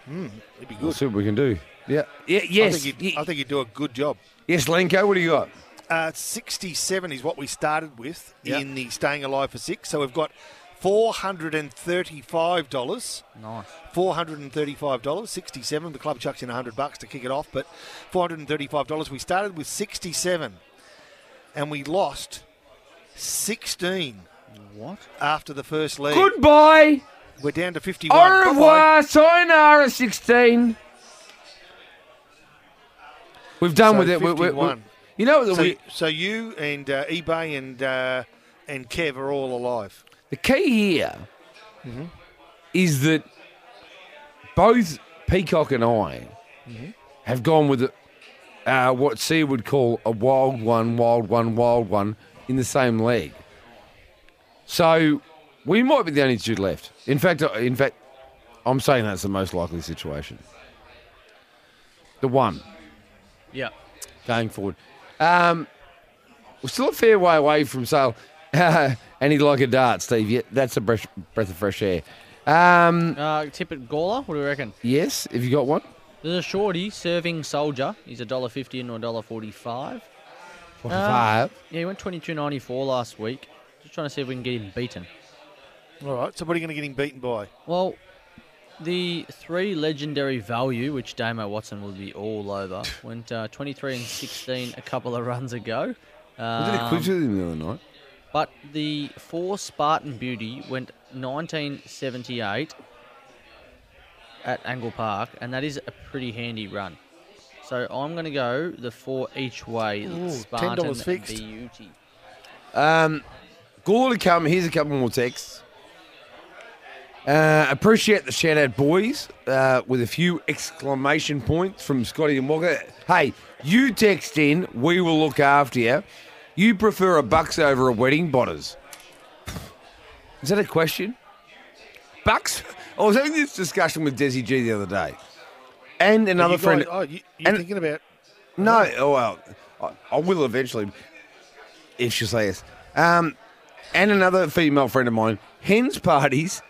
Speaker 5: It'd be
Speaker 3: We'll
Speaker 5: good.
Speaker 3: see what we can do. Yeah. Yeah. Yes.
Speaker 5: I think,
Speaker 3: Ye-
Speaker 5: you'd, I think you'd do a good job.
Speaker 3: yes, Lenko. What do you got?
Speaker 5: Uh, 67 is what we started with
Speaker 3: Yep.
Speaker 5: in the Staying Alive for Six. So we've got $435.
Speaker 4: Nice.
Speaker 5: Four hundred and thirty-five dollars, sixty-seven. The club chucks in hundred bucks to kick it off, but four hundred and thirty-five dollars. We started with sixty-seven, and we lost sixteen.
Speaker 4: What?
Speaker 5: After the first lead,
Speaker 3: Goodbye.
Speaker 5: we're down to fifty-one.
Speaker 3: Au
Speaker 5: Bye-bye.
Speaker 3: revoir. Sayonara. Sixteen. We've done
Speaker 5: So
Speaker 3: with it. We- we- we-
Speaker 5: 51.
Speaker 3: you know that
Speaker 5: So,
Speaker 3: we,
Speaker 5: so you and uh, eBay and uh, and Kev are all alive.
Speaker 3: the key here is that both Peacock and I have gone with uh, what C would call a wild one, wild one, wild one in the same leg. So we might be the only two left. In fact, uh, in fact, I'm saying that's the most likely situation. The one
Speaker 4: Yeah.
Speaker 3: going forward. Um, we're still a fair way away from sale. and he'd like a dart, Steve. Yeah, that's a breath, breath of fresh air. Um,
Speaker 4: Uh, tip at Gawler. What do you reckon?
Speaker 3: yes, have you got one?
Speaker 4: There's a shorty serving soldier. He's a dollar fifty into a dollar forty-five.
Speaker 3: Five.
Speaker 4: Yeah, he went twenty-two ninety-four last week. Just trying to see if we can get him beaten.
Speaker 5: All right. So what are you going to get him beaten by?
Speaker 4: Well, the three legendary value, which Damo Watson will be all over, went uh, 23 and 16 a couple of runs ago.
Speaker 3: I did a quiz
Speaker 4: Um,
Speaker 3: with him the other night.
Speaker 4: but the four Spartan Beauty went 1978 at Angle Park, and that is a pretty handy run. So I'm going to go the four each way Spartan
Speaker 5: $10 fixed.
Speaker 4: Beauty.
Speaker 3: Um, Gore to come. Here's a couple more texts. Uh, appreciate the shout out, boys, uh, with a few exclamation points from Scotty and Walker. Hey, you text in, we will look after you. You prefer a bucks over a wedding, Botters. Is that a question? Bucks. I was having this discussion with Desi G the other day, and another
Speaker 5: you guys-
Speaker 3: friend.
Speaker 5: oh, you, you're
Speaker 3: and-
Speaker 5: thinking about
Speaker 3: No, oh, well, I, I will eventually, if she'll say yes. Um, and another female friend of mine, hens parties.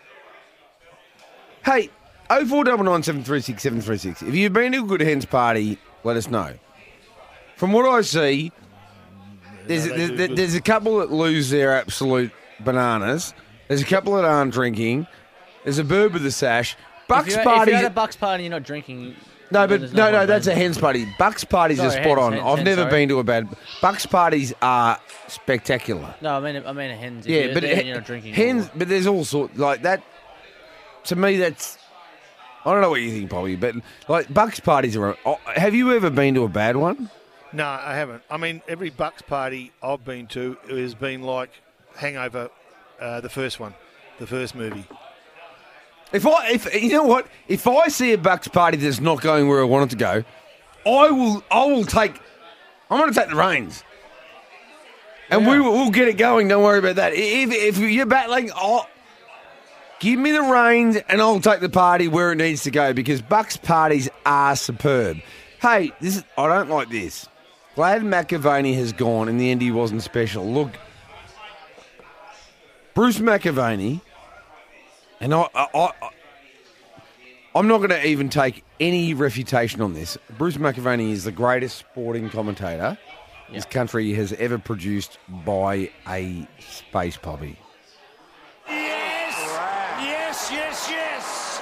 Speaker 3: Hey, oh four double nine seven three six seven three six. If you've been to a good hens party, let us know. From what I see, there's there's, there's a couple that lose their absolute bananas. There's a couple that aren't drinking. There's a bird with a sash.
Speaker 4: If
Speaker 3: Bucks
Speaker 4: you're, if
Speaker 3: parties.
Speaker 4: you're at a Bucks party, you're not drinking.
Speaker 3: No,
Speaker 4: then
Speaker 3: but
Speaker 4: there's
Speaker 3: no, no,
Speaker 4: point
Speaker 3: that's a
Speaker 4: going.
Speaker 3: hens party. Bucks parties are
Speaker 4: Sorry,
Speaker 3: spot
Speaker 4: hens,
Speaker 3: on.
Speaker 4: hens,
Speaker 3: I've
Speaker 4: hens,
Speaker 3: never
Speaker 4: sorry.
Speaker 3: been to a bad. Bucks parties are spectacular.
Speaker 4: No, I mean, I mean a hens. If
Speaker 3: Yeah,
Speaker 4: you're
Speaker 3: but
Speaker 4: there and
Speaker 3: he-
Speaker 4: you're not drinking.
Speaker 3: hens, but there's all sort like that. To me, that's I don't know what you think, Bobby, but like Bucks parties are. oh, Have you ever been to a bad one?
Speaker 5: No, I haven't. I mean, every Bucks party I've been to has been like Hangover, uh, the first one, the first movie.
Speaker 3: If I, if you know what, if I see a Bucks party that's not going where I want it to go, I will, I will take, I'm going to take the reins, and we will, we'll get it going. Don't worry about that. I- If if you're battling, I'll, give me the reins, and I'll take the party where it needs to go because Bucks parties are superb. Hey, this is, I don't like this. Glad McAvaney has gone. In the end, he wasn't special. Look, Bruce McAvaney. And I, I, I, I- I'm not going to even take any refutation on this. Bruce McAvaney is the greatest sporting commentator this country has ever produced by a space poppy.
Speaker 13: Yes, yes, yes.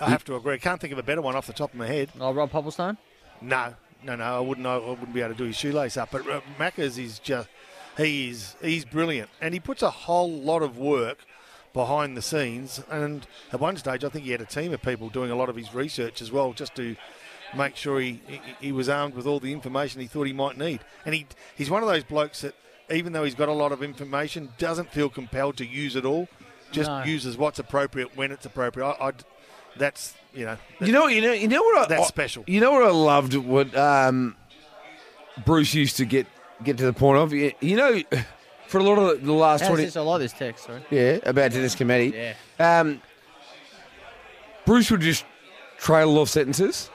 Speaker 5: I have to agree. I can't think of a better one off the top of my head.
Speaker 4: Oh, Rob Popplestone.
Speaker 5: No, no, no. I wouldn't. I wouldn't be able to do his shoelace up. But uh, Macca's is just. He is. He's brilliant, and he puts a whole lot of work behind the scenes. And at one stage, I think he had a team of people doing a lot of his research as well, just to make sure he he, he was armed with all the information he thought he might need. And he he's one of those blokes that, even though he's got a lot of information, doesn't feel compelled to use it all. Just
Speaker 4: No.
Speaker 5: uses what's appropriate when it's appropriate. I, I'd- that's you know.
Speaker 3: You know, you know, you know what I,
Speaker 5: That's
Speaker 3: I-
Speaker 5: special.
Speaker 3: You know what I loved. What um, Bruce used to get get to the point of. You, you know, for a lot of the last
Speaker 4: How's
Speaker 3: twenty.
Speaker 4: this? I like this text. Sorry.
Speaker 3: Yeah, about Dennis Cometti. Yeah. Um, Bruce would just trail off sentences.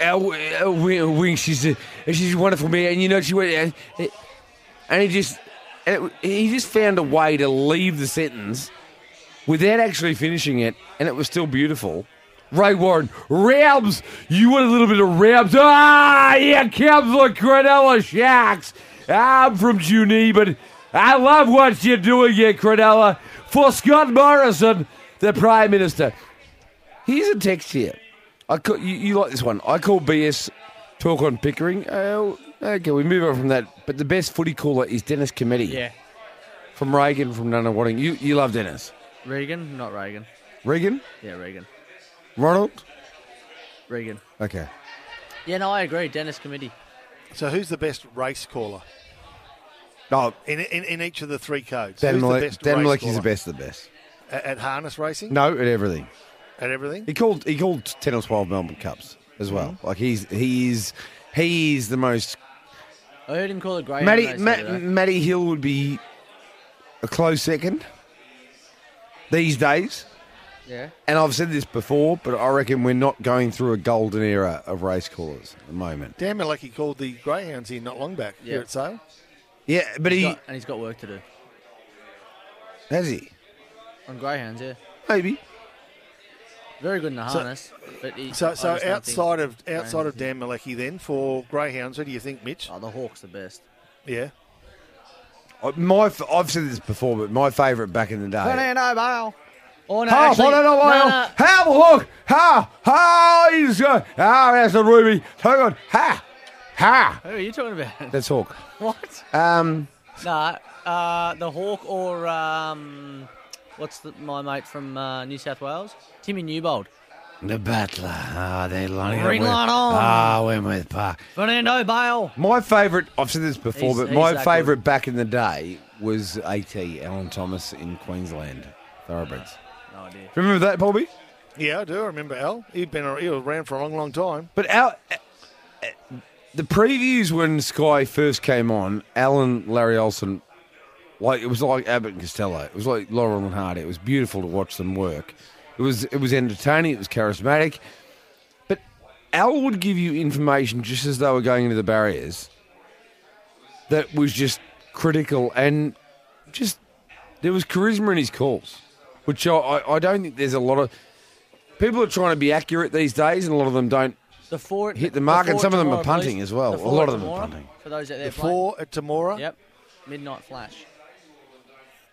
Speaker 3: Our, our wing, wing, she's a, she's wonderful man, and you know she went, and, and he just, and it- he just found a way to leave the sentence without actually finishing it, and it was still beautiful. Ray Warren, Rabs, you want a little bit of Rabs? Ah, here comes the Cronulla Sharks. I'm from Junee, but I love what you're doing here, Cronulla. For Scott Morrison, the Prime Minister. Here's a text here. I call, you, you like this one. I call BS talk on Pickering. Oh, okay, we move on from that. But the best footy caller is Dennis Cometti
Speaker 4: Yeah.
Speaker 3: from Reagan from Nunawading. You, you love Dennis.
Speaker 4: Reagan, not Reagan.
Speaker 3: Reagan?
Speaker 4: Yeah, Reagan.
Speaker 3: Ronald?
Speaker 4: Reagan.
Speaker 3: Okay.
Speaker 4: Yeah, no, I agree. Dennis Committee.
Speaker 5: So who's the best race caller?
Speaker 3: Oh,
Speaker 5: In, in, in each of the three codes.
Speaker 3: Dan,
Speaker 5: Who's
Speaker 3: Malik,
Speaker 5: the best
Speaker 3: Dan
Speaker 5: race
Speaker 3: Malik is the
Speaker 5: caller?
Speaker 3: best of the best.
Speaker 5: At, at harness racing?
Speaker 3: No, at everything.
Speaker 5: At everything?
Speaker 3: He called he called ten or twelve Melbourne Cups as well. Like he's he is he is the most.
Speaker 4: I heard him call it Greyhound.
Speaker 3: Matty
Speaker 4: race the
Speaker 3: Matt,
Speaker 4: other day.
Speaker 3: Matty Hill would be a close second these days.
Speaker 4: Yeah.
Speaker 3: And I've said this before, but I reckon we're not going through a golden era of race callers at the moment.
Speaker 5: Dan Malecki called the Greyhounds here not long back
Speaker 4: Yeah.
Speaker 5: here at Sale.
Speaker 3: Yeah, but
Speaker 4: He's
Speaker 3: he
Speaker 4: got- and he's got work to do
Speaker 3: has he
Speaker 4: on Greyhounds. Yeah.
Speaker 3: maybe.
Speaker 4: Very good in the
Speaker 5: So-
Speaker 4: harness. but he, I
Speaker 5: So, so
Speaker 4: just don't
Speaker 5: outside
Speaker 4: think-
Speaker 5: of outside of
Speaker 4: Greyhounds,
Speaker 5: Dan Malecki, then for Greyhounds, who do you think, Mitch?
Speaker 4: yeah. Oh, the Hawks the best.
Speaker 5: Yeah,
Speaker 3: I- My f- I've said this before, but my favourite back in the day.
Speaker 4: Fernando Bale. Oh no,
Speaker 3: How
Speaker 4: actually,
Speaker 3: what an
Speaker 4: no,
Speaker 3: oil!
Speaker 4: no.
Speaker 3: How look! How how he's going! How that's the ruby! Hang on! Ha! Ha!
Speaker 4: Who are you talking about?
Speaker 3: That's Hawk.
Speaker 4: what?
Speaker 3: Um,
Speaker 4: Nah, uh, the Hawk or um, what's the, my mate from uh, New South Wales? Timmy Newbold.
Speaker 3: the battler. Ah, they lining
Speaker 4: Green light on.
Speaker 3: ah, Wentworth Park.
Speaker 4: Fernando Bale.
Speaker 3: My favourite. I've said this before,
Speaker 4: He's-
Speaker 3: but
Speaker 4: he's
Speaker 3: my
Speaker 4: that
Speaker 3: favourite back in the day was AT Alan Thomas in Queensland thoroughbreds.
Speaker 4: No idea.
Speaker 3: Remember that, Bobby?
Speaker 5: yeah, I do. I remember Al. He'd been ar- he was around for a long, long time.
Speaker 3: But our, uh, uh, the previews when Sky first came on, Alan Larry Olsen Like it was like Abbott and Costello. It was like Laurel and Hardy. It was beautiful to watch them work. It was it was entertaining. It was charismatic. But Al would give you information just as they were going into the barriers. That was just critical and just there was charisma in his calls, which I, I, I don't think there's a lot of people are trying to be accurate these days, and a lot of them don't
Speaker 4: The four
Speaker 3: hit the mark, and
Speaker 4: four
Speaker 3: some of them
Speaker 4: tomorrow,
Speaker 3: are punting
Speaker 4: please.
Speaker 3: as well.
Speaker 4: The
Speaker 3: A
Speaker 4: four
Speaker 3: lot of them are
Speaker 4: tomorrow,
Speaker 3: punting.
Speaker 4: For those that
Speaker 5: The
Speaker 4: they're
Speaker 5: four at Tamora,
Speaker 4: Yep. Midnight Flash.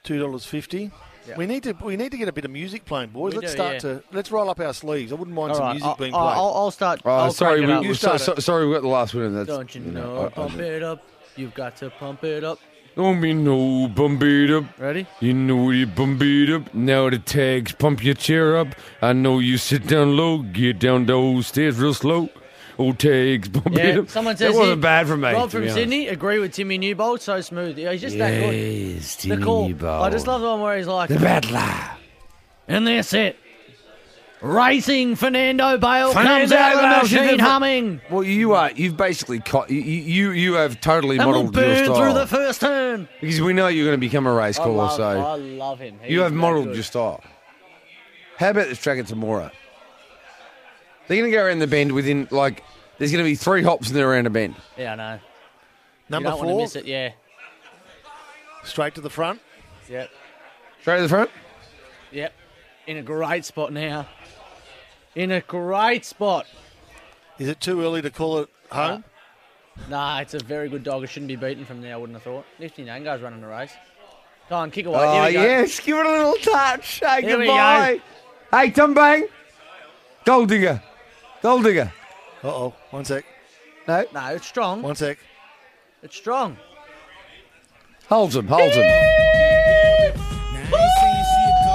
Speaker 5: two dollars fifty.
Speaker 4: Yeah.
Speaker 5: We need to we need to get a bit of music playing, boys.
Speaker 4: We
Speaker 5: let's
Speaker 4: do,
Speaker 5: start
Speaker 4: yeah.
Speaker 5: to let's roll up our sleeves. I wouldn't mind some
Speaker 4: All right,
Speaker 5: music
Speaker 4: I'll-
Speaker 5: being
Speaker 4: I'll-
Speaker 5: played.
Speaker 4: I'll- I'll start-
Speaker 3: Oh,
Speaker 4: I'll
Speaker 3: sorry,
Speaker 4: crank it
Speaker 3: we,
Speaker 4: up.
Speaker 3: we-
Speaker 4: You
Speaker 3: so,
Speaker 4: start
Speaker 3: so, sorry, we got the last winner. That's
Speaker 4: Don't you know?
Speaker 3: I- I
Speaker 4: pump it up. You've got to pump it up.
Speaker 3: Don't be no bump it up.
Speaker 4: Ready?
Speaker 3: You know you bump it up. Now the tags pump your chair up. I know you sit down low, get down those stairs real slow. Oh tags bump it
Speaker 4: Yeah.
Speaker 3: up.
Speaker 4: Someone
Speaker 3: that
Speaker 4: says
Speaker 3: wasn't
Speaker 4: he-
Speaker 3: bad for me.
Speaker 4: Rob
Speaker 3: to be
Speaker 4: from
Speaker 3: honest.
Speaker 4: Sydney agree with Timmy Newbold. So smooth. Yeah, He's just that good.
Speaker 3: Yes,
Speaker 4: The
Speaker 3: Timmy
Speaker 4: call.
Speaker 3: Bowl.
Speaker 4: I just love the one where he's like,
Speaker 3: the battler.
Speaker 4: and that's it. Racing Fernando Bale comes
Speaker 3: Fernando
Speaker 4: out of the
Speaker 3: Bale's
Speaker 4: machine
Speaker 3: different-
Speaker 4: humming.
Speaker 3: Well, you are. You've basically caught. You you, you have totally
Speaker 4: And will
Speaker 3: modelled your
Speaker 4: burn
Speaker 3: style
Speaker 4: through the first turn.
Speaker 3: because we know you're going to become a race
Speaker 4: I
Speaker 3: caller.
Speaker 4: love,
Speaker 3: so
Speaker 4: I love him. He's
Speaker 3: eh? You have
Speaker 4: that
Speaker 3: modelled
Speaker 4: good.
Speaker 3: your style. How about this track at Tamora? They're going to go around the bend within, like, there's going to be three hops and they're around a bend.
Speaker 4: Yeah, I know. you
Speaker 5: Number
Speaker 4: don't want to
Speaker 5: four,
Speaker 4: miss it. Yeah.
Speaker 5: straight to the front.
Speaker 4: Yep.
Speaker 3: Straight to the front?
Speaker 4: Yep. In a great spot now. In a great spot.
Speaker 5: Is it too early to call it home?
Speaker 4: Nah, it's a very good dog. It shouldn't be beaten from there, I wouldn't have thought. Nifty name, guys running the race. Go on, kick away.
Speaker 3: oh,
Speaker 4: Here we go.
Speaker 3: yes. Give it a little touch. Hey,
Speaker 4: Here we
Speaker 3: goodbye. Hey, Tom Bang. Gold digger. Gold digger.
Speaker 5: Uh oh, one sec,
Speaker 3: No.
Speaker 4: No, it's strong.
Speaker 5: one sec.
Speaker 4: It's strong.
Speaker 3: Holds him. Holds him.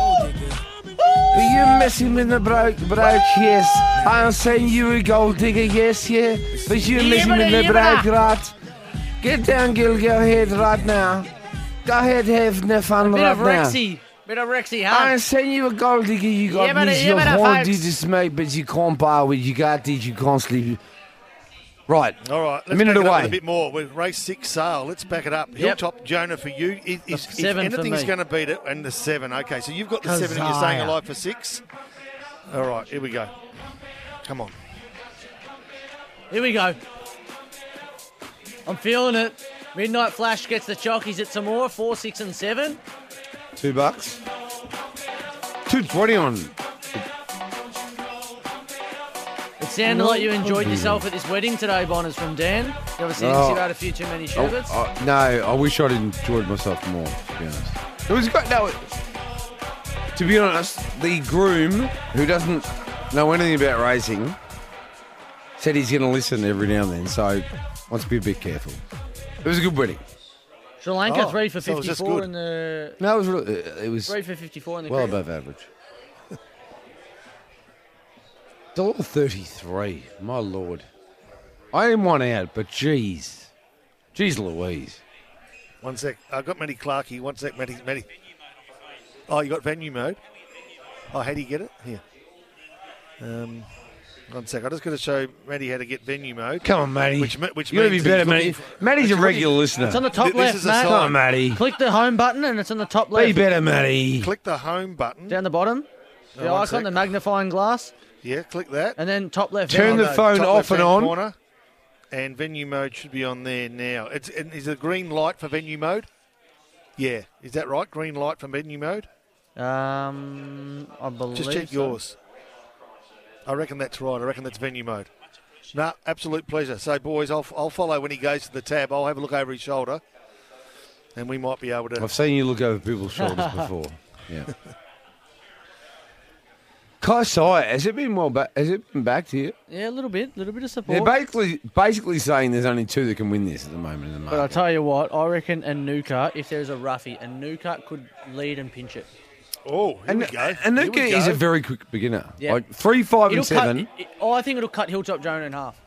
Speaker 3: Were you messing with the broke, broke, yes. I'm saying you a gold digger, yes, yeah. But you messing with the broke, right? Get down, Gil, go ahead right now. Go ahead, have no fun
Speaker 4: Bit
Speaker 3: right
Speaker 4: of
Speaker 3: now.
Speaker 4: Rexy. Bit of Rexy, huh?
Speaker 3: I'm saying you a gold digger, you got
Speaker 4: Yibbity,
Speaker 3: this, you
Speaker 4: yibbity,
Speaker 3: want
Speaker 4: folks.
Speaker 3: this, mate, but you can't buy what you got, this, you can't sleep. Right.
Speaker 5: All right, let's
Speaker 3: minute
Speaker 5: back it up
Speaker 3: away.
Speaker 5: with a bit more. We're race six sale. Let's back it up. Hilltop Jonah for you. Is, is, if
Speaker 4: seven for
Speaker 5: anything's
Speaker 4: me.
Speaker 5: going to beat it, and the seven. Okay, so you've got the seven. and You're staying
Speaker 4: Kazaya.
Speaker 5: alive for six. All right, here we go. Come on.
Speaker 4: Here we go. I'm feeling it. Midnight Flash gets the chockies at some more. Four, six, and seven.
Speaker 3: Two bucks. Two twenty on.
Speaker 4: It sounded like you enjoyed yourself at this wedding today, Bonners, from Dan. You ever seen
Speaker 3: Oh.
Speaker 4: you had a few too many
Speaker 3: Oh,
Speaker 4: sherbets?
Speaker 3: I- no, I wish I'd enjoyed myself more, to be honest. It was great. No, it- to be honest, the groom, who doesn't know anything about racing, said he's going to listen every now and then, so let's be a bit careful. It was a good wedding.
Speaker 4: Sri Lanka,
Speaker 5: Oh,
Speaker 4: three for
Speaker 5: so it was just
Speaker 4: 54
Speaker 5: good.
Speaker 4: in the...
Speaker 3: No, it was, really, it was
Speaker 4: Three for 54 in the
Speaker 3: well
Speaker 4: cricket.
Speaker 3: above average. Dollar thirty-three, my lord. I am one out, but geez, geez, Louise.
Speaker 5: One sec. I've got Matty Clarkey. One sec, Matty. Matty. Oh, you got venue mode? Oh, how do you get it? Here. Um, one sec. I just got to show Matty how to get venue mode.
Speaker 3: Come on, Matty.
Speaker 5: Which me- which
Speaker 3: you gotta be
Speaker 5: means he's
Speaker 3: better,
Speaker 5: looking
Speaker 3: Matty.
Speaker 5: for-
Speaker 3: Matty's a
Speaker 5: Actually,
Speaker 3: regular listener.
Speaker 4: It's on the top
Speaker 5: Th- this
Speaker 4: left,
Speaker 5: is a
Speaker 4: mate.
Speaker 5: sign.
Speaker 3: Come on, Matty.
Speaker 4: Click the home button and it's on the top
Speaker 3: Be
Speaker 4: left.
Speaker 3: better, Matty.
Speaker 5: Click the home button.
Speaker 4: Down the bottom. The
Speaker 5: Oh, one
Speaker 4: icon,
Speaker 5: sec.
Speaker 4: the magnifying glass,
Speaker 5: Yeah, click that.
Speaker 4: and then top left.
Speaker 3: Turn
Speaker 4: down.
Speaker 3: the
Speaker 5: no,
Speaker 3: phone
Speaker 5: top
Speaker 3: off
Speaker 5: left-hand
Speaker 3: and on.
Speaker 5: Corner, and venue mode should be on there now. It's and is a green light for venue mode. Yeah, is that right? Green light for venue mode.
Speaker 4: Um, I believe.
Speaker 5: Just check
Speaker 4: so.
Speaker 5: yours. I reckon that's right. I reckon that's venue mode. No, absolute pleasure. So, boys, I'll, I'll follow when he goes to the tab. I'll have a look over his shoulder, and we might be able to.
Speaker 3: I've seen you look over people's shoulders before. Yeah. Kai Sire, has it been well back? Has it been back to you?
Speaker 4: Yeah, a little bit, a little bit of support.
Speaker 3: They're basically basically saying there's only two that can win this at the moment in the
Speaker 4: but I
Speaker 3: market.
Speaker 4: tell you what, I reckon Anuka, if there's a roughie, Anuka could lead and pinch it.
Speaker 5: oh, here
Speaker 3: And
Speaker 5: we go.
Speaker 3: and
Speaker 5: Here we
Speaker 3: Nuka is
Speaker 5: go.
Speaker 3: a very quick beginner.
Speaker 4: Yeah.
Speaker 3: Like three, five, and
Speaker 4: cut.
Speaker 3: seven.
Speaker 4: It, it- oh, I think it'll cut Hilltop Jonah in half.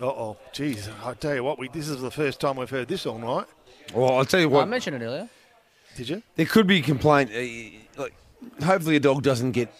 Speaker 5: Uh oh, geez, I tell you what, we this is the first time we've heard this all night.
Speaker 3: Well, I'll tell you
Speaker 4: I
Speaker 3: what.
Speaker 4: mentioned it earlier.
Speaker 5: Did you?
Speaker 3: eh, There could be complaint. uh, Like, hopefully, a dog doesn't get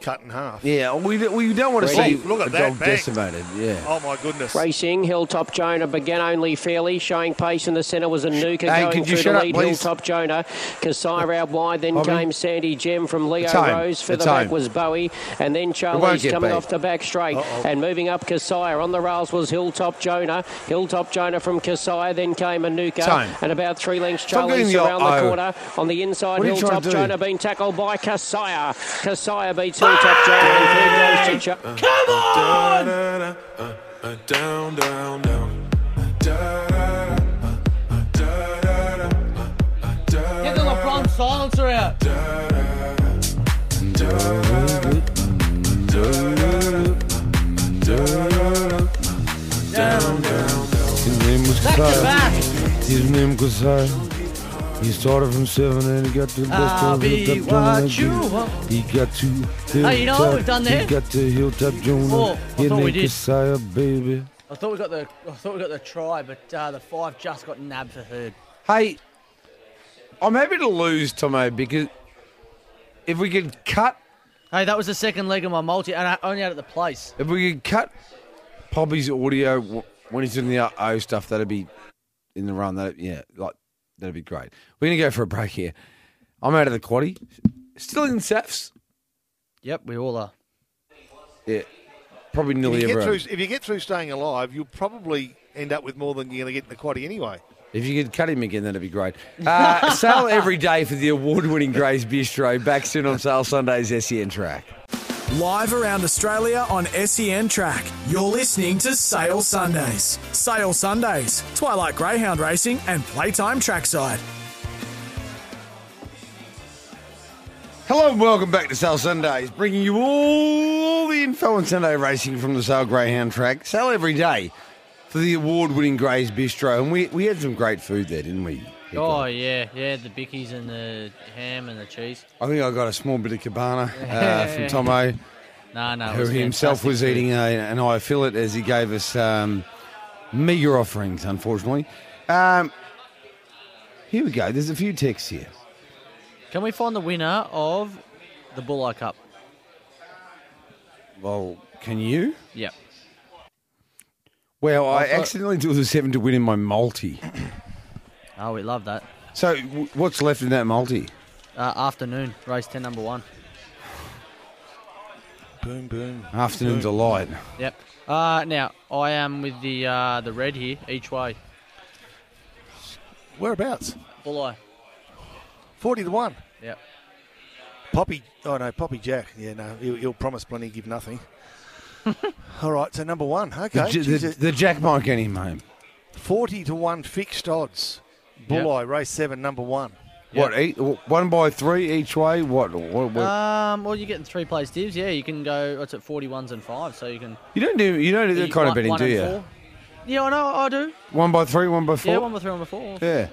Speaker 5: cut in half.
Speaker 3: Yeah, we, don't- we don't want to
Speaker 5: Ready.
Speaker 3: see
Speaker 5: Oh, look at
Speaker 3: a
Speaker 5: that,
Speaker 3: dog
Speaker 5: bang.
Speaker 3: decimated. Yeah.
Speaker 5: Oh my goodness.
Speaker 6: Racing, Hilltop Jonah began only fairly, showing pace in the centre was Anuka
Speaker 3: Hey,
Speaker 6: going
Speaker 3: could you
Speaker 6: through
Speaker 3: shut
Speaker 6: the
Speaker 3: up,
Speaker 6: lead.
Speaker 3: please?
Speaker 6: Hilltop Jonah, Kasair out wide, then
Speaker 3: Bobby?
Speaker 6: came Sandy Gem from Leo
Speaker 3: It's home.
Speaker 6: Rose. Further
Speaker 3: It's
Speaker 6: back
Speaker 3: home.
Speaker 6: was Bowie, and then
Speaker 3: won't
Speaker 6: Charlie's
Speaker 3: get
Speaker 6: coming
Speaker 3: beat.
Speaker 6: off the back straight and moving up Kasair. On the rails was Hilltop Jonah. Hilltop Jonah from Kasair, then came
Speaker 3: It's home.
Speaker 6: Anuka, and about three lengths
Speaker 3: Stop doing
Speaker 6: Charlie's
Speaker 3: your
Speaker 6: around the
Speaker 3: O.
Speaker 6: corner. On the inside,
Speaker 3: What are you trying
Speaker 6: Hilltop
Speaker 3: to do?
Speaker 6: Jonah being tackled by Kasair. Kasair beats Hilltop Jonah, and through goes to Ch- Come on!
Speaker 14: Down, down, down.
Speaker 4: Get the LeBron silencer out.
Speaker 15: His name was
Speaker 4: Back to
Speaker 15: Kasai.
Speaker 4: back.
Speaker 15: His name Kasai. He started from seven and he got to the best
Speaker 4: I'll
Speaker 15: of
Speaker 4: be
Speaker 15: Hilltop
Speaker 4: what
Speaker 15: Jonah.
Speaker 4: you want.
Speaker 15: He got to
Speaker 4: Hey, you know what
Speaker 15: Hilltop.
Speaker 4: we've done there?
Speaker 15: He got to Hilltop Jonah.
Speaker 4: Oh, I
Speaker 15: His
Speaker 4: thought we
Speaker 15: name
Speaker 4: did.
Speaker 15: Kasai, baby.
Speaker 4: I thought we got the I thought we got the try, but uh, the five just got nabbed for third.
Speaker 3: Hey, I'm happy to lose, Tomo, because if we could cut,
Speaker 4: Hey, that was the second leg of my multi, and I only had it the place.
Speaker 3: if we could cut Poppy's audio w- when he's doing the O stuff, that'd be in the run. That yeah, like that'd be great. We're gonna go for a break here. I'm out of the quaddy, still in Safs.
Speaker 4: Yep, we all are.
Speaker 3: Yeah, probably
Speaker 5: if
Speaker 3: nearly
Speaker 5: you, get
Speaker 3: everyone.
Speaker 5: through, if you get through staying alive, you'll probably end up with more than you're going to get in the quaddy anyway.
Speaker 3: If you could cut him again, that'd be great. Uh, sale every day for the award-winning Grays Bistro. Back soon on Sale Sundays SEN Track.
Speaker 2: Live around Australia on SEN Track, you're listening to Sale Sundays. Sale Sundays, Twilight Greyhound Racing and Playtime Trackside.
Speaker 3: Hello and welcome back to Sale Sundays, bringing you all the info on Sunday racing from the Sale Greyhound track. Sale every day for the award-winning Grays Bistro, and we, we had some great food there, didn't we?
Speaker 4: Oh yeah, yeah, the bickies and the ham and the cheese.
Speaker 3: I think I got a small bit of cabana uh, from Tomo,
Speaker 4: No, no, it
Speaker 3: who
Speaker 4: was
Speaker 3: himself was
Speaker 4: fantastic
Speaker 3: eating a, an eye fillet as he gave us um, meagre offerings, unfortunately. Um, here we go. There's a few texts here.
Speaker 4: food. Can we find the winner of the Bulleye Cup?
Speaker 3: Well, can you?
Speaker 4: Yep.
Speaker 3: Well, I,
Speaker 4: I thought-
Speaker 3: accidentally drew the seven to win in my multi.
Speaker 4: Oh, we love that.
Speaker 3: So, w- what's left in that multi?
Speaker 4: Uh, afternoon, race ten, number one.
Speaker 5: Boom, boom.
Speaker 3: Afternoon delight.
Speaker 4: Yep. Uh, now I am with the uh, the red here, each way.
Speaker 5: Whereabouts?
Speaker 4: Bulleye.
Speaker 5: 40 to 1.
Speaker 4: Yep.
Speaker 5: Poppy, oh no, Poppy Jack. Yeah, no, he'll, he'll promise plenty, give nothing. All right, so number one.
Speaker 3: The,
Speaker 5: Okay.
Speaker 3: J-
Speaker 5: Jeez,
Speaker 3: the,
Speaker 5: it-
Speaker 3: the Jack might get him home.
Speaker 5: 40 to 1 fixed odds.
Speaker 3: Yep.
Speaker 5: Bulleye, race 7, number one.
Speaker 3: What? Eight, w- one by three each way. What? what,
Speaker 5: Uh,
Speaker 3: what?
Speaker 4: Um, well, you're getting three place divs. Yeah, you can go. What's it, forty ones and five? So you can.
Speaker 3: you don't do you don't do that
Speaker 4: eat
Speaker 3: kind of
Speaker 4: one-
Speaker 3: betting,
Speaker 4: one
Speaker 3: do
Speaker 4: and
Speaker 3: you?
Speaker 4: four. Yeah, I know. I do.
Speaker 3: One by three, one by four.
Speaker 4: Yeah, one by three, one by four.
Speaker 3: Yeah.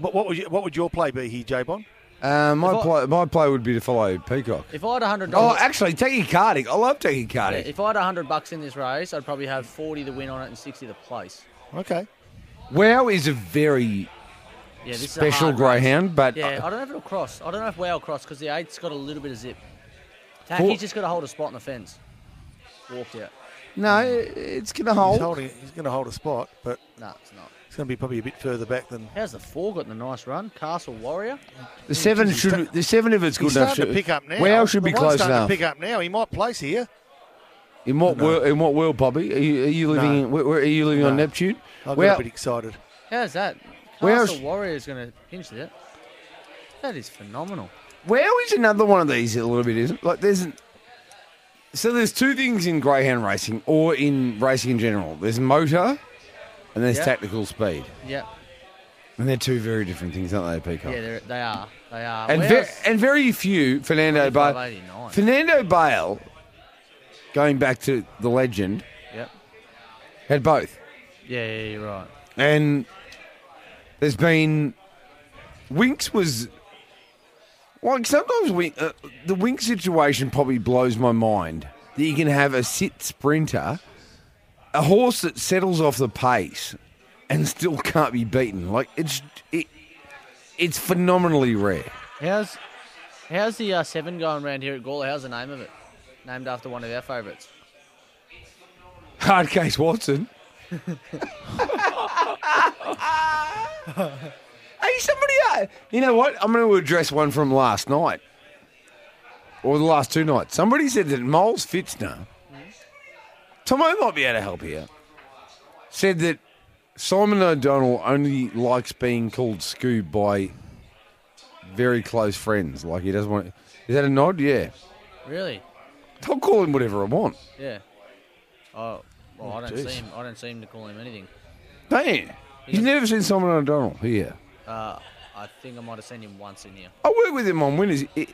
Speaker 5: But what would you, what would your play be here, J Bon?
Speaker 3: Uh, my
Speaker 4: If I-
Speaker 3: play my play would be to follow Peacock.
Speaker 4: If I had hundred
Speaker 3: Oh,
Speaker 4: dollars,
Speaker 3: actually, Techie Cardick. I love Techie Cardick.
Speaker 4: if I had hundred bucks in this race, I'd probably have forty to win on it and sixty to place.
Speaker 5: Okay.
Speaker 3: Wow is a very
Speaker 4: Yeah, this is a
Speaker 3: special
Speaker 4: hard race.
Speaker 3: greyhound, but
Speaker 4: yeah,
Speaker 3: uh,
Speaker 4: I don't know if it'll cross. I don't know if Wow cross because the eight's got a little bit of zip. Tack,
Speaker 3: Four-
Speaker 4: he's just got to hold a spot on the fence. Walked out.
Speaker 3: no, it's going to
Speaker 5: He's,
Speaker 3: hold.
Speaker 5: holding, he's going to hold a spot, but
Speaker 4: No, it's not.
Speaker 5: it's going to be probably a bit further back than.
Speaker 4: How's the four gotten a nice run? Castle Warrior.
Speaker 3: The seven should. The seven if it's good
Speaker 5: He's
Speaker 3: enough.
Speaker 5: starting to
Speaker 3: should-
Speaker 5: pick up now.
Speaker 3: Wow should
Speaker 5: The
Speaker 3: be
Speaker 5: one's
Speaker 3: close
Speaker 5: starting
Speaker 3: enough.
Speaker 5: to pick up now. He might place here.
Speaker 3: In what world? In what world, Bobby? Are you, are you living?
Speaker 5: No.
Speaker 3: in- where, where- are you living on
Speaker 5: No.
Speaker 3: Neptune?
Speaker 5: I got
Speaker 3: Wow-
Speaker 5: a bit excited.
Speaker 4: How's that?
Speaker 3: Wow's-
Speaker 4: Castle Warrior's going to pinch that. That is phenomenal.
Speaker 3: Wow is another one of these a little bit, isn't it? Like there's an, so there's two things in greyhound racing or in racing in general. There's motor and there's
Speaker 4: Yeah.
Speaker 3: tactical speed,
Speaker 4: Yeah,
Speaker 3: and they're two very different things, aren't they, Peacock?
Speaker 4: yeah, they're- they are. They are.
Speaker 3: and
Speaker 4: Wow's-
Speaker 3: ver- and very few Fernando Bale.
Speaker 4: 25.89.
Speaker 3: Fernando Bale, going back to the legend,
Speaker 4: Yep.
Speaker 3: had both.
Speaker 4: Yeah, yeah, you're right.
Speaker 3: And there's been Winks was like sometimes we, uh, the Wink situation probably blows my mind that you can have a sit sprinter, a horse that settles off the pace and still can't be beaten. Like it's it, it's phenomenally rare.
Speaker 4: How's how's the uh, seven going round here at Gawler? How's the name of it? named after one of our favourites.
Speaker 3: Hard case Watson. hey, somebody. Uh, you know what? I'm going to address one from last night. Or the last two nights. Somebody said that Moles Fitzner, Tomo might be able to help here, said that Simon O'Donnell only likes being called Scoob by very close friends. Like he doesn't want. Is that a nod? Yeah.
Speaker 4: Really?
Speaker 3: I'll call him whatever I want.
Speaker 4: Yeah. Oh, well,
Speaker 3: Oh,
Speaker 4: I don't
Speaker 3: jeez.
Speaker 4: see him. I don't see him to call him anything.
Speaker 3: Damn. You've never seen Simon O'Donnell here.
Speaker 4: Uh, I think I might have seen him once in here.
Speaker 3: I work with him on winners. It,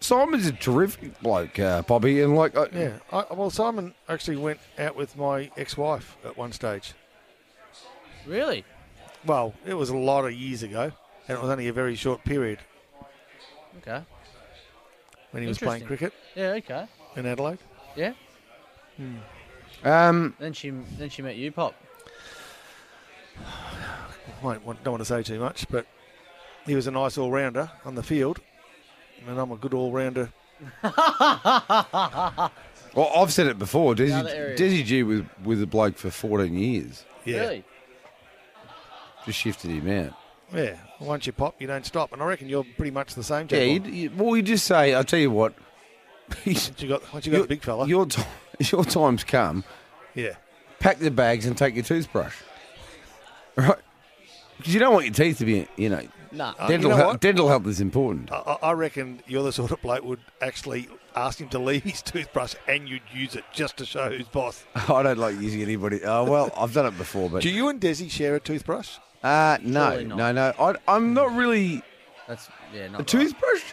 Speaker 3: Simon's a terrific bloke, uh, Bobby, and like, I,
Speaker 5: Yeah. I, well, Simon actually went out with my ex-wife at one stage.
Speaker 4: Really?
Speaker 5: Well, it was a lot of years ago, and it was only a very short period
Speaker 4: Okay.
Speaker 5: when he was playing
Speaker 4: Interesting.
Speaker 5: cricket
Speaker 4: Yeah. Okay.
Speaker 5: in Adelaide.
Speaker 4: Yeah.
Speaker 3: Um,
Speaker 4: Then she then she met you, Pop.
Speaker 5: I won't want- don't want to say too much, but he was a nice all-rounder on the field, and I'm a good all-rounder.
Speaker 3: well, I've said it before.
Speaker 5: Other
Speaker 3: Desi,
Speaker 5: areas.
Speaker 3: Desi G was with a bloke for 14 years.
Speaker 4: Really?
Speaker 3: Just shifted him out.
Speaker 5: Yeah. Once you pop, you don't stop, and I reckon you're pretty much the same.
Speaker 3: Yeah,
Speaker 5: Jack.
Speaker 3: you, you- well, you just say, I'll tell you what. Once
Speaker 5: you got, once you got the big fella.
Speaker 3: Your, ti your time's come.
Speaker 5: Yeah.
Speaker 3: Pack the bags and take your toothbrush. Right? Because you don't want your teeth to be, you know.
Speaker 5: Nah. Uh, you
Speaker 3: Dental,
Speaker 5: know
Speaker 3: health-
Speaker 5: what?
Speaker 3: dental health is important.
Speaker 5: I, I- I reckon you're the sort of bloke would actually ask him to leave his toothbrush, and you'd use it just to show who's boss.
Speaker 3: I don't like using anybody. Oh, well, I've done it before, but.
Speaker 5: Do you and Desi share a toothbrush?
Speaker 3: Uh, no,
Speaker 5: Surely not.
Speaker 3: no, no. I, I'm not really.
Speaker 4: That's yeah.
Speaker 3: A toothbrush?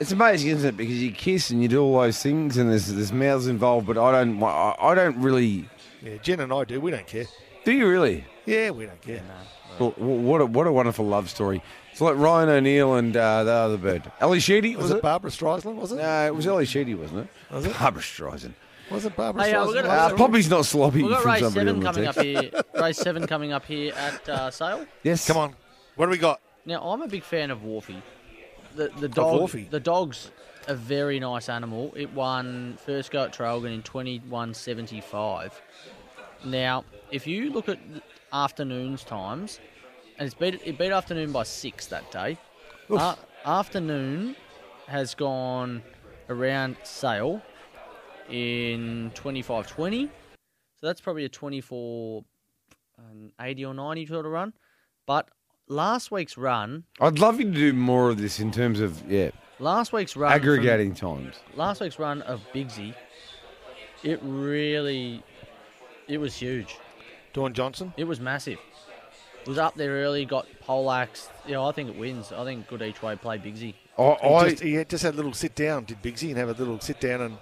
Speaker 3: It's amazing, isn't it? Because you kiss and you do all those things, and there's there's mouths involved. But I don't. wa- I, I don't really.
Speaker 5: Yeah, Jen and I do. We don't care.
Speaker 3: Do you really?
Speaker 5: Yeah, we don't care.
Speaker 3: Well, w- what a, what a wonderful love story. It's like Ryan O'Neill and uh, the other bird, Ellie Sheedy. Was,
Speaker 5: Was, it Barbara Streisand? Was it?
Speaker 3: No, it was Ellie Sheedy, wasn't it?
Speaker 5: Was it?
Speaker 3: Barbara Streisand.
Speaker 5: Was it Barbara
Speaker 4: Hey, uh, we're
Speaker 5: Streisand?
Speaker 4: gonna-
Speaker 3: Uh, Poppy's not sloppy
Speaker 4: We've got
Speaker 3: from
Speaker 4: race
Speaker 3: somebody
Speaker 4: seven
Speaker 3: on the
Speaker 4: coming
Speaker 3: text.
Speaker 4: up here. race seven coming up here at uh, Sale.
Speaker 3: Yes. Come
Speaker 5: on. What do we got?
Speaker 4: Now I'm a big fan of Wharfie. The the dog.
Speaker 5: Wharfie?
Speaker 4: The dog's a very nice animal. It won first go at Trailgun in 21.75. Now, if you look at the afternoons times, and it's beat it beat afternoon by six that day. A- afternoon has gone around sale in 25.20. So that's probably a 24 an 80 or 90 sort of run. But last week's run,
Speaker 3: I'd love you to do more of this in terms of yeah
Speaker 4: last week's run, from-
Speaker 3: aggregating times.
Speaker 4: last week's run of Bigsy, it really, it was huge.
Speaker 5: Dawn Johnson.
Speaker 4: It was massive. It was up there early, got poleaxed. You know, I think it wins. I think good each way play Bigsy.
Speaker 5: he, just, he had- just had a little sit down, did Bigsy, and have a little sit down and.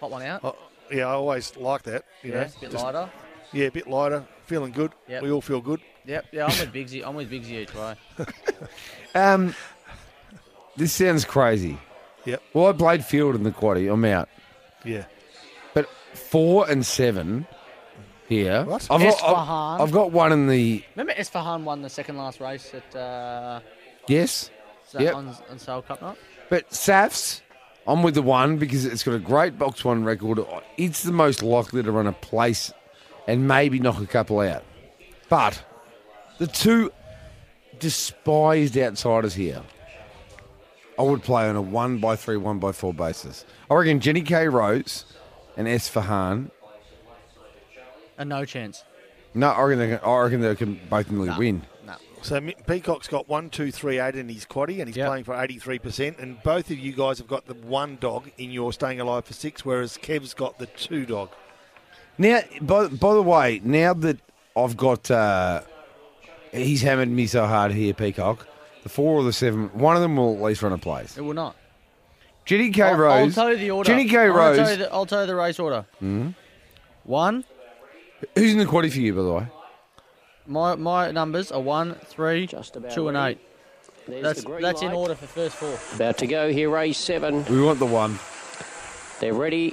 Speaker 4: Pop one out.
Speaker 5: Oh, yeah, I always like that. You
Speaker 4: Yeah,
Speaker 5: know,
Speaker 4: it's a bit
Speaker 5: Just-
Speaker 4: lighter.
Speaker 5: Yeah, a bit lighter. Feeling good.
Speaker 4: Yep.
Speaker 5: We all feel good.
Speaker 4: Yep, yeah, I'm with Bigsy. I'm with Bigsy each way.
Speaker 3: Um, this sounds crazy.
Speaker 5: Yep.
Speaker 3: Well, I played field in the quaddy. I'm out.
Speaker 5: Yeah.
Speaker 3: But four and seven here.
Speaker 4: What?
Speaker 3: I've got,
Speaker 4: Esfahan.
Speaker 3: I've, I've got one in the
Speaker 4: Remember Esfahan won the second last race at uh,
Speaker 3: yes.
Speaker 4: Sa-
Speaker 3: Yep.
Speaker 4: on, on Sale Cup night?
Speaker 3: But Safs, I'm with the one because it's got a great box one record. It's the most likely to run a place and maybe knock a couple out. But the two despised outsiders here, I would play on a one by three, one by four basis. I reckon Jenny K. Rose and S. Fahan.
Speaker 4: A no chance.
Speaker 3: No, I reckon they can, I reckon they can both nearly win.
Speaker 4: No.
Speaker 5: So M- Peacock's got one, two, three, eight in his quaddy, and he's playing for eighty-three percent. And both of you guys have got the one dog in your staying alive for six, whereas Kev's got the two dog.
Speaker 3: Now, by, by the way, now that I've got, uh, he's hammered me so hard here, Peacock. The four or the seven, one of them will at least run a place.
Speaker 4: It will not.
Speaker 3: Jenny K.
Speaker 4: I'll-
Speaker 3: Rose.
Speaker 4: I'll tell you the order.
Speaker 3: Jenny K.
Speaker 4: I'll
Speaker 3: Rose.
Speaker 4: Tell you the, I'll tell you the race order.
Speaker 3: Mhm.
Speaker 4: One.
Speaker 3: Who's in the quaddy for you, by the way?
Speaker 4: My my numbers are one, three,
Speaker 6: about
Speaker 4: two, and
Speaker 6: ready.
Speaker 4: eight.
Speaker 6: There's
Speaker 4: That's,
Speaker 6: the green
Speaker 4: that's in
Speaker 6: light.
Speaker 4: order for first four.
Speaker 6: About to go here, race seven.
Speaker 3: We want the one.
Speaker 6: They're ready.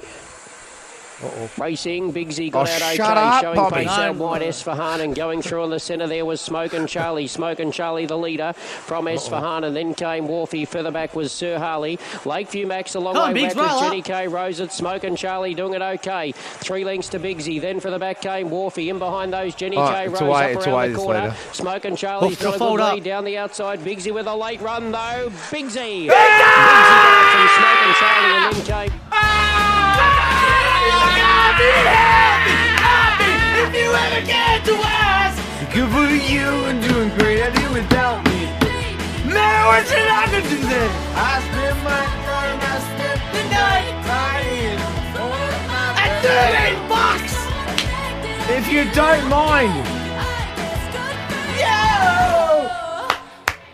Speaker 6: Racing, Big Z got
Speaker 3: Oh,
Speaker 6: out okay,
Speaker 3: shut up,
Speaker 6: showing
Speaker 3: Bobby.
Speaker 6: pace out
Speaker 3: No.
Speaker 6: wide Esfahan and going through in the centre there was Smoke and Charlie. Smoke and Charlie the leader from Esfahan and then came Wharfie. Further back was Sir Harley. Lakeview Max a long
Speaker 4: Come on,
Speaker 6: way
Speaker 4: Biggs,
Speaker 6: back was
Speaker 4: roll up.
Speaker 6: Jenny K. Rose at Smoke and Charlie doing it okay. Three lengths to Big Z. Then for the back came Wharfie. In behind those Jenny
Speaker 3: All
Speaker 6: K.
Speaker 3: right,
Speaker 6: Rose
Speaker 3: it's away,
Speaker 6: up
Speaker 3: it's
Speaker 6: around
Speaker 3: away,
Speaker 6: the
Speaker 3: this
Speaker 6: corner.
Speaker 3: leader.
Speaker 6: Smoke and Charlie's
Speaker 3: Oof,
Speaker 6: got a
Speaker 3: fold
Speaker 6: good
Speaker 3: up.
Speaker 6: lead down the outside. Big Z with a late run though. Big Z. Big Z back from Smoke and Charlie and then came.
Speaker 13: If you ever get to us,
Speaker 15: Good for you and doing great. I do without me. Man, I wish that I could do that. I spend my time, I spend the night crying. At 13 bucks! If you don't mind.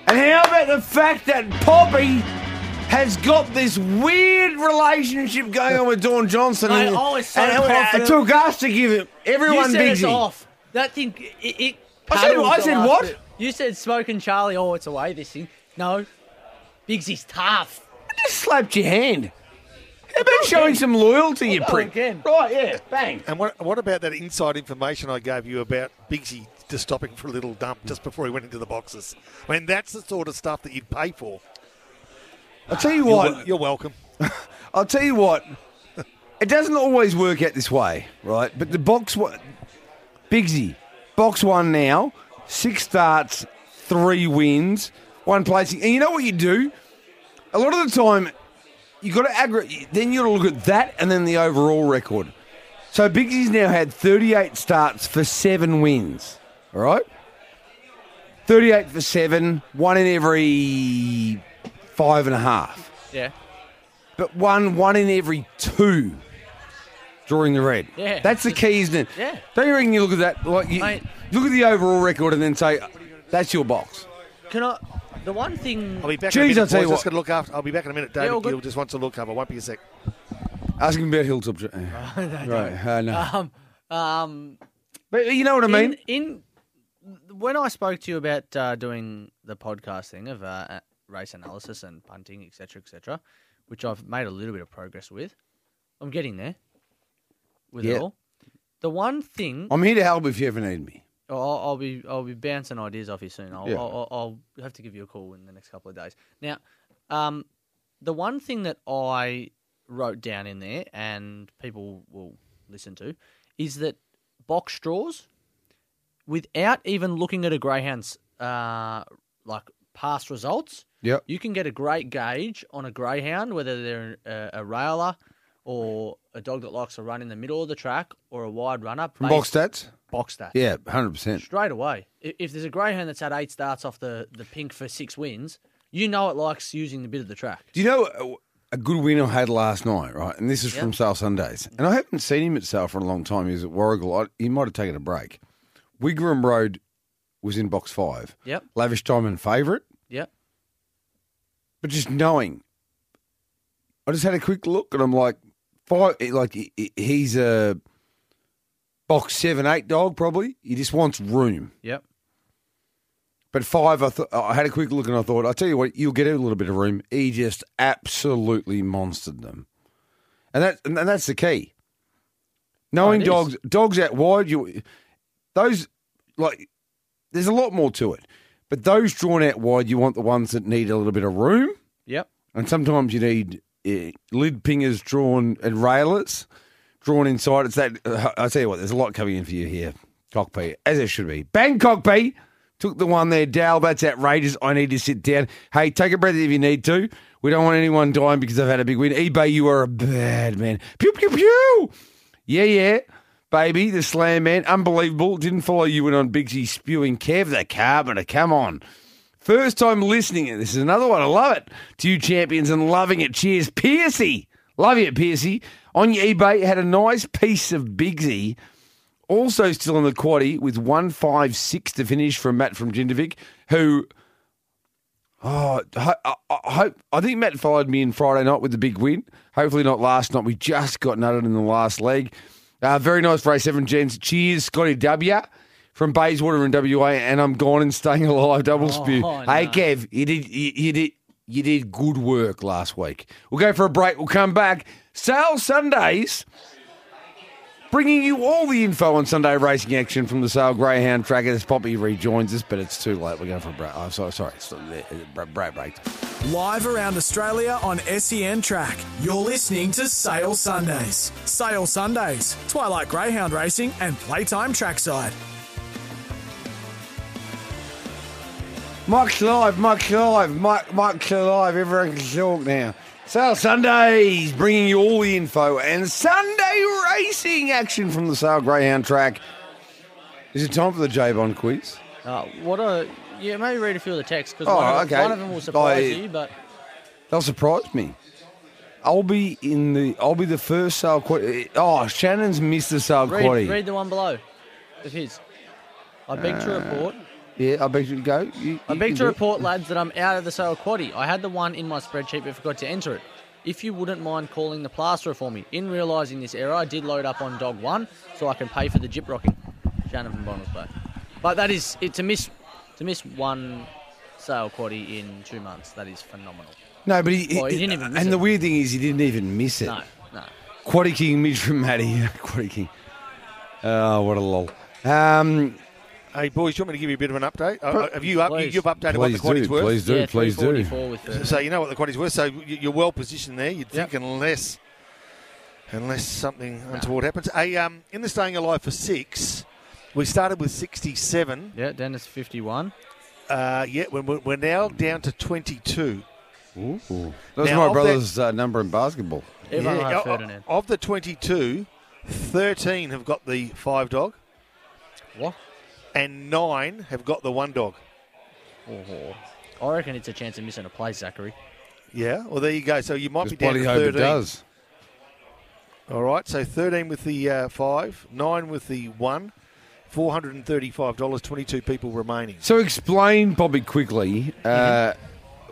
Speaker 3: And how about the fact that Poppy has got this weird relationship going on with Dawn Johnson?
Speaker 4: Mate,
Speaker 3: and-
Speaker 4: I was so
Speaker 3: and it-
Speaker 4: proud
Speaker 3: It
Speaker 4: of-
Speaker 3: took us to give it. Everyone
Speaker 4: you said
Speaker 3: Big
Speaker 4: it's
Speaker 3: Z.
Speaker 4: off. That thing, it. it
Speaker 3: I said-
Speaker 4: cuddles
Speaker 3: I
Speaker 4: the
Speaker 3: said
Speaker 4: last
Speaker 3: what?
Speaker 4: bit. You said Smoke and Charlie. Oh, it's away. This thing. No, Biggsy's tough.
Speaker 3: I just slapped your hand. How about showing some loyalty, you prick?
Speaker 4: Again.
Speaker 3: Right, yeah, bang.
Speaker 5: And what, what about that inside information I gave you about Bigsy just stopping for a little dump just before he went into the boxes? I mean, that's the sort of stuff that you'd pay for.
Speaker 3: I'll tell you
Speaker 5: You're
Speaker 3: what.
Speaker 5: wel- you're welcome.
Speaker 3: I'll tell you what. It doesn't always work out this way, right? But the box one, Bigsy, box one now, six starts, three wins, one placing. And you know what you do? A lot of the time, you got to aggregate. Then you got to look at that and then the overall record. So Bigsy's now had 38 starts for seven wins. All right, 38 for seven, one in every five and a half
Speaker 4: Yeah.
Speaker 3: but one one in every two during the red.
Speaker 4: Yeah.
Speaker 3: that's the key, isn't it?
Speaker 4: Yeah.
Speaker 3: Don't you reckon you look at that? Like you
Speaker 4: Mate.
Speaker 3: look at the overall record and then say, "That's your box."
Speaker 4: Can I? The one thing.
Speaker 5: I'll be back
Speaker 3: Jeez,
Speaker 5: in a minute.
Speaker 3: I'll tell
Speaker 5: boys.
Speaker 3: you
Speaker 5: Just
Speaker 3: what.
Speaker 5: gonna look after. I'll be back in a minute.
Speaker 4: all
Speaker 5: David
Speaker 4: good.
Speaker 5: Gill just wants a look up. I won't be a sec.
Speaker 3: Ask him about hilltop. Dr- right, uh, no.
Speaker 4: Um, um,
Speaker 3: but you know what I mean.
Speaker 4: In, in when I spoke to you about uh, doing the podcast thing of uh, a- race analysis and punting, etc., etc., which I've made a little bit of progress with, I'm getting there with
Speaker 3: Yeah.
Speaker 4: it all. The one thing
Speaker 3: I'm here to help if you ever need me.
Speaker 4: I'll, I'll be I'll be bouncing ideas off you soon. I'll,
Speaker 3: Yeah.
Speaker 4: I'll, I'll I'll have to give you a call in the next couple of days. Now, um, the one thing that I wrote down in there and people will listen to is that box straws, without even looking at a greyhound's uh, like past results,
Speaker 3: Yep.
Speaker 4: you can get a great gauge on a greyhound whether they're a, a railer or a dog that likes to run in the middle of the track or a wide runner
Speaker 3: From
Speaker 4: based-
Speaker 3: box stats.
Speaker 4: box stats
Speaker 3: Yeah, hundred percent.
Speaker 4: straight away. I- If there's a greyhound that's had eight starts off the, the pink for six wins, you know it likes using the bit of the track.
Speaker 3: Do you know uh, a good win I had last night, right? And this is from Sale Sundays. And I haven't seen him at Sale for a long time. He was at Warrigal. I, he might have taken a break. Wigram Road was in box five.
Speaker 4: Yep.
Speaker 3: Lavish Diamond favourite.
Speaker 4: Yep.
Speaker 3: But just knowing, I just had a quick look and I'm like, five, like he- he- he's a box seven, eight dog probably. He just wants room.
Speaker 4: Yep.
Speaker 3: But five, I, th- I had a quick look and I thought, I'll tell you what, you'll get a little bit of room. He just absolutely monstered them. And, that, and that's the key. Knowing
Speaker 15: is.
Speaker 3: dogs, dogs out wide, you those, like, there's a lot more to it. But those drawn out wide, you want the ones that need a little bit of room.
Speaker 4: Yep.
Speaker 3: And sometimes you need eh, lid pingers drawn and railers drawn inside. It's that uh, I tell you what, there's a lot coming in for you here, Cockpee, as there should be. Bangkok B took the one there. Dal, that's outrageous. I need to sit down. Hey, take a breath if you need to. We don't want anyone dying because I've had a big win. eBay, you are a bad man. Pew pew pew. Yeah, yeah. Baby, the slam man, unbelievable. Didn't follow you in on Bigsy spewing Kev the carpenter. Come on. First time listening. This is another one. I love it. To you champions and loving it. Cheers, Piercy. Love you, Piercy. On your eBay, had a nice piece of Bigsy. Also still on the quaddy with 156 to finish from Matt from Gindovic, who Oh, I, I, I hope I think Matt followed me in Friday night with the big win. Hopefully not last night. We just got nutted in the last leg. Uh, very nice race, seven gents. Cheers, Scotty W from Bayswater and WA, and I'm gone and staying alive. Double spew.
Speaker 15: no.
Speaker 3: Hey Kev, you did you, you did you did good work last week. We'll go for a break. We'll come back. Sale Sundays bringing you all the info on Sunday racing action from the Sale Greyhound track. As Poppy rejoins us, but it's too late. We're going for a break. Oh, sorry, sorry, it's break, break, break.
Speaker 2: Live around Australia on SEN track. You're listening to Sale Sundays. Sale Sundays, Twilight Greyhound Racing and Playtime Trackside.
Speaker 10: Mike's live, Mike's live, Mike, Mike's alive. Everyone can talk now. Sale Sundays, bringing you all the info and Sunday racing action from the Sale Greyhound track.
Speaker 3: Is it time for the J Bond quiz?
Speaker 4: Uh, what a yeah. Maybe read a few of the texts because
Speaker 3: Oh,
Speaker 4: one of-
Speaker 3: okay.
Speaker 4: one of them will surprise
Speaker 3: I-
Speaker 4: you. But
Speaker 3: They'll surprise me. I'll be in the. I'll be the first Sale. Quad- Oh, Shannon's missed the Sale
Speaker 4: read,
Speaker 3: Quaddy.
Speaker 4: read the one below. Of his. I beg to
Speaker 3: Uh,
Speaker 4: report.
Speaker 3: Yeah, I bet you go. You,
Speaker 4: I
Speaker 3: you can
Speaker 4: beg to
Speaker 3: do it.
Speaker 4: report, lads, that I'm out of the sale quaddy. I had the one in my spreadsheet but forgot to enter it. If you wouldn't mind calling the plasterer for me. In realising this error, I did load up on dog one so I can pay for the jip rocking. Shannon from Bonner's Bay. But that is it's a miss to miss one sale quaddy in two months. That is phenomenal.
Speaker 3: No, but he,
Speaker 4: Well, he didn't even miss
Speaker 3: And
Speaker 4: it.
Speaker 3: the weird thing is, he didn't even miss it.
Speaker 4: No, no.
Speaker 3: Quaddy King mid from Matty. Quaddy King. Oh, what a lol. Um,
Speaker 5: Hey boys, you want me to give you a bit of an update? Uh,
Speaker 3: Pl-
Speaker 5: Uh, have you up, you-
Speaker 3: please.
Speaker 5: you've updated what the
Speaker 3: Please
Speaker 5: quantities
Speaker 3: do,
Speaker 5: were?
Speaker 3: please do, Yeah, please do. 344 with
Speaker 4: the-
Speaker 5: So you know what the quantities were. So y- you're well positioned there. You'd think unless unless something untoward happens. Hey, um, in the staying alive for six, we started with 67.
Speaker 4: Yeah, then it's 51.
Speaker 5: Uh, yeah, we're, we're we're now down to 22.
Speaker 3: Ooh. That was
Speaker 5: Now, of
Speaker 3: my
Speaker 5: that-
Speaker 3: brother's uh, number in basketball.
Speaker 5: Yeah,
Speaker 4: oh.
Speaker 5: o- o- Of the 22, 13 have got the five dog.
Speaker 4: What?
Speaker 5: And nine have got the one dog.
Speaker 4: Oh, I reckon it's a chance of missing a play, Zachary.
Speaker 5: Yeah, well, there you go. So you might
Speaker 4: Just
Speaker 5: be down
Speaker 4: bloody
Speaker 5: to
Speaker 4: hope it
Speaker 5: 13.
Speaker 4: does.
Speaker 5: All right, so 13 with the uh, 5, 9 with the 1, $435, 22 people remaining.
Speaker 3: So explain, Bobby, quickly. Uh,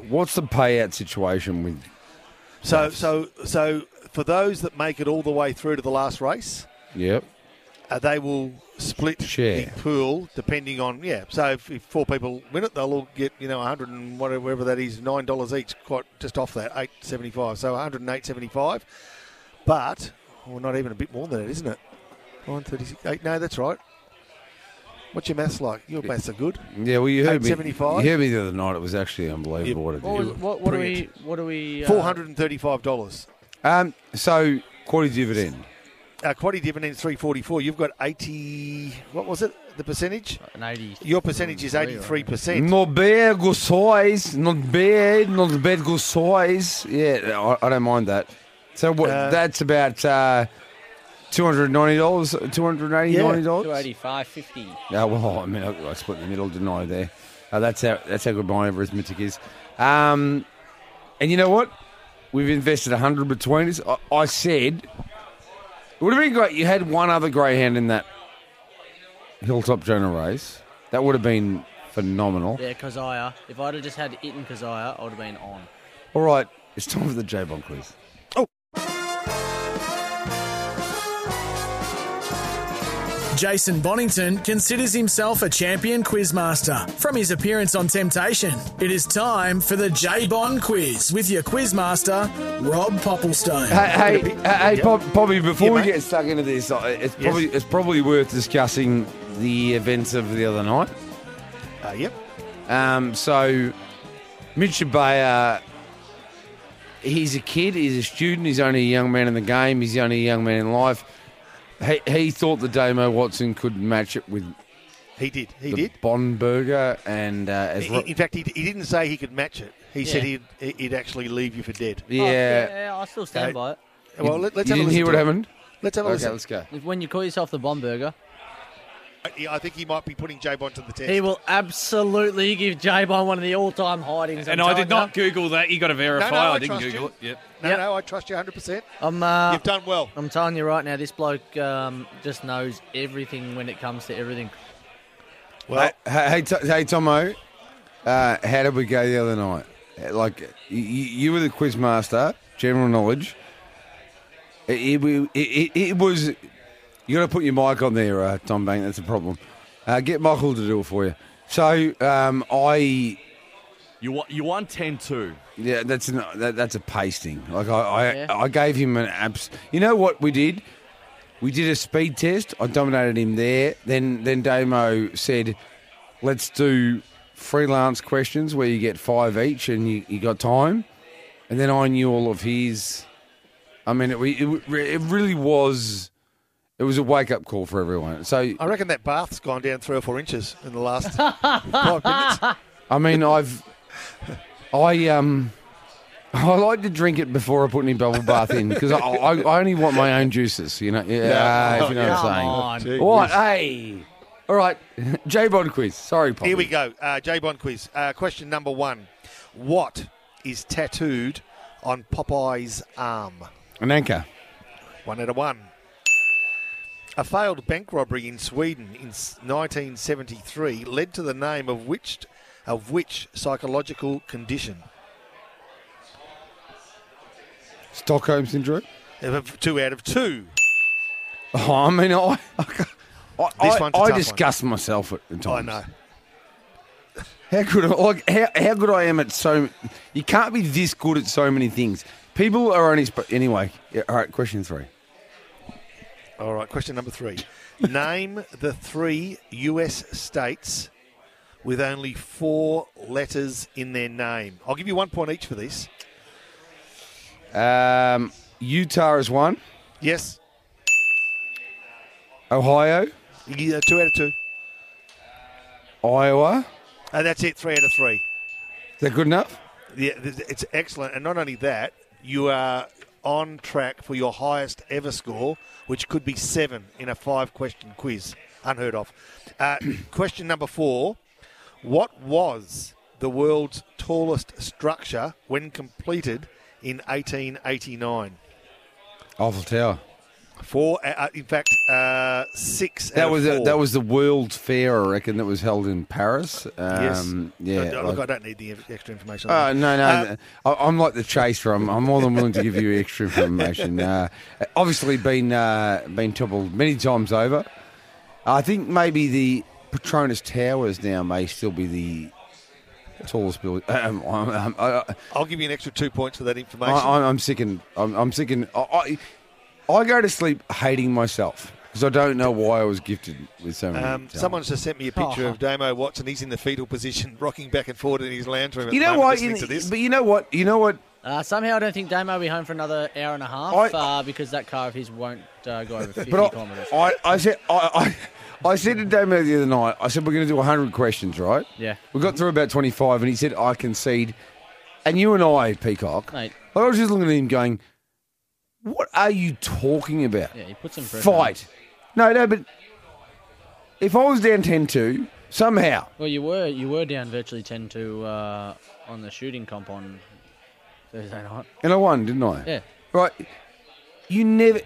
Speaker 3: What's the payout situation with?
Speaker 5: So, so, so for those that make it all the way through to the last race,
Speaker 3: Yep.
Speaker 5: uh, they will split
Speaker 3: Share.
Speaker 5: the pool depending on yeah. So if, if four people win it, they'll all get you know 100 and whatever whatever that is nine dollars each, quite just off that 8.75. So 108.75, but well, not even a bit more than that, isn't it? 936. Eight, no, that's right. What's your maths like? Your maths are good.
Speaker 3: Yeah, well, you heard me.
Speaker 5: $8.75?
Speaker 3: You heard me the other night. It was actually unbelievable what it
Speaker 4: What, was,
Speaker 3: did.
Speaker 4: what, what do we?
Speaker 5: Brilliant.
Speaker 4: What do we? uh,
Speaker 5: Four hundred and thirty-five dollars.
Speaker 3: Um, so quarterly dividend.
Speaker 5: Our Uh, quaddy dividend three forty-four. You've got eighty. What was it? The percentage?
Speaker 4: An eighty.
Speaker 5: Your
Speaker 3: Mm,
Speaker 5: percentage is eighty-three percent.
Speaker 3: Not bad, good size. Not bad, not bad, good size. E Yeah, I, I don't mind that. So what,
Speaker 5: Uh,
Speaker 3: that's about uh, $290, $280.
Speaker 4: Two eighty-five fifty.
Speaker 3: Yeah, well, I mean, I, I split in the middle, didn't I, there? Uh, that's, how, that's how good my arithmetic is. Um, and you know what? We've invested 100 between us. I, I said, it would have been great. You had one other greyhound in that Hilltop Jonah race. That would have been phenomenal.
Speaker 4: Yeah, Kazaya. If I'd have just had it and Kazaya, I would have been on.
Speaker 3: All right, it's time for the J Bond quiz.
Speaker 2: Jason Bonington considers himself a champion quizmaster from his appearance on Temptation. It is time for the J Bond quiz with your quizmaster, Rob Popplestone.
Speaker 3: Hey, hey, hey, hey Bob, Bobby, before
Speaker 2: Yeah,
Speaker 3: we
Speaker 2: mate.
Speaker 3: get stuck into this, uh, it's
Speaker 2: Yes.
Speaker 3: probably, it's probably worth discussing the events of the other night.
Speaker 5: Uh, yep.
Speaker 3: Um, so, Mitch Bayer, he's a kid, he's a student, he's only a young man in the game, he's the only young man in life. He, he thought the Damo Watson could match it with
Speaker 5: He did. He
Speaker 3: the
Speaker 5: did.
Speaker 3: Bonberger, and uh, as
Speaker 5: In, in fact, he, he didn't say he could match it. He said
Speaker 3: Yeah.
Speaker 5: he'd, he'd actually leave you for dead.
Speaker 3: Yeah.
Speaker 4: Oh, yeah, I still stand by it.
Speaker 5: oh, Well, let, us
Speaker 3: You
Speaker 5: have a
Speaker 3: didn't
Speaker 5: listen
Speaker 3: hear
Speaker 5: to
Speaker 3: what
Speaker 5: it.
Speaker 3: happened?
Speaker 5: Let's have a
Speaker 3: Okay,
Speaker 5: listen.
Speaker 3: let's go.
Speaker 4: If- When you call yourself the bomb burger,
Speaker 5: Yeah, I think he might be putting J Bond to the test.
Speaker 4: he will absolutely give J Bond one of the all-time hidings. I'm
Speaker 7: And I did
Speaker 4: telling
Speaker 7: not Google that. You got to verify.
Speaker 4: No, no, I
Speaker 7: I didn't
Speaker 4: trust
Speaker 7: Google
Speaker 4: you.
Speaker 7: it. Yep.
Speaker 5: No, no, I trust you 100%.
Speaker 4: you. I'm. Uh,
Speaker 5: You've done well.
Speaker 4: I'm telling you right now, this bloke um, just knows everything when it comes to everything.
Speaker 3: Well, hey, hey, To- hey Tomo, uh, how did we go the other night? Uh, Like, you, you were the quiz master, general knowledge. It, it, it, it- it was. You got to put your mic on there, uh, Tom Bank. That's a problem. Uh, get Michael to do it for you. So um, I.
Speaker 16: You won, you won 10-2.
Speaker 3: Yeah, that's an, that, that's a pasting. Like I I,
Speaker 16: Yeah.
Speaker 3: I gave him an abs. You know what we did? We did a speed test. I dominated him there. Then then Damo said, "Let's do freelance questions where you get five each, and you, you got time." And then I knew all of his. I mean, it, we- it, re- it really was. It was a wake up call for everyone. So
Speaker 5: I reckon that bath's gone down three or four inches in the last five minutes.
Speaker 3: I mean, I've, I um, I like to drink it before I put any bubble bath in because I, I, I only want my own juices. You know, yeah,
Speaker 5: Yeah.
Speaker 3: if you know what I'm
Speaker 5: Come
Speaker 3: saying. Oh,
Speaker 5: on.
Speaker 3: What? Hey, all right, J Bond quiz. Sorry, Poppy.
Speaker 5: Here we go. Uh, J Bond quiz. Uh, question number one. What is tattooed on Popeye's arm?
Speaker 3: An anchor.
Speaker 5: One out of one. A failed bank robbery in Sweden in s- 1973 led to the name of which of which psychological condition?
Speaker 3: Stockholm syndrome.
Speaker 5: Uh, Two out of two.
Speaker 3: Oh, I mean, I, I,
Speaker 5: This
Speaker 3: I,
Speaker 5: one's a tough
Speaker 3: I
Speaker 5: one.
Speaker 3: disgust myself at, at times.
Speaker 5: know.
Speaker 3: How good, like, how, how good I am at so. You can't be this good at so many things. People are only. Sp- anyway, yeah, all right. Question three.
Speaker 5: All right, question number three. Name the three US states with only four letters in their name. I'll give you one point each for this.
Speaker 3: Um, Utah is one.
Speaker 5: Yes.
Speaker 3: Ohio,
Speaker 5: Yeah, uh, two out of two.
Speaker 3: Iowa.
Speaker 5: And that's it, three out of three.
Speaker 3: Is that good enough?
Speaker 5: Yeah, th- th- it's excellent. And not only that, you are on track for your highest ever score, which could be seven in a five question quiz. Unheard of. Uh, question number four What was the world's tallest structure when completed in 1889?
Speaker 3: Eiffel Tower.
Speaker 5: Four, uh, uh, in fact, uh, six. out
Speaker 3: That
Speaker 5: of
Speaker 3: was a,
Speaker 5: four.
Speaker 3: that was the World Fair, I reckon, that was held in Paris. Um,
Speaker 5: yes.
Speaker 3: Yeah.
Speaker 5: I, look, I
Speaker 3: like-
Speaker 5: don't need the extra information.
Speaker 3: Oh,
Speaker 5: on
Speaker 3: no, no.
Speaker 5: that. Uh,
Speaker 3: I, I'm like the chaser. I'm, I'm more than willing to give you extra information. Uh, obviously, been uh, been toppled many times over. I think maybe the Patronus Towers now may still be the tallest building. Um, um, um, I, I-
Speaker 5: I'll give you an extra two points for that information.
Speaker 3: I, I'm- I'm sick and I'm, I'm sick and I, I, I go to sleep hating myself because I don't know why I was gifted with so many.
Speaker 5: Um,
Speaker 3: talents.
Speaker 5: someone's just sent me a picture
Speaker 3: Oh.
Speaker 5: of Damo Watson. He's in the fetal position, rocking back and forth in his lounge room. At
Speaker 3: you
Speaker 5: the
Speaker 3: know
Speaker 5: moment,
Speaker 3: what?
Speaker 5: listening
Speaker 3: You-
Speaker 5: to this.
Speaker 3: but you know what? You know what?
Speaker 4: Uh, somehow, I don't think Damo will be home for another hour and a half uh, because that car of his won't uh, go over 50
Speaker 3: But
Speaker 4: kilometres.
Speaker 3: I, I, I said, I, I, I said to Damo the other night. I said we're going to do 100 questions, right?
Speaker 4: Yeah.
Speaker 3: We got through about 25, and he said I concede. And you and I, Peacock,
Speaker 4: Mate.
Speaker 3: I was just looking at him going, "What are you talking about?"
Speaker 4: Yeah, he puts him for
Speaker 3: Fight. No, no, but if I was down 10-2, somehow
Speaker 4: Well, you were you were down virtually 10 to uh, on the shooting comp on Thursday night.
Speaker 3: And I won, didn't I?
Speaker 4: Yeah.
Speaker 3: Right. You never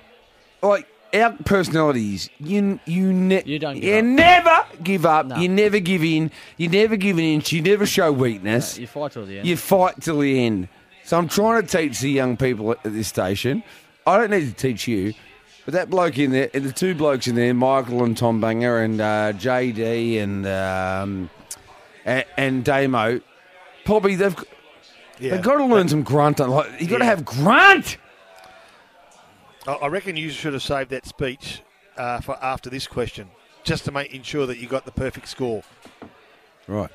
Speaker 3: like our personalities. You you ne- you don't. you never give up. You never give in. You never give an inch. You never show weakness.
Speaker 4: You fight till the end.
Speaker 3: You fight till the end. So I'm trying to teach the young people at this station. I don't need to teach you, but that bloke in there, the two blokes in there, Michael and Tom Banger and uh, JD and um, and, and Damo, Poppy, they've g-
Speaker 5: Yeah.
Speaker 3: they've got to learn some grunt. Like you got to
Speaker 5: Yeah.
Speaker 3: have grunt.
Speaker 5: I, I reckon you should have saved that speech uh, for after this question, just to make ensure that you got the perfect score.
Speaker 3: Right.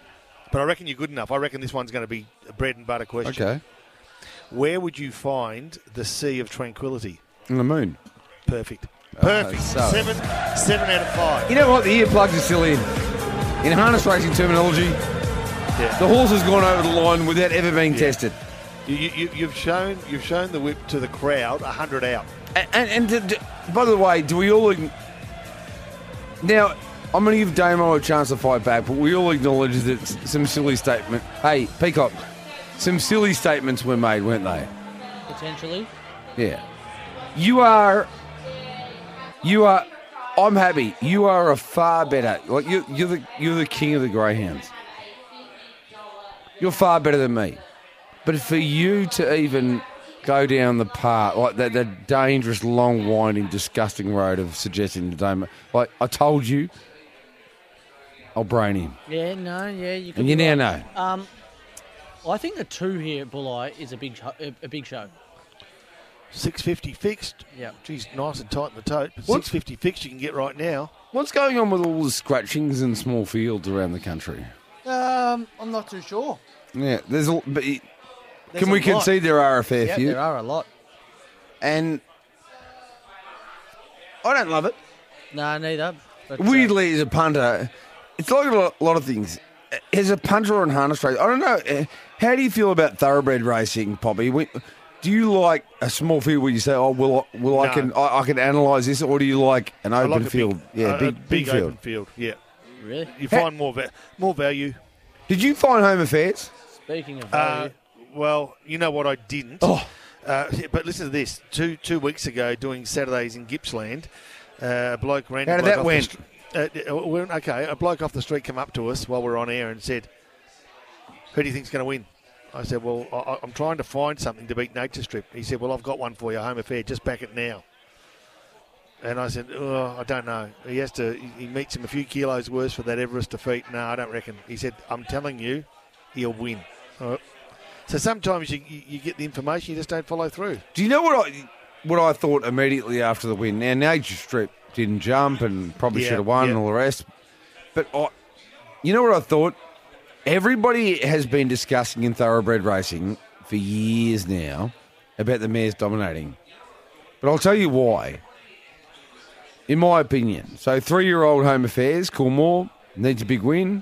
Speaker 5: But I reckon you're good enough. I reckon this one's going to be a bread and butter question.
Speaker 3: Okay.
Speaker 5: Where would you find the Sea of Tranquility?
Speaker 3: On the moon.
Speaker 5: Perfect.
Speaker 3: Oh,
Speaker 5: Perfect.
Speaker 3: so-
Speaker 5: Seven. Seven out of five.
Speaker 3: You know what? The earplugs are still in. In harness racing terminology, the horse has gone over the line without ever being tested.
Speaker 5: You, you, you've shown you've shown the whip to the crowd. hundred out.
Speaker 3: And, and, and d- d- by the way, do we all ign- now? I'm going to give Damo a chance to fight back, but we all acknowledge that s- some silly statement. Hey, Peacock, some silly statements were made, weren't they?
Speaker 4: Potentially.
Speaker 3: Yeah. You are. You are. I'm happy. You are a far better. Like you, you're the you're the king of the greyhounds. You're far better than me. But for you to even go down the path, like that, that dangerous, long, winding, disgusting road of suggesting the Damo, like I told you, I'll brain him.
Speaker 4: Yeah, no, yeah. You could
Speaker 3: And you
Speaker 4: be
Speaker 3: now
Speaker 4: right. Um, well, I think the two here at Bulleye is a big, sh- a, a big show.
Speaker 5: Six fifty fixed.
Speaker 4: Yeah.
Speaker 5: Geez, nice and tight in the tote, but
Speaker 3: What's-
Speaker 5: six fifty fixed you can get right now.
Speaker 3: What's going on with all the scratchings in small fields around the country?
Speaker 4: Um, I'm not too sure.
Speaker 3: Yeah, there's a. But it-
Speaker 4: There's
Speaker 3: can
Speaker 4: a
Speaker 3: we
Speaker 4: lot.
Speaker 3: concede there are a fair
Speaker 4: Yeah,
Speaker 3: few?
Speaker 4: there are a lot.
Speaker 3: And I don't love it.
Speaker 4: No, neither. But, uh,
Speaker 3: Weirdly, as a punter, it's like a lot, lot of things. As a punter on harness race, I don't know. eh, How do you feel about thoroughbred racing, Poppy? We- Do you like a small field where you say, "Oh, well, I- well, I
Speaker 5: No.
Speaker 3: can, I, I can analyse this," or do you like an
Speaker 5: I
Speaker 3: open
Speaker 5: like a big-
Speaker 3: field? yeah,
Speaker 5: a- a
Speaker 3: big, big, field.
Speaker 5: open field. Yeah.
Speaker 4: Really?
Speaker 5: You find more va- more value.
Speaker 3: Did you find home affairs?
Speaker 4: Speaking of
Speaker 5: Uh,
Speaker 4: value,
Speaker 5: well, you know what I didn't. Oh. Uh, yeah, but listen to this. Two two weeks ago, doing Saturdays in Gippsland, uh, a bloke ran.
Speaker 3: How did
Speaker 5: bloke
Speaker 3: that
Speaker 5: off the
Speaker 3: went?
Speaker 5: str- uh, d- uh, we're- okay, a bloke off the street come up to us while we are on air and said, "Who do you think's going to win?" I said, "Well, I- I, I'm trying to find something to beat Nature Strip." He said, "Well, I've got one for you, Home Affair. Just back it now." And I said, oh, I don't know. He has to. He he meets him a few kilos worse for that Everest defeat. No, I don't reckon. He said, I'm telling you, he'll win. All right. So sometimes you, you you get the information, you just don't follow through.
Speaker 3: Do you know what I what I thought immediately after the win? Now Nature Strip didn't jump and probably
Speaker 5: Yeah,
Speaker 3: should have won
Speaker 5: yeah.
Speaker 3: and all the rest. But I, you know what I thought? Everybody has been discussing in thoroughbred racing for years now about the mares dominating. But I'll tell you why. In my opinion, so three-year-old Home Affairs, Coolmore needs a big win.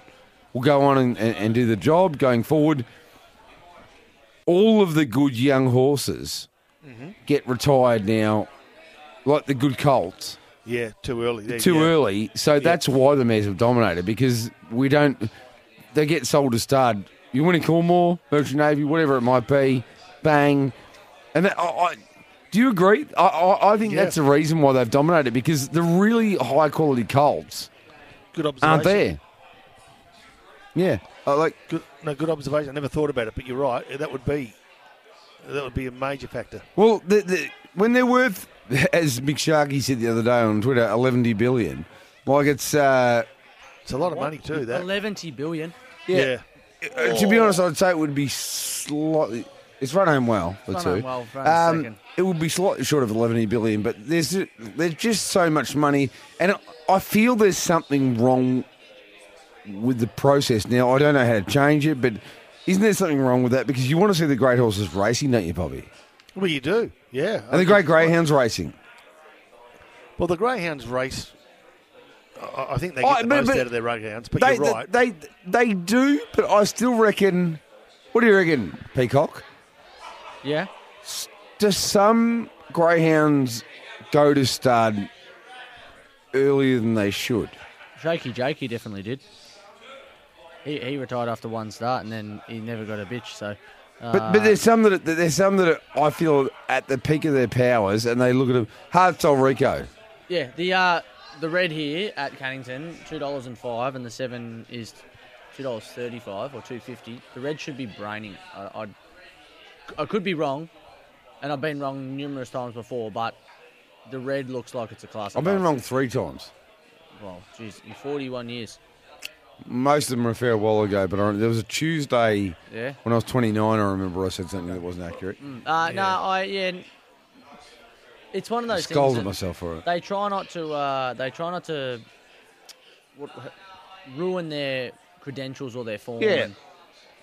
Speaker 3: We'll go on and, and, and do the job going forward. All of the good young horses get retired now, like the good Colts,
Speaker 5: Yeah, too early. There you
Speaker 3: too
Speaker 5: go.
Speaker 3: early. So that's why the Mares have dominated because we don't. They get sold as stud. You win a Cornwall, Merchant Navy, whatever it might be, bang, and that, I, I, do you agree? I, I, I think
Speaker 5: Yeah.
Speaker 3: that's the reason why they've dominated because the really high quality Colts
Speaker 5: Good observation.
Speaker 3: aren't there. Yeah, I like
Speaker 5: Good, no, good observation. I never thought about it, but you're right. That would be that would be a major factor.
Speaker 3: Well, the, the, when they're worth, as Mick Sharkey said the other day on Twitter, 11 billion, like it's, uh,
Speaker 5: It's a lot of money too. That
Speaker 4: 11 billion.
Speaker 5: yeah.
Speaker 3: uh, to
Speaker 4: Oh.
Speaker 3: be honest, I'd say it would be slightly. It's run home well, the
Speaker 4: Run
Speaker 3: two. Um,
Speaker 4: home well, run second.
Speaker 3: it would be slightly short of 11 billion, but there's there's just so much money, and I feel there's something wrong with the process now. I don't know how to change it, but isn't there something wrong with that? Because you want to see the great horses racing, don't you, Bobby?
Speaker 5: Well, you do. Yeah.
Speaker 3: And the great greyhounds racing.
Speaker 5: Well, the greyhounds race. I I think they
Speaker 3: Oh,
Speaker 5: get the
Speaker 3: but-
Speaker 5: most
Speaker 3: but-
Speaker 5: out of their greyhounds, but
Speaker 3: they,
Speaker 5: you're right.
Speaker 3: They, they they do, but I still reckon. What do you reckon, Peacock?
Speaker 4: Yeah.
Speaker 3: Do some greyhounds go to stud earlier than they should?
Speaker 4: Shaky Jakey definitely did. He, he retired after one start and then he never got a bitch. So, uh,
Speaker 3: But but there's some that are- there's some that are, I feel at the peak of their powers, and they look at them. Hard sell Rico.
Speaker 4: yeah, the uh, the red here at Cannington two dollars and five, and the seven is two dollars thirty five or two fifty. The red should be braining. I, I'd, I could be wrong, and I've been wrong numerous times before, but the red looks like it's a class.
Speaker 3: I've been wrong three times.
Speaker 4: Well, geez, in forty one years.
Speaker 3: Most of them were a fair while ago, but I, there was a Tuesday
Speaker 4: Yeah.
Speaker 3: when I was 29. I remember I said something that wasn't accurate.
Speaker 4: Uh, No, I yeah. n- It's one of those. things
Speaker 3: Scolded
Speaker 4: that
Speaker 3: myself for it.
Speaker 4: They try not to. Uh, they try not to what, ruin their credentials or their form.
Speaker 3: Yeah.
Speaker 4: and,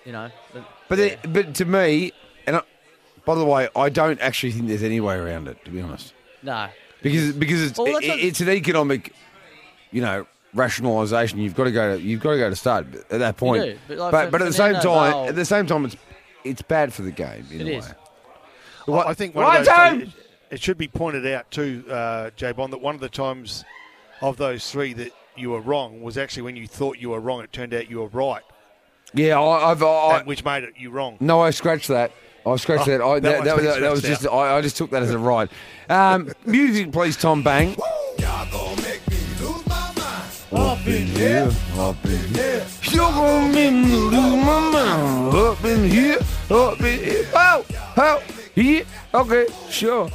Speaker 4: you know. But,
Speaker 3: But then, but to me, and I, by the way, I don't actually think there's any way around it. To be honest,
Speaker 4: no.
Speaker 3: because because it's
Speaker 4: Well,
Speaker 3: it,
Speaker 4: that's not-
Speaker 3: it's an economic, you know, rationalisation. You've got to go. To, you've got to go to stud at that point.
Speaker 4: do, but like
Speaker 3: but,
Speaker 4: Fer-
Speaker 3: but at the same
Speaker 4: Fernando
Speaker 3: time,
Speaker 4: Val-
Speaker 3: at the same time, it's it's bad for the game in
Speaker 4: It
Speaker 3: a
Speaker 4: is.
Speaker 3: way.
Speaker 5: I- I think one of
Speaker 3: Right,
Speaker 5: those
Speaker 3: Tom?
Speaker 5: three- it should be pointed out too, uh, Jay Bond, that one of the times of those three that you were wrong was actually when you thought you were wrong. It turned out you were right,
Speaker 3: Yeah, I, I've I,
Speaker 5: and which made it you wrong.
Speaker 3: no, I scratched that. I scratched
Speaker 5: Oh,
Speaker 3: that. I,
Speaker 5: that
Speaker 3: that,
Speaker 5: one's
Speaker 3: that,
Speaker 5: been
Speaker 3: that, that was
Speaker 5: scratched
Speaker 3: just. I, I just took that as a right. Um, music, please, Tom Bang. Up in here, up in here. You're gonna make me lose my mind. Up in here, up in here. Oh, oh, yeah. Okay, sure.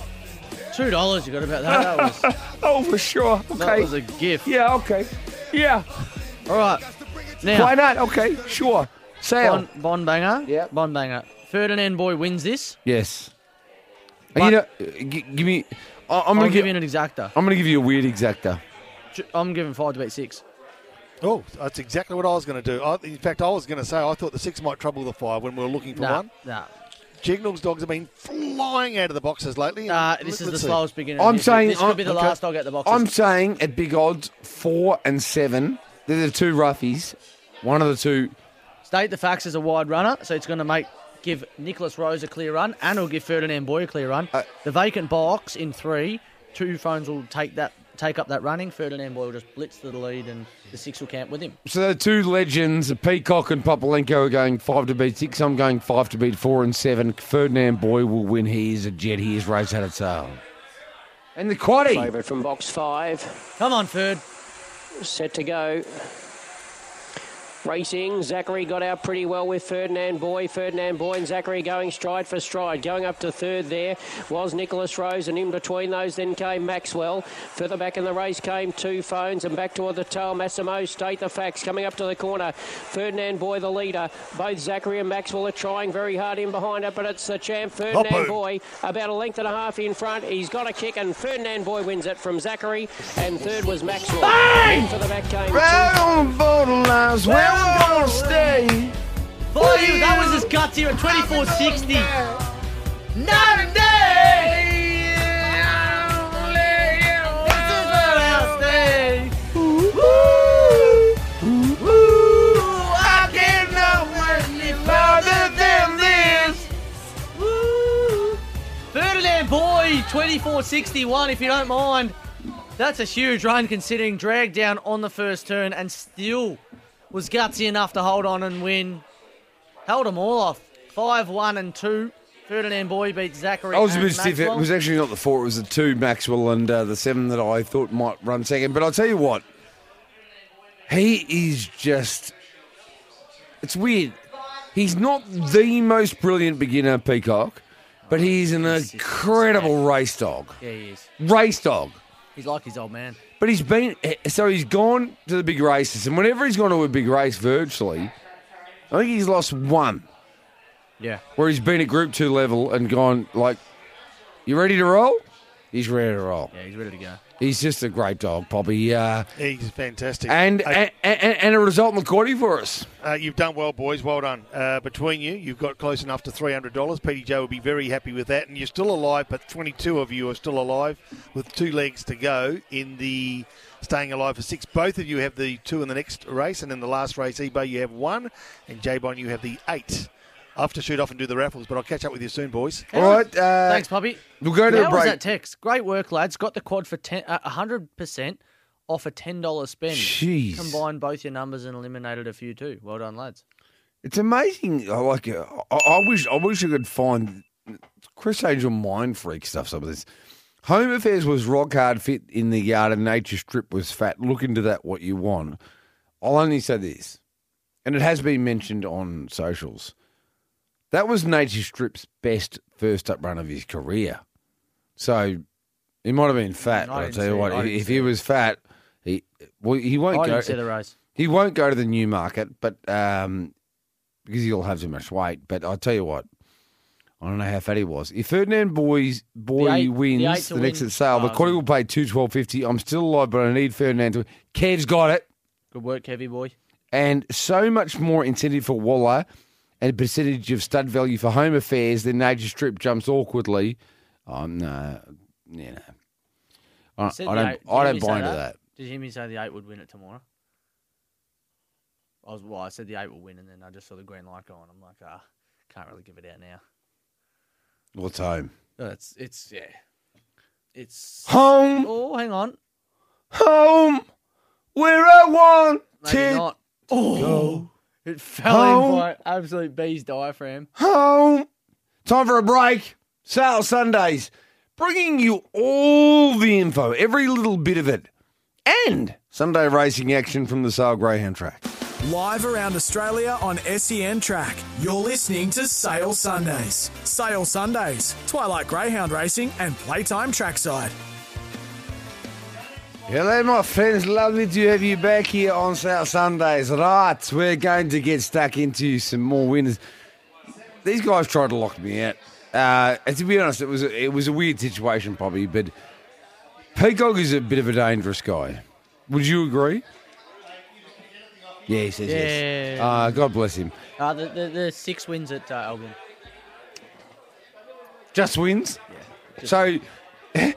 Speaker 4: Two dollars you got about that. That was,
Speaker 3: Oh, for sure.
Speaker 4: that
Speaker 3: Okay.
Speaker 4: was a gift.
Speaker 3: Yeah, okay. Yeah.
Speaker 4: All right. Now,
Speaker 3: Why not? Okay, sure. Sale.
Speaker 4: Bon, bon banger. Yeah. Bon banger. Ferdinand boy wins this.
Speaker 3: Yes. And you know, uh, g- give me. I- I'm
Speaker 4: I'll
Speaker 3: gonna
Speaker 4: give
Speaker 3: give.
Speaker 4: you an exacta.
Speaker 3: I'm gonna give you a weird exacta.
Speaker 4: Ju- I'm giving five to beat six.
Speaker 5: Oh, that's exactly what I was going to do. I, in fact, I was going to say I thought the six might trouble the five when we were looking for
Speaker 4: Nah,
Speaker 5: one.
Speaker 4: nah.
Speaker 5: Jignall's dogs have been flying out of the boxes lately.
Speaker 4: Nah, this is the slowest beginning.
Speaker 3: I'm
Speaker 4: This-
Speaker 3: saying
Speaker 4: this could
Speaker 3: I'm,
Speaker 4: be the
Speaker 3: okay.
Speaker 4: last dog at the boxes.
Speaker 3: I'm saying at big odds, four and seven. They're the two roughies. One of the two.
Speaker 4: State the facts is a wide runner, so it's going to make give Nicholas Rose a clear run, and it'll give Ferdinand Boy a clear run. the vacant box in three, two phones will take that take up that running. Ferdinand Boy will just blitz to the lead, and the six will camp with him.
Speaker 3: So the two legends, Peacock and Popolenko, are going five to beat six. I'm going five to beat four and seven. Ferdinand Boy will win. He is a jet. He is raised out of sail. And the quaddy.
Speaker 6: Favourite from box five.
Speaker 4: Come on, Ferd.
Speaker 6: Set to go. Racing, Zachary got out pretty well with Ferdinand Boy. Ferdinand Boy and Zachary going stride for stride. Going up to third there was Nicholas Rose, and in between those then came Maxwell. Further back in the race came two phones, and back toward the tail, Massimo state the facts. Coming up to the corner, Ferdinand Boy the leader. Both Zachary and Maxwell are trying very hard in behind it, but it's the champ, Ferdinand
Speaker 17: Hoppo.
Speaker 6: Boy, about a length and a half in front. He's got a kick, and Ferdinand Boy wins it from Zachary, and third was Maxwell. Then For the back came
Speaker 3: Right on the borderlines, where I'm gonna stay.
Speaker 4: For you, that was his guts here at 2460.
Speaker 15: Not a day. I'll let you This is where I'll stay. Ooh, ooh, I can't know what any farther than this.
Speaker 4: Ferdinand Boy, 24.61, if you don't mind. That's a huge run considering drag down on the first turn and still was gutsy enough to hold on and win. Held them all off. 5 1 and 2. Ferdinand Boy beat Zachary.
Speaker 3: I was a
Speaker 4: and
Speaker 3: bit stiff. It
Speaker 4: Maxwell.
Speaker 3: was actually not the four, it was the two, Maxwell, and uh, the seven that I thought might run second. But I'll tell you what, he is just. It's weird. He's not the most brilliant beginner, Peacock, but he's an incredible race dog.
Speaker 4: Yeah, he is.
Speaker 3: Race dog.
Speaker 4: He's like his old man.
Speaker 3: But he's been so he's gone to the big races, and whenever he's gone to a big race, virtually, I think he's lost one
Speaker 4: Yeah.
Speaker 3: where he's been at Group Two level and gone like, "You ready to roll?" He's ready to roll.
Speaker 4: Yeah, he's ready to go.
Speaker 3: He's just a great dog, Poppy. Uh,
Speaker 5: He's fantastic.
Speaker 3: and,
Speaker 5: Hey,
Speaker 3: and, and and a result in the quarter for us.
Speaker 5: Uh, you've done well, boys. Well done. Uh, between you, you've got close enough to three hundred dollars. Petey Joe will be very happy with that, and you're still alive. But twenty-two of you are still alive with two legs to go in the staying alive for six. Both of you have the two in the next race, and in the last race, eBay you have one, and J Bon you have the eight. I have to shoot off and do the raffles, but I'll catch up with you soon, boys.
Speaker 3: All right. Uh,
Speaker 4: Thanks, Poppy.
Speaker 3: We'll go to
Speaker 4: How
Speaker 3: a
Speaker 4: was
Speaker 3: break.
Speaker 4: that text? Great work, lads. Got the quad for ten, uh, 100% off a $10 spend.
Speaker 3: Jeez.
Speaker 4: Combined both your numbers and eliminated a few too. Well done, lads.
Speaker 3: It's amazing. I like. it. I, I wish. I wish I could find Chris Angel mind freak stuff. Some of this. Home Affairs was rock hard fit in the yard, and Nature Strip was fat. Look into that what you want. I'll only say this, and it has been mentioned on socials. That was Nature Strip's best first up run of his career. So he might have been fat,
Speaker 4: I
Speaker 3: but I'll
Speaker 4: didn't
Speaker 3: tell you
Speaker 4: see it.
Speaker 3: what,
Speaker 4: I
Speaker 3: if,
Speaker 4: didn't
Speaker 3: if
Speaker 4: see
Speaker 3: he was fat, he well he won't
Speaker 4: I
Speaker 3: go.
Speaker 4: didn't see the race.
Speaker 3: He won't go to the new market, but um, because he'll have too much weight. But I'll tell you what, I don't know how fat he was. If Ferdinand Boy's boy
Speaker 4: The eight- the eight
Speaker 3: wins
Speaker 4: to
Speaker 3: the, next
Speaker 4: win.
Speaker 3: at sale, the
Speaker 4: Oh,
Speaker 3: quality will pay two twelve fifty. I'm still alive, but I need Ferdinand to. Kev's got it,
Speaker 4: Good work, Kevy boy.
Speaker 3: and so much more incentive for Waller, and percentage of stud value for Home Affairs. Then Nature Strip jumps awkwardly. I'm uh, you know, I, I
Speaker 4: Said
Speaker 3: don't,
Speaker 4: the
Speaker 3: I
Speaker 4: eight- did you hear
Speaker 3: don't
Speaker 4: me
Speaker 3: buy
Speaker 4: say
Speaker 3: into that.
Speaker 4: Did you hear me say the eight would win it tomorrow? I was well. I said the eight will win, and then I just saw the green light go on. I'm like, ah, can't really give it out now.
Speaker 3: What's home?
Speaker 4: It's it's yeah, it's
Speaker 3: Home.
Speaker 4: Oh, hang on,
Speaker 3: Home, where I want
Speaker 4: maybe
Speaker 3: to
Speaker 4: not. Oh,
Speaker 3: go.
Speaker 4: it fell
Speaker 3: Home.
Speaker 4: in by absolute bee's diaphragm.
Speaker 3: home. Time for a break. Sale Sundays, bringing you all the info, every little bit of it, and Sunday racing action from the Sale Greyhound track.
Speaker 2: Live around Australia on SEN Track, you're listening to Sale Sundays. Sale Sundays, Twilight Greyhound Racing and Playtime Trackside.
Speaker 3: Hello, my friends. Lovely to have you back here on South Sundays. Right, we're going to get stuck into some more winners. These guys tried to lock me out. Uh, and to be honest, it was a, it was a weird situation, Poppy. But Peacock is a bit of a dangerous guy. Would you agree? Yes, yes, yes.
Speaker 4: Yeah.
Speaker 3: Uh, God bless him.
Speaker 4: Uh, the, the, the six wins at uh, Albion.
Speaker 3: Just wins. so, isn't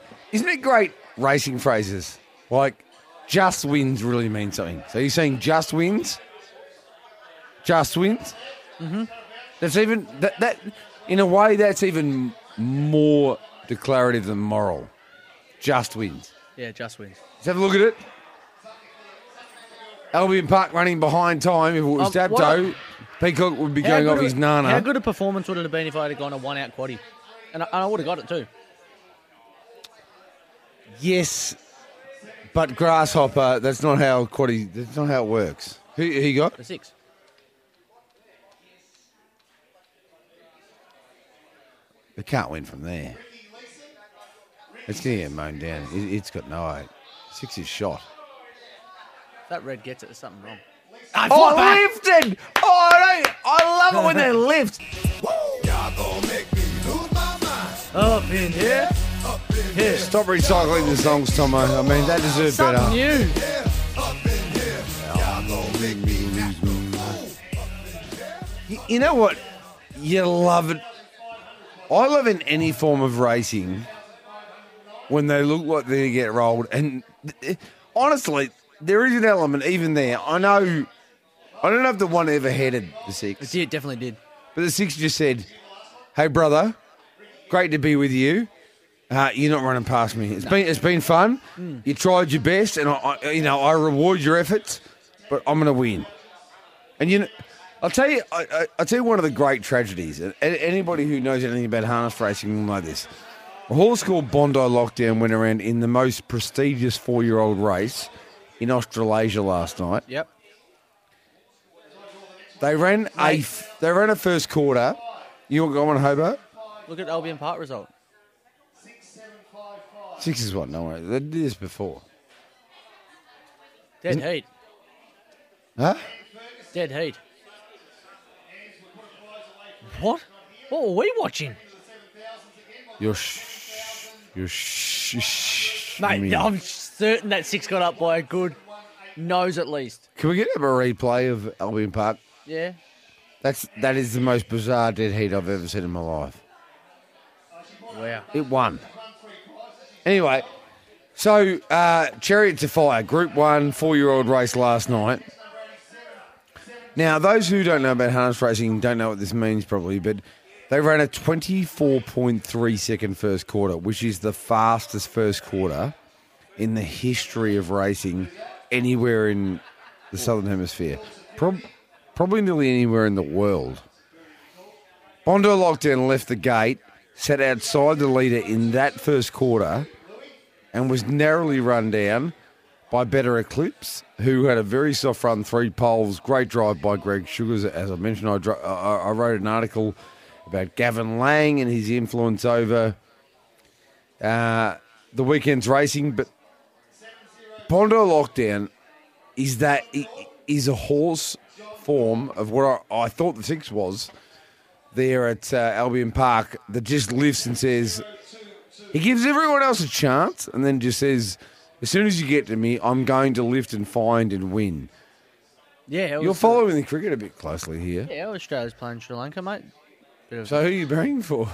Speaker 3: it great racing phrases like "just wins" really mean something? So you're saying "just wins," "just wins."
Speaker 15: Mm-hmm.
Speaker 3: That's even that that in a way that's even more declarative than moral. Just wins.
Speaker 4: Yeah, just wins.
Speaker 3: Let's have a look at it. Albion Park running behind time. If it was
Speaker 4: Um, what
Speaker 3: Dabdo,
Speaker 4: a-
Speaker 3: Peacock would be
Speaker 4: How
Speaker 3: going
Speaker 4: good
Speaker 3: off
Speaker 4: a-
Speaker 3: his nana.
Speaker 4: How good a performance would it have been if I had gone a one out quaddy? And I, and I would have got it too.
Speaker 3: Yes, but grasshopper. That's not how quaddy. That's not how it works. Who who you got?
Speaker 4: The six.
Speaker 3: It can't win from there. It's going to get mown down. It, it's got no eight. Six is shot.
Speaker 4: If that red gets it, there's something wrong.
Speaker 3: oh, lifted! Oh, I, don't- I love it when they lift.
Speaker 4: Up in here.
Speaker 3: Stop recycling the songs, Tomo. I mean, they deserve better.
Speaker 4: Something new.
Speaker 3: Y- You know what? You love it. I love in any form of racing when they look like they get rolled. And th- honestly, there is an element even there. I know. I don't know if the one ever headed the six. It
Speaker 4: did, definitely did.
Speaker 3: But the six just said, "Hey, brother, great to be with you. Uh, you're not running past me. It's been it's been fun.
Speaker 15: Mm.
Speaker 3: You tried your best, and I, I you know I reward your efforts, but I'm going to win. And you know, I'll tell you, I, I, I'll tell you one of the great tragedies. And and anybody who knows anything about harness racing will know this. A horse called Bondi Lockdown went around in the most prestigious four-year-old race in Australasia last night.
Speaker 4: Yep.
Speaker 3: They ran a f- they ran a first quarter. You want going Hobart?
Speaker 4: Look at Albion Park result.
Speaker 3: Six is what? No, they did this before,
Speaker 4: Dead heat.
Speaker 3: huh?
Speaker 4: Dead heat. What? What were we watching?
Speaker 3: You're sh- you're sh- sh-
Speaker 4: Mate,
Speaker 3: me.
Speaker 4: I'm certain that six got up by a good nose at least.
Speaker 3: Can we get a replay of Albion Park?
Speaker 4: Yeah.
Speaker 3: That's that is the most bizarre dead heat I've ever seen in my life.
Speaker 4: Wow.
Speaker 3: It won. Anyway, so uh, Chariot to Fire, Group One, four-year-old race last night. Now, those who don't know about harness racing don't know what this means probably, but they ran a 24.3 second first quarter, which is the fastest first quarter in the history of racing anywhere in the Southern Hemisphere. Prob- probably nearly anywhere in the world. Bondo Lockdown left the gate, sat outside the leader in that first quarter, and was narrowly run down by Better Eclipse, who had a very soft run, three poles, great drive by Greg Sugars. As I mentioned, I, dro- I, I wrote an article about Gavin Lang and his influence over uh, the weekend's racing, but Bondo Lockdown is that i- is a horse form of what I, I thought the six was there at uh, Albion Park that just lifts and says he gives everyone else a chance and then just says as soon as you get to me I'm going to lift and find and win.
Speaker 4: Yeah. It
Speaker 3: You're
Speaker 4: was,
Speaker 3: following the cricket a bit closely here.
Speaker 4: Yeah, Australia's playing Sri Lanka, mate. Bit of-
Speaker 3: So who are you bearing for?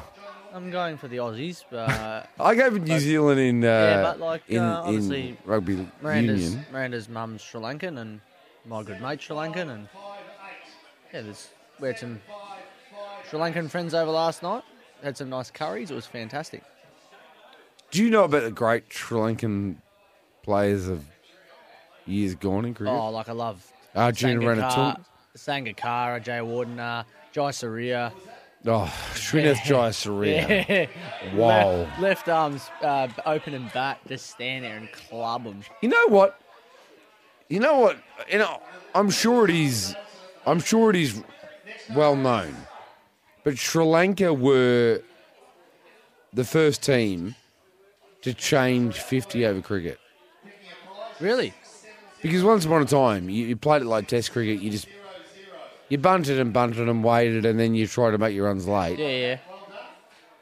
Speaker 4: I'm going for the Aussies. Uh,
Speaker 3: I go with New Zealand in uh,
Speaker 4: yeah, but like
Speaker 3: in,
Speaker 4: uh,
Speaker 3: in
Speaker 4: obviously,
Speaker 3: rugby
Speaker 4: Miranda's,
Speaker 3: union.
Speaker 4: Miranda's mum's Sri Lankan, and my good mate Sri Lankan, and yeah, there's we had some Sri Lankan friends over last night. Had some nice curries. It was fantastic.
Speaker 3: Do you know about the great Sri Lankan players of years gone in cricket?
Speaker 4: Oh, like I love
Speaker 3: Arjun
Speaker 4: Sangakkara,
Speaker 3: Ranatunga.
Speaker 4: Sangakkara, Jay Wardener, Jai Saria.
Speaker 3: Oh, Srinath Jayasuriya.
Speaker 4: Yeah.
Speaker 3: Wow.
Speaker 4: Left, left arms uh, open and back, just stand there and club them.
Speaker 3: You know what? You know what? You know, I'm sure it is. I'm sure it is well known. But Sri Lanka were the first team to change 50 over cricket.
Speaker 4: Really?
Speaker 3: Because once upon a time, you, you played it like Test cricket. You just you bunted and bunted and waited, and then you tried to make your runs late.
Speaker 4: Yeah, yeah.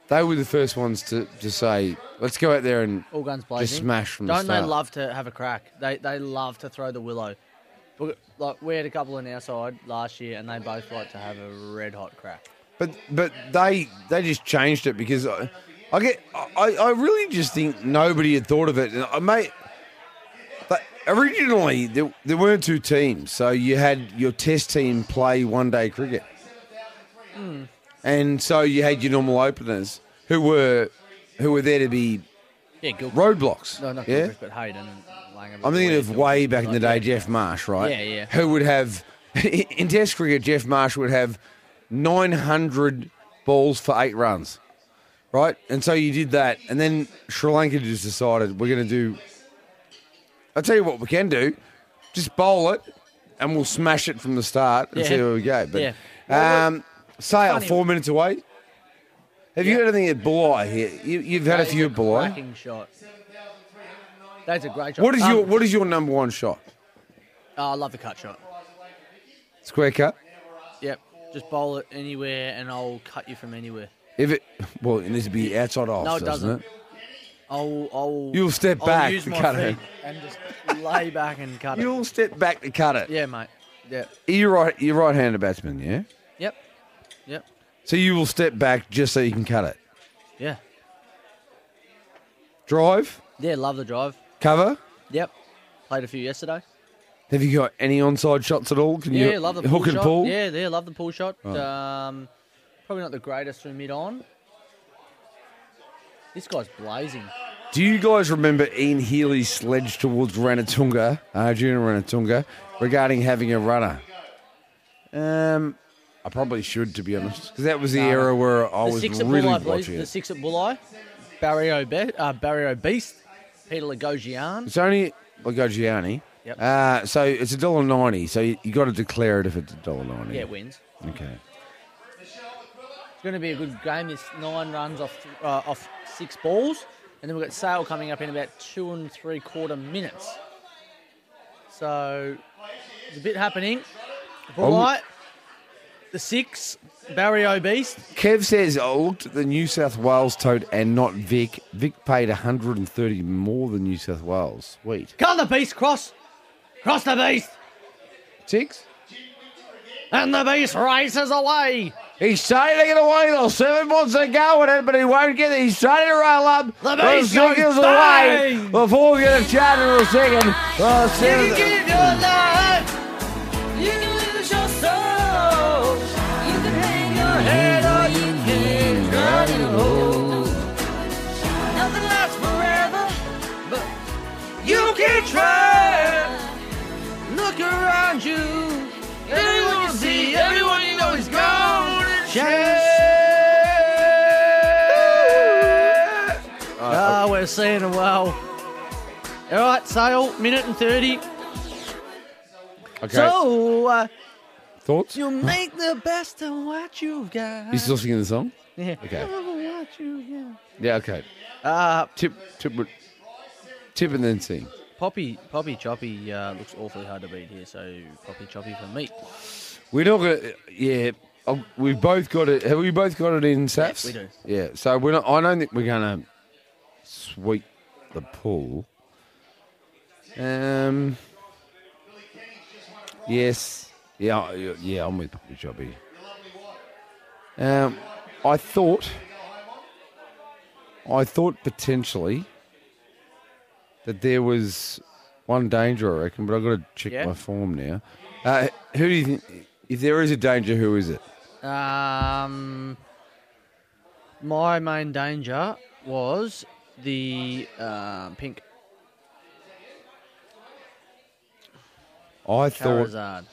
Speaker 3: They were the first ones to, to say, let's go out there and
Speaker 4: All guns blazing.
Speaker 3: just smash from
Speaker 4: Don't
Speaker 3: the start.
Speaker 4: they love to have a crack? They they love to throw the willow. We- Like we had a couple on our side last year, and they both like to have a red hot crack.
Speaker 3: But but they they just changed it because I, I get I, I really just think nobody had thought of it. And I mate, but originally there, there weren't two teams, so you had your test team play one day cricket,
Speaker 4: Hmm.
Speaker 3: and so you had your normal openers who were who were there to be
Speaker 4: Yeah, Gil-
Speaker 3: roadblocks.
Speaker 4: No, not
Speaker 3: yeah,
Speaker 4: Gilchrist, but Hayden. and Langer.
Speaker 3: I'm thinking of way back in the day, Jeff Marsh, right?
Speaker 4: Yeah, yeah.
Speaker 3: Who would have, in Test cricket, Jeff Marsh would have 900 balls for eight runs, right? And so you did that. And then Sri Lanka just decided we're going to do, I'll tell you what we can do, just bowl it and we'll smash it from the start and
Speaker 10: Yeah.
Speaker 3: see where we go. But
Speaker 10: Yeah.
Speaker 3: um, Sale, four minutes away. Have you got anything at Bulleye here? You, you've had a
Speaker 4: That is
Speaker 3: few at Bulleye.
Speaker 4: Cracking shot. That's a great shot.
Speaker 3: What is
Speaker 4: Um,
Speaker 3: your What is your number one shot?
Speaker 4: Oh, I love the cut shot.
Speaker 3: Square cut.
Speaker 4: Yep. Just bowl it anywhere, and I'll cut you from anywhere.
Speaker 3: If it well, it needs to be outside off,
Speaker 4: no, it
Speaker 3: doesn't,
Speaker 4: doesn't.
Speaker 3: it?
Speaker 4: I'll, I'll.
Speaker 3: You'll step
Speaker 4: I'll
Speaker 3: back
Speaker 4: use
Speaker 3: to
Speaker 4: my
Speaker 3: cut
Speaker 4: feet
Speaker 3: it.
Speaker 4: and just lay back and cut
Speaker 3: You'll step back to cut it.
Speaker 4: it. Yeah, mate. Yeah.
Speaker 3: You're right. You're right-handed batsman, yeah.
Speaker 4: Yep. Yep.
Speaker 3: So you will step back just so you can cut it.
Speaker 4: Yeah.
Speaker 3: Drive,
Speaker 4: Yeah. Love the drive.
Speaker 3: cover.
Speaker 4: Yep. Played a few yesterday.
Speaker 3: Have you got any onside shots at all? Can
Speaker 4: yeah,
Speaker 3: you
Speaker 4: love the pull
Speaker 3: hook and
Speaker 4: shot.
Speaker 3: pull?
Speaker 4: Yeah, yeah, love the pull shot.
Speaker 3: Right.
Speaker 4: Um, probably not the greatest from mid on. This guy's blazing.
Speaker 3: Do you guys remember Ian Healy's sledge towards Ranatunga, Arjuna Ranatunga, regarding having a runner? Um, I probably should, to be honest, because that was the
Speaker 4: No.
Speaker 3: era where I
Speaker 4: the
Speaker 3: was
Speaker 4: six at
Speaker 3: really
Speaker 4: Bulleye, please.
Speaker 3: watching
Speaker 4: The
Speaker 3: it.
Speaker 4: six at Bulleye. Barrio, Be- uh, Barrio Beast. Peter Legogian.
Speaker 3: It's only I go Gianni.
Speaker 4: Yep.
Speaker 3: Uh, so it's a dollar ninety. So you, you got to declare it if it's a dollar ninety.
Speaker 4: Yeah, it wins.
Speaker 3: Okay.
Speaker 4: It's going to be a good game. It's nine runs off th- uh, off six balls, and then we've got Sale coming up in about two and three quarter minutes. So there's a bit happening.
Speaker 3: Oh.
Speaker 4: Bullite, the six, Barrio Beast.
Speaker 3: Kev says I looked at the New South Wales tote and not Vic. Vic paid one hundred and thirty more than New South Wales. Sweet.
Speaker 4: Cut the beast, cross, cross the beast.
Speaker 3: Six.
Speaker 4: And the beast races away.
Speaker 3: He's sailing it away. There's seven months to go with it, but he won't get it. He's starting to roll up.
Speaker 15: The
Speaker 3: Well,
Speaker 15: beast
Speaker 3: Ziggles
Speaker 15: goes
Speaker 3: away before we get a chat in a second. Oh,
Speaker 15: You can
Speaker 3: seven-
Speaker 15: give your life. You can lose your soul. You can hang your head or you can drown in a hole. Nothing lasts forever, but you can try. Look around you. Everyone you see, everyone you know is gone.
Speaker 4: Ah, we're seeing him well. All right, Sale, minute and thirty.
Speaker 3: Okay.
Speaker 4: So uh,
Speaker 3: Thoughts?
Speaker 4: you make the best of what you've got.
Speaker 3: He's still singing the song.
Speaker 4: Yeah.
Speaker 3: Okay.
Speaker 4: What you've got.
Speaker 3: Yeah. Okay.
Speaker 4: Uh,
Speaker 3: tip, tip, would- tip, and then sing.
Speaker 4: Poppy, Poppy Choppy uh, looks awfully hard to beat here, so Poppy Choppy for me.
Speaker 3: We're not gonna. Yeah, um, we've both got it. Have we both got it in Saps?
Speaker 4: we do.
Speaker 3: Yeah. So we're not. I don't think we're gonna sweep the pool. Um. Yes. Yeah. I- Yeah. I'm with Poppy Choppy. Um, I thought. I thought potentially that there was one danger, I reckon, but I've got to check
Speaker 4: Yeah.
Speaker 3: my form now. Uh, who do you think? If there is a danger, who is it?
Speaker 4: Um, my main danger was the um pink
Speaker 3: I thought.
Speaker 4: Charizard.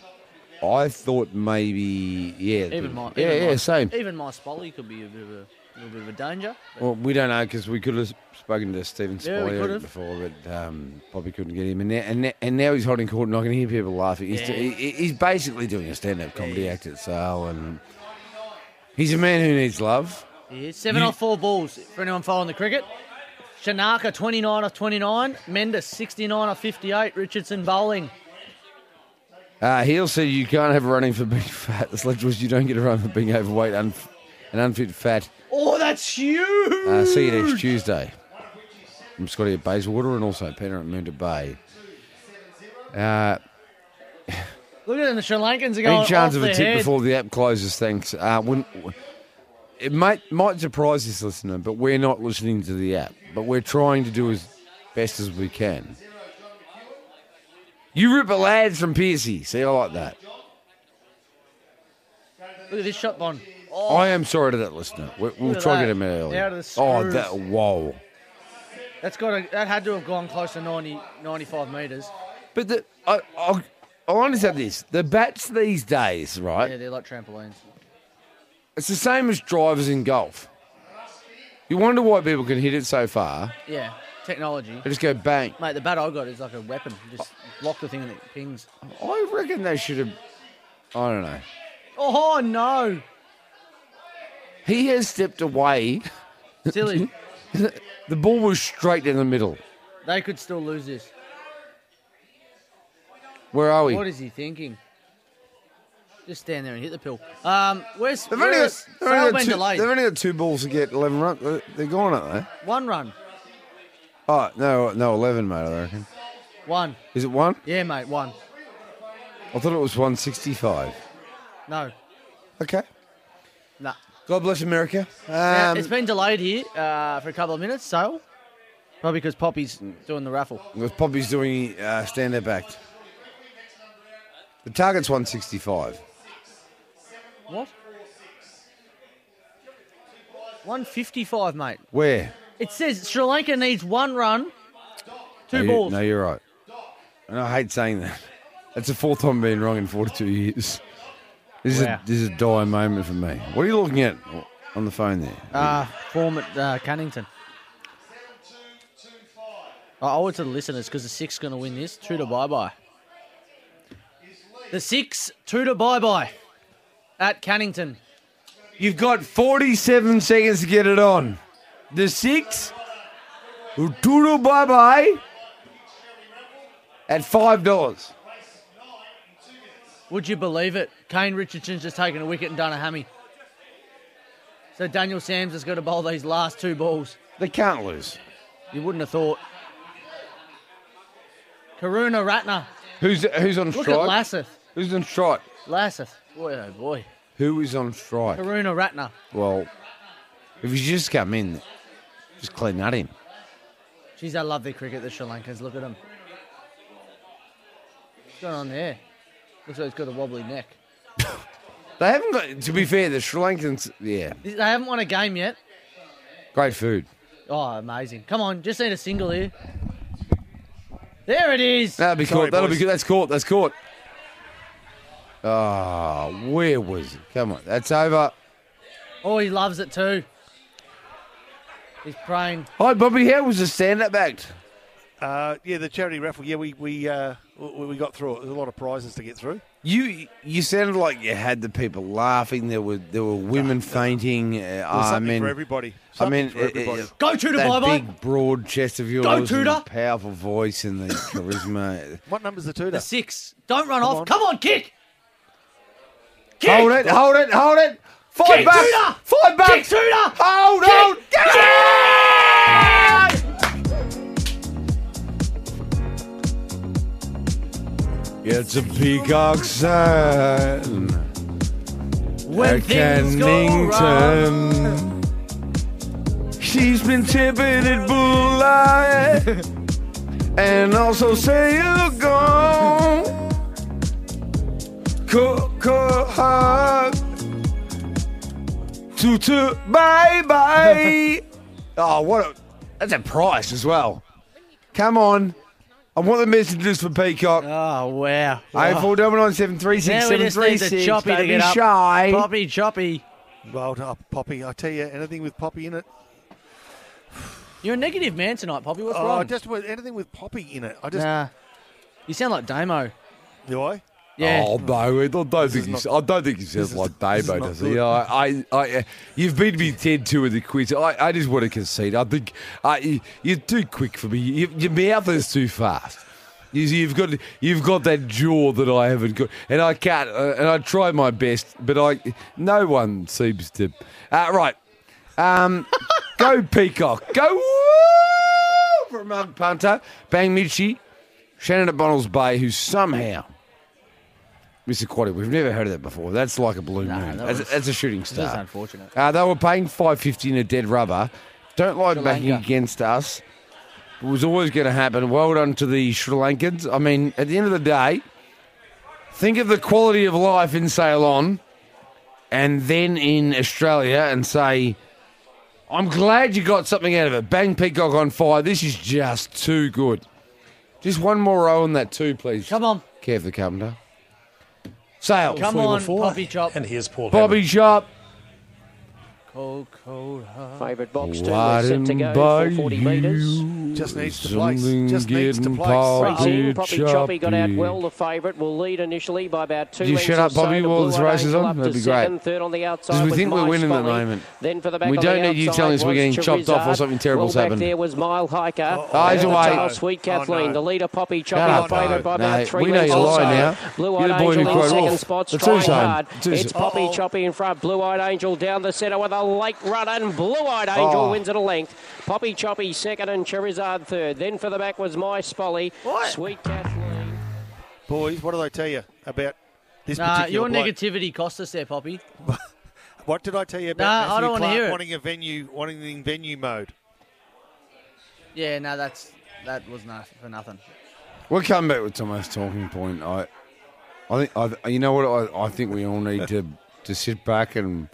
Speaker 3: I thought maybe yeah. the-
Speaker 4: Even my
Speaker 3: yeah
Speaker 4: even
Speaker 3: yeah
Speaker 4: my,
Speaker 3: same.
Speaker 4: Even my Spolly could be a bit of a little bit of a danger.
Speaker 3: Well, we don't know because we could have spoken to Stephen
Speaker 4: Yeah, we
Speaker 3: Spollier
Speaker 4: could have.
Speaker 3: before, but um, Bobby couldn't get him. And now, and, now, and now he's holding court, and I can hear people laughing. He's,
Speaker 4: Yeah.
Speaker 3: he, he- he's basically doing a stand-up comedy act at Sale, and he's a man who needs love.
Speaker 4: Yeah, seven off four balls for anyone following the cricket. Shanaka 29 off 29. Mendes 69 off 58. Richardson bowling.
Speaker 3: Uh, Heal said you can't have running for being fat. The sledge was you don't get a run for being overweight unf- and unfit fat.
Speaker 4: Oh, they
Speaker 18: That's huge.
Speaker 3: Uh, see you next Tuesday. I'm Scotty at Bayswater and also Penner at Moonta Bay. Uh,
Speaker 4: Look at them. The Sri Lankans are going
Speaker 3: any chance
Speaker 4: off
Speaker 3: of a
Speaker 4: their
Speaker 3: tip
Speaker 4: head.
Speaker 3: before the app closes? Thanks. Uh, wouldn't- it might might surprise this listener, but we're not listening to the app. But we're trying to do as best as we can. You rip a lads from Piercy. See, I like that.
Speaker 4: Look at this shot, Bond.
Speaker 3: I am sorry to that listener. We, we'll
Speaker 4: Oh. Look at
Speaker 3: try to
Speaker 4: that.
Speaker 3: get him out early.
Speaker 4: Out of the
Speaker 3: oh,
Speaker 4: screws.
Speaker 3: that wow.
Speaker 4: That's got to, that had to have gone close to 90, 95 metres.
Speaker 3: But the, I, I, I understand this. The bats these days, right?
Speaker 4: Yeah, they're like trampolines.
Speaker 3: It's the same as drivers in golf. You wonder why people can hit it so far.
Speaker 4: Yeah, technology.
Speaker 3: They just go bang.
Speaker 4: Mate, the bat I got is like a weapon. Just block the thing and it pings.
Speaker 3: I reckon they should have. I don't know.
Speaker 4: Oh no!
Speaker 3: He has stepped away.
Speaker 4: Silly.
Speaker 3: the ball was straight in the middle.
Speaker 4: They could still lose this.
Speaker 3: Where are we?
Speaker 4: What is he thinking? Just stand there and hit the pill. Um, where's
Speaker 3: They've only, got,
Speaker 4: where's
Speaker 3: they've, only got
Speaker 4: Sale been
Speaker 3: two,
Speaker 4: delayed?
Speaker 3: they've only got two balls to get 11 runs. They're- They're gone, aren't they?
Speaker 4: One run,
Speaker 3: Oh, no, no, 11, mate, I reckon.
Speaker 4: one.
Speaker 3: Is it one?
Speaker 4: Yeah, mate, one.
Speaker 3: I thought it was 165.
Speaker 4: No,
Speaker 3: Okay.
Speaker 4: nah.
Speaker 3: God bless America.
Speaker 4: Now,
Speaker 3: Um,
Speaker 4: it's been delayed here uh, for a couple of minutes. So probably because Poppy's doing the raffle.
Speaker 3: Because Poppy's doing uh, stand up act. The target's 165.
Speaker 4: What? One fifty-five, mate.
Speaker 3: Where?
Speaker 4: It says Sri Lanka needs one run, two
Speaker 3: no, you-
Speaker 4: balls.
Speaker 3: no, you're right. And I hate saying that. That's the fourth time being wrong in 42 years. This is
Speaker 4: Wow.
Speaker 3: a, this is a dire moment for me. What are you looking at on the phone there?
Speaker 4: Uh, form at uh, Cunnington. I owe it to the listeners because the six going to win this. Two to bye bye. The six, two to bye bye at Cannington.
Speaker 19: You've got 47 seconds to get it on. The six, Uturu Bye Bye,
Speaker 3: At $5.
Speaker 4: Would you believe it? Kane Richardson's just taken a wicket and done a hammy. So Daniel Sams has got to bowl these last two balls.
Speaker 3: They can't lose.
Speaker 4: You wouldn't have thought. Karuna Ratner.
Speaker 3: Who's who's on
Speaker 4: Look
Speaker 3: strike?
Speaker 4: at Lasseth.
Speaker 3: Who's on strike?
Speaker 4: Lasseth. Boy, oh boy.
Speaker 3: Who is on strike?
Speaker 4: Karuna Ratner.
Speaker 3: Well, if he's just come in, just clean at him.
Speaker 4: Jeez, I love their cricket, the Sri Lankans. Look at them. What's going on there? Looks like he's got a wobbly neck.
Speaker 3: They haven't got. To be fair, the Sri Lankans. Yeah,
Speaker 4: They haven't won a game yet.
Speaker 3: great food.
Speaker 4: Oh, amazing. Come on, just need a single here. There it is.
Speaker 3: That'll be caught. That'll be good. That's caught. That's caught. Ah, where was it? Come on, that's over.
Speaker 4: Oh, he loves it too. He's praying.
Speaker 3: Hi, Bobby. How was the stand-up act?
Speaker 5: Uh, yeah, the charity raffle. Yeah, we we uh, we, we got through it. There's a lot of prizes to get through.
Speaker 3: You you sounded like you had the people laughing. There were there were women fainting. Uh,
Speaker 5: There's
Speaker 3: I
Speaker 5: something
Speaker 3: mean,
Speaker 5: for everybody.
Speaker 3: I
Speaker 5: Something
Speaker 3: mean,
Speaker 5: for everybody.
Speaker 4: Go Tudor,
Speaker 3: that
Speaker 4: bye-bye.
Speaker 3: big broad chest of yours, and
Speaker 4: Tudor.
Speaker 3: the powerful voice, and the charisma.
Speaker 5: What number's the Tudor?
Speaker 4: The six. Don't run off. Come on, kick.
Speaker 3: Hold it! Hold it! Hold it! Five
Speaker 20: Kick,
Speaker 3: bucks!
Speaker 20: Tudor.
Speaker 3: Five bucks!
Speaker 20: Kick, Tudor.
Speaker 3: Hold
Speaker 20: Kick.
Speaker 3: on! Get it! It's a peacock sign
Speaker 20: When
Speaker 3: at
Speaker 20: things go
Speaker 3: Cannington. She's been tipping at Bull Light and also say you're gone. Cook a hug. Toot toot, bye bye. oh, what a. That's a price as well. Come on. I want the messages for Peacock.
Speaker 4: Oh, wow.
Speaker 3: Eight four double nine seven three six
Speaker 4: Now
Speaker 3: seven
Speaker 4: we just
Speaker 3: three
Speaker 4: need the
Speaker 3: six.
Speaker 4: choppy
Speaker 3: Don't
Speaker 4: to
Speaker 3: be
Speaker 4: get up.
Speaker 3: shy.
Speaker 4: Poppy, choppy.
Speaker 5: Well, done, Poppy. I tell you, anything with Poppy in it.
Speaker 4: You're a negative man tonight, Poppy. What's
Speaker 5: oh,
Speaker 4: wrong?
Speaker 5: just with anything with Poppy in it. I just
Speaker 4: Nah. You sound like Damo.
Speaker 5: do I.
Speaker 4: Yeah.
Speaker 3: Oh no! I don't think he. I don't think he sounds like Damo, does he? I, I, I, uh, you've beat me ten two in the quiz. I, I just want to concede. I think uh, you- you're too quick for me. You, your mouth is too fast. You, you've got, you've got that jaw that I haven't got, and I can't. Uh, and I try my best, but I, no one seems to. Uh, right,
Speaker 10: Um, go Peacock. Go woo for Mark Punter. Bang Mitchie. Shannon at Bonnell's Bay, who somehow Mr. Quaddy, we've never heard of that before. That's like a blue moon.
Speaker 4: that
Speaker 10: That's,
Speaker 4: was-
Speaker 10: that's a shooting
Speaker 4: this
Speaker 10: star.
Speaker 4: is unfortunate.
Speaker 10: Uh, they were paying five fifty in a dead rubber. Don't like backing against us. It was always going to happen. Well done to the Sri Lankans. I mean, at the end of the day, think of the quality of life in Ceylon, and then in Australia, and say, "I'm glad you got something out of it." Bang Peacock on fire. This is just too good. Just one more row on that too, please. Come
Speaker 4: on,
Speaker 10: Kev the Carpenter. Sale.
Speaker 4: Come on, Poppy Chop. And
Speaker 21: here's Paul.
Speaker 10: Bobby Sharp.
Speaker 6: Favourite box two
Speaker 10: Why
Speaker 6: is set to
Speaker 10: didn't
Speaker 6: go
Speaker 10: buy
Speaker 6: for 40 metres.
Speaker 5: Just needs to place.
Speaker 10: Something
Speaker 5: Just needs to
Speaker 10: getting
Speaker 5: place.
Speaker 10: past
Speaker 6: Racing,
Speaker 10: you,
Speaker 6: Poppy Choppy got out
Speaker 10: Choppy.
Speaker 6: well. The favourite will lead initially by about two
Speaker 10: Would you
Speaker 6: lengths
Speaker 10: shut
Speaker 6: or
Speaker 10: up, Bobby,
Speaker 6: so to
Speaker 10: while
Speaker 6: Blue
Speaker 10: this
Speaker 6: Eyed
Speaker 10: race is
Speaker 6: Angel
Speaker 10: on?
Speaker 6: up to
Speaker 10: That'd be great.
Speaker 6: Second, third on the outside
Speaker 10: 'Cause we
Speaker 6: was
Speaker 10: think we're
Speaker 6: My
Speaker 10: winning at the
Speaker 6: Spolly.
Speaker 10: moment.
Speaker 6: Then for the back
Speaker 10: We
Speaker 6: on
Speaker 10: don't
Speaker 6: the
Speaker 10: need you
Speaker 6: outside
Speaker 10: telling us we're
Speaker 6: was
Speaker 10: getting chopped off or
Speaker 6: Charizard.
Speaker 10: something terrible's
Speaker 6: well back
Speaker 10: happened.
Speaker 6: There was Mile Hiker.
Speaker 10: Eyes
Speaker 6: Then the
Speaker 10: away.
Speaker 6: top, Sweet Kathleen, the leader Poppy Choppy,
Speaker 10: up,
Speaker 6: the favourite by
Speaker 10: no.
Speaker 6: about
Speaker 10: No,
Speaker 6: three
Speaker 10: we know
Speaker 6: lengths
Speaker 10: you're
Speaker 6: or so.
Speaker 10: lying now.
Speaker 6: Blue
Speaker 10: You're
Speaker 6: Eyed
Speaker 10: the boy who
Speaker 6: Angel in
Speaker 10: cried
Speaker 6: second
Speaker 10: wolf.
Speaker 6: spot,
Speaker 10: The two
Speaker 6: trying
Speaker 10: zone.
Speaker 6: hard.
Speaker 10: Two
Speaker 6: It's
Speaker 10: zone.
Speaker 6: Poppy Choppy in front. Blue Eyed Angel down the centre with a late run, and Blue Eyed Angel
Speaker 10: Oh.
Speaker 6: wins at a length. Poppy Choppy second, and Charizard third. Then for the back was My Spolly. Sweet Kathleen.
Speaker 5: Boys, what did I tell you about this
Speaker 4: Nah, your
Speaker 5: particular bloke?
Speaker 4: negativity cost us there, Poppy.
Speaker 5: What did I tell you about
Speaker 4: Nah, I
Speaker 5: Matthew
Speaker 4: don't wanna
Speaker 5: Clark
Speaker 4: hear it.
Speaker 5: wanting a venue, wanting the venue mode?
Speaker 4: Yeah, no, that's that was not for nothing.
Speaker 3: We'll come back with Tomo's talking point. I, I think I, you know what I, I think we all need to to sit back and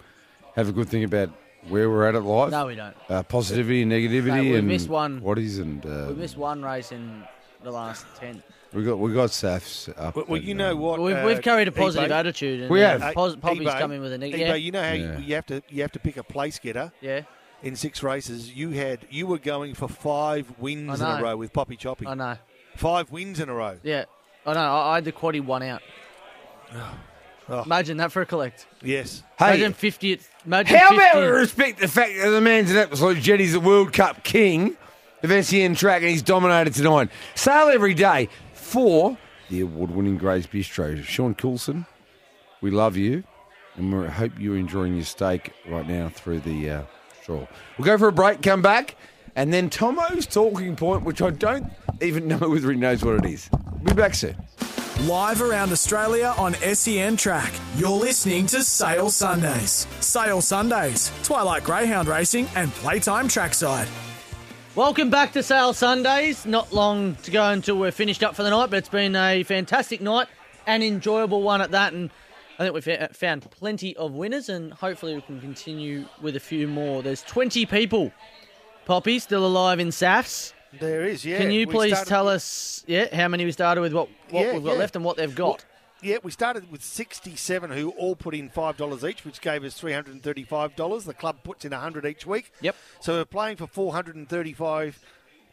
Speaker 3: have a good think about where we're at at life.
Speaker 4: No, we don't.
Speaker 3: Uh, positivity and negativity
Speaker 4: No, we
Speaker 3: and
Speaker 4: missed one.
Speaker 3: What is and uh,
Speaker 4: We missed one race in the last ten.
Speaker 3: we got we got Safs up. um,
Speaker 5: Well, you know what?
Speaker 4: We've,
Speaker 5: uh,
Speaker 4: we've carried a positive
Speaker 5: eBay-
Speaker 4: attitude. And
Speaker 3: We have.
Speaker 4: then Pos- Poppy's
Speaker 5: eBay-
Speaker 4: coming with a negative.
Speaker 5: eBay,
Speaker 4: Yeah.
Speaker 5: you know how
Speaker 3: Yeah.
Speaker 5: you, you have to you have to pick a place getter.
Speaker 4: Yeah.
Speaker 5: In six races, you had you were going for five wins in
Speaker 4: I
Speaker 5: a
Speaker 4: know.
Speaker 5: row with Poppy Choppy.
Speaker 4: I know.
Speaker 5: Five wins in a row.
Speaker 4: Yeah. I know. I, I had the quaddy one out. Imagine that for a collect.
Speaker 5: Yes.
Speaker 3: Oh. Hey.
Speaker 4: Imagine 50. at- Imagine
Speaker 3: How
Speaker 4: 50.
Speaker 3: about we respect the fact that the man's an absolute jet? He's the World Cup king of SEN track, and he's dominated tonight. Sale every day for the award-winning Grays Bistro. Sean Coulson, we love you, and we hope you're enjoying your steak right now through the uh, straw. We'll go for a break, come back, and then Tomo's talking point, which I don't even know whether he knows what it is. We'll be back soon.
Speaker 2: Live around Australia on SEN Track, you're listening to Sale Sundays. Sale Sundays, Twilight Greyhound Racing and Playtime Trackside.
Speaker 4: Welcome back to Sale Sundays. Not long to go until we're finished up for the night, but it's been a fantastic night, an enjoyable one at that, and I think we've uh, found plenty of winners, and hopefully we can continue with a few more. There's 20 people, Poppy, still alive in SAFs.
Speaker 5: There is, yeah.
Speaker 4: Can you
Speaker 5: We
Speaker 4: please
Speaker 5: started-
Speaker 4: tell us, yeah, how many we started with, what, what
Speaker 5: Yeah,
Speaker 4: we've got
Speaker 5: yeah.
Speaker 4: left, and what they've
Speaker 5: Well,
Speaker 4: got?
Speaker 5: yeah, we started with 67 who all put in $5 each, which gave us $335. The club puts in 100 each week.
Speaker 4: Yep.
Speaker 5: So we're playing for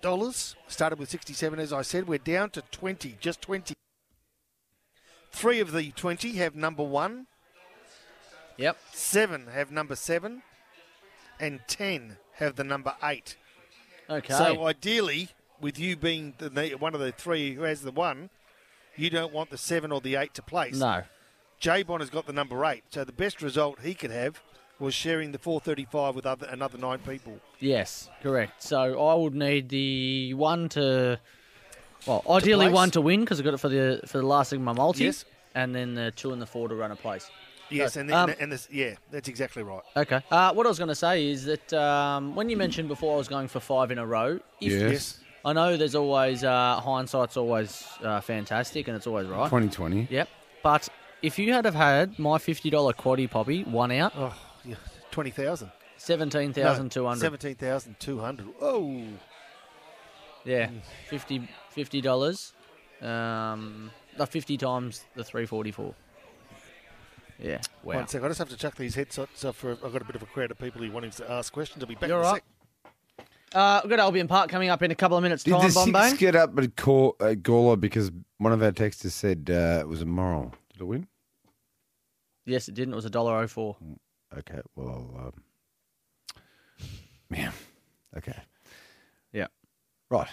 Speaker 5: $435. Started with 67, as I said. We're down to 20, just 20. Three of the 20 have number one.
Speaker 4: Yep.
Speaker 5: Seven have number seven. And 10 have the number eight.
Speaker 4: Okay.
Speaker 5: So ideally, with you being the, the, one of the three who has the one, you don't want the seven or the eight to place.
Speaker 4: No.
Speaker 5: J Bon has got the number eight, so the best result he could have was sharing the 435 with other, another nine people.
Speaker 4: Yes, correct. So I would need the one to, well, ideally
Speaker 5: place?
Speaker 4: one to win because I got it for the for the last thing my multi.
Speaker 5: Yes.
Speaker 4: And then the two and the four to run a place.
Speaker 5: Yes,
Speaker 4: So,
Speaker 5: and then,
Speaker 4: um,
Speaker 5: and this, yeah, that's exactly right.
Speaker 4: Okay. Uh, what I was going to say is that um, when you mentioned before I was going for five in a row. If,
Speaker 3: Yes. Yes.
Speaker 4: I know there's always uh, hindsight's always uh, fantastic and it's always right.
Speaker 3: 2020.
Speaker 4: Yep. But if you had have had my fifty dollar quaddy poppy one out,
Speaker 5: oh, yeah, twenty thousand.
Speaker 4: Seventeen thousand two hundred.
Speaker 5: 17,200. Oh,
Speaker 4: Yeah, 50 dollars. Um, like fifty times the three forty four. Yeah. Wow.
Speaker 5: One sec, I just have to chuck these headsets off. For, I've got a bit of a crowd of people who want him to ask questions. I'll be back
Speaker 4: You're
Speaker 5: in a
Speaker 4: right.
Speaker 5: sec.
Speaker 4: Uh, we've got Albion Park coming up in a couple of minutes'
Speaker 3: Did
Speaker 4: time.
Speaker 3: the six
Speaker 4: Bombay.
Speaker 3: get up at, call, at Gawler because one of our texters said uh, it was immoral? Did it win?
Speaker 4: Yes, it didn't. It was a dollar oh four.
Speaker 3: Mm. Okay. Well, I'll, um, yeah. Okay.
Speaker 4: Yeah.
Speaker 3: Right.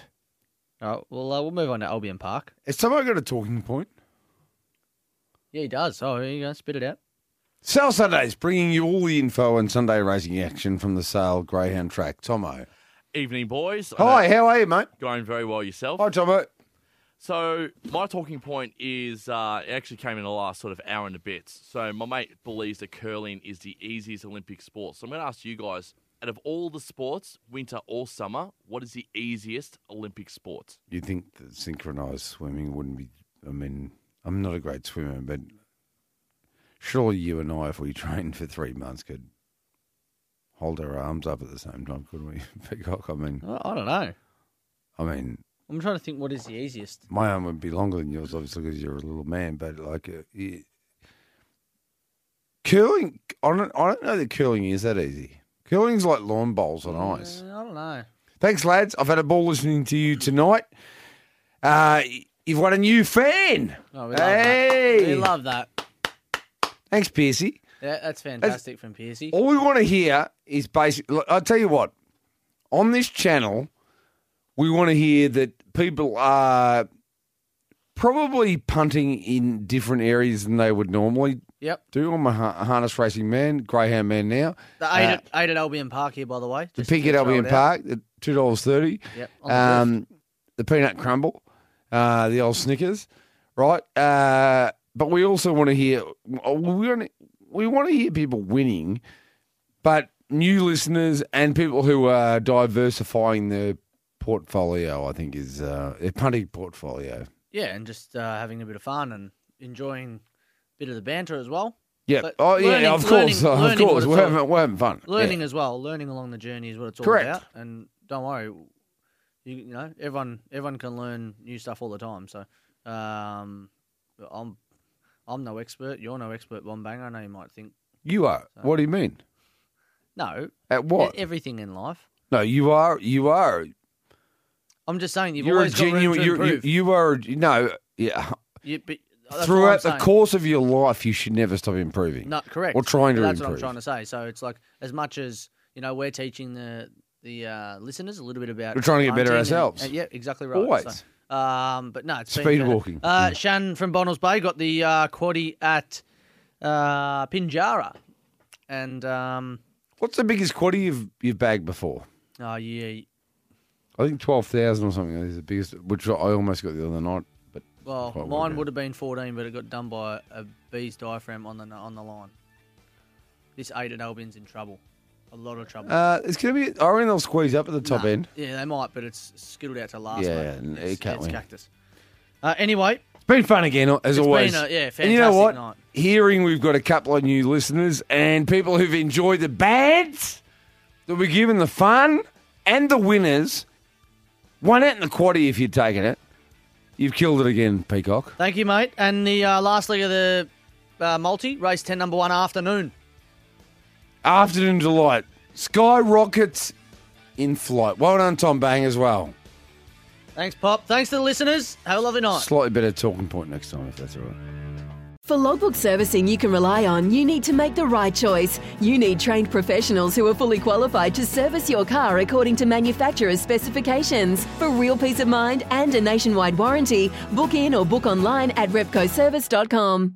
Speaker 4: All right. Well, uh, we'll move on to Albion Park.
Speaker 3: Has someone got a talking point?
Speaker 4: Yeah, he does. Oh, here you go. Spit it out.
Speaker 3: Sale Sundays, bringing you all the info and Sunday racing action from the Sale Greyhound track. Tomo.
Speaker 16: Evening, boys.
Speaker 3: Hi, how are you, mate?
Speaker 16: Going very well yourself.
Speaker 3: Hi, Tomo.
Speaker 16: So my talking point is uh, it actually came in the last sort of hour and a bit. So my mate believes that curling is the easiest Olympic sport. So I'm going to ask you guys, out of all the sports, winter or summer, what is the easiest Olympic sport?
Speaker 3: You think that synchronized swimming wouldn't be? I mean, I'm not a great swimmer, but surely you and I, if we trained for three months, could hold our arms up at the same time, couldn't we? Peacock, I mean,
Speaker 4: I I don't know.
Speaker 3: I mean,
Speaker 4: I'm trying to think what is the easiest.
Speaker 3: my arm would be longer than yours, obviously, because you're a little man. But like, uh, it- curling, I don't, I don't know that curling is that easy. Curling's like lawn bowls on ice.
Speaker 4: Uh, I don't know.
Speaker 3: Thanks, lads. I've had a ball listening to you tonight. Uh, you've won a new fan.
Speaker 4: Oh, we love
Speaker 3: hey,
Speaker 4: that. We love that.
Speaker 3: Thanks, Piercy.
Speaker 4: Yeah, that's fantastic from Piercy.
Speaker 3: All we want to hear is basically. I'll tell you what. On this channel, we want to hear that people are probably punting in different areas than they would normally.
Speaker 4: Yep.
Speaker 3: Do I'm a ha- harness racing man, greyhound man now.
Speaker 4: The eight, at, eight at Albion Park here, by the way.
Speaker 3: Uh, The
Speaker 4: Just
Speaker 3: pink
Speaker 4: to
Speaker 3: at
Speaker 4: throw
Speaker 3: Albion
Speaker 4: it out.
Speaker 3: Park, the two dollars thirty.
Speaker 4: Yep, on the
Speaker 3: Um, the peanut crumble, uh, the old Snickers, right? Uh, but we also want to hear we want to, we want to hear people winning, but new listeners and people who are diversifying their portfolio. I think is uh, their punting portfolio.
Speaker 4: Yeah, and just uh, having a bit of fun and enjoying a bit of the banter as well.
Speaker 3: Yeah.
Speaker 4: But
Speaker 3: oh yeah.
Speaker 4: learning-
Speaker 3: of course.
Speaker 4: learning-
Speaker 3: uh, of
Speaker 4: learning what
Speaker 3: course.
Speaker 4: it's
Speaker 3: We're
Speaker 4: all-
Speaker 3: having, we're having fun. Yeah.
Speaker 4: Learning as well. Learning along the journey is what it's all
Speaker 3: Correct.
Speaker 4: about. And don't worry, you, you know everyone everyone can learn new stuff all the time. So, um, I'm I'm no expert. You're no expert, Bombang. I know you might think
Speaker 3: You are. What do you mean?
Speaker 4: no.
Speaker 3: At what?
Speaker 4: e- everything in life.
Speaker 3: No, you are. You are.
Speaker 4: I'm just saying you've always got room to
Speaker 3: you're- you
Speaker 4: improve.
Speaker 3: you are. You know. Yeah.
Speaker 4: You- but that's what I'm
Speaker 3: Throughout the
Speaker 4: saying.
Speaker 3: course of your life, you should never stop improving.
Speaker 4: No, correct.
Speaker 3: Or trying to
Speaker 4: That's
Speaker 3: improve.
Speaker 4: what I'm trying to say. So it's like as much as you know, we're teaching the the uh, listeners a little bit about.
Speaker 3: We're trying to get better
Speaker 4: hunting and-
Speaker 3: ourselves.
Speaker 4: and- yeah, exactly right.
Speaker 3: Always.
Speaker 4: So, um, but no, it's been
Speaker 3: Speed
Speaker 4: better.
Speaker 3: walking. Mm.
Speaker 4: Uh, Shan from Bonnells Bay got the uh, quaddy at uh, Pinjara, and um,
Speaker 3: What's the biggest quaddy you've you've bagged before?
Speaker 4: oh yeah,
Speaker 3: I think twelve thousand or something is the biggest, which I almost got the other night. But
Speaker 4: well,
Speaker 3: Quite well
Speaker 4: mine would have been 14, but it got done by a bee's diaphragm on the on the line. This eight at Albion's in trouble, a lot of trouble.
Speaker 3: uh, it's gonna be. I reckon they'll squeeze up at the top
Speaker 4: Nah.
Speaker 3: end.
Speaker 4: Yeah, they might, but it's skittled out to last.
Speaker 3: Yeah,
Speaker 4: mate.
Speaker 3: n- it
Speaker 4: it's,
Speaker 3: can't
Speaker 4: it's
Speaker 3: win.
Speaker 4: cactus. Uh, anyway,
Speaker 3: It's been fun again, as
Speaker 4: It's been
Speaker 3: always.
Speaker 4: a- yeah,
Speaker 3: and you know
Speaker 4: fantastic
Speaker 3: what?
Speaker 4: night.
Speaker 3: Hearing we've got a couple of new listeners and people who've enjoyed the bands that we're giving the fun and the winners. One out in the quaddy if you're taking it. You've killed it again, Peacock.
Speaker 4: thank you, mate. And the uh, last leg of the uh, multi race ten, number one afternoon.
Speaker 3: Afternoon delight. Skyrockets in flight. Well done, Tom Bang, as well.
Speaker 4: Thanks, Pop. Thanks to the listeners. Have a lovely night.
Speaker 3: Slightly better talking point next time, if that's all right.
Speaker 21: For logbook servicing you can rely on, you need to make the right choice. You need trained professionals who are fully qualified to service your car according to manufacturer's specifications. For real peace of mind and a nationwide warranty, book in or book online at repcoservice.com.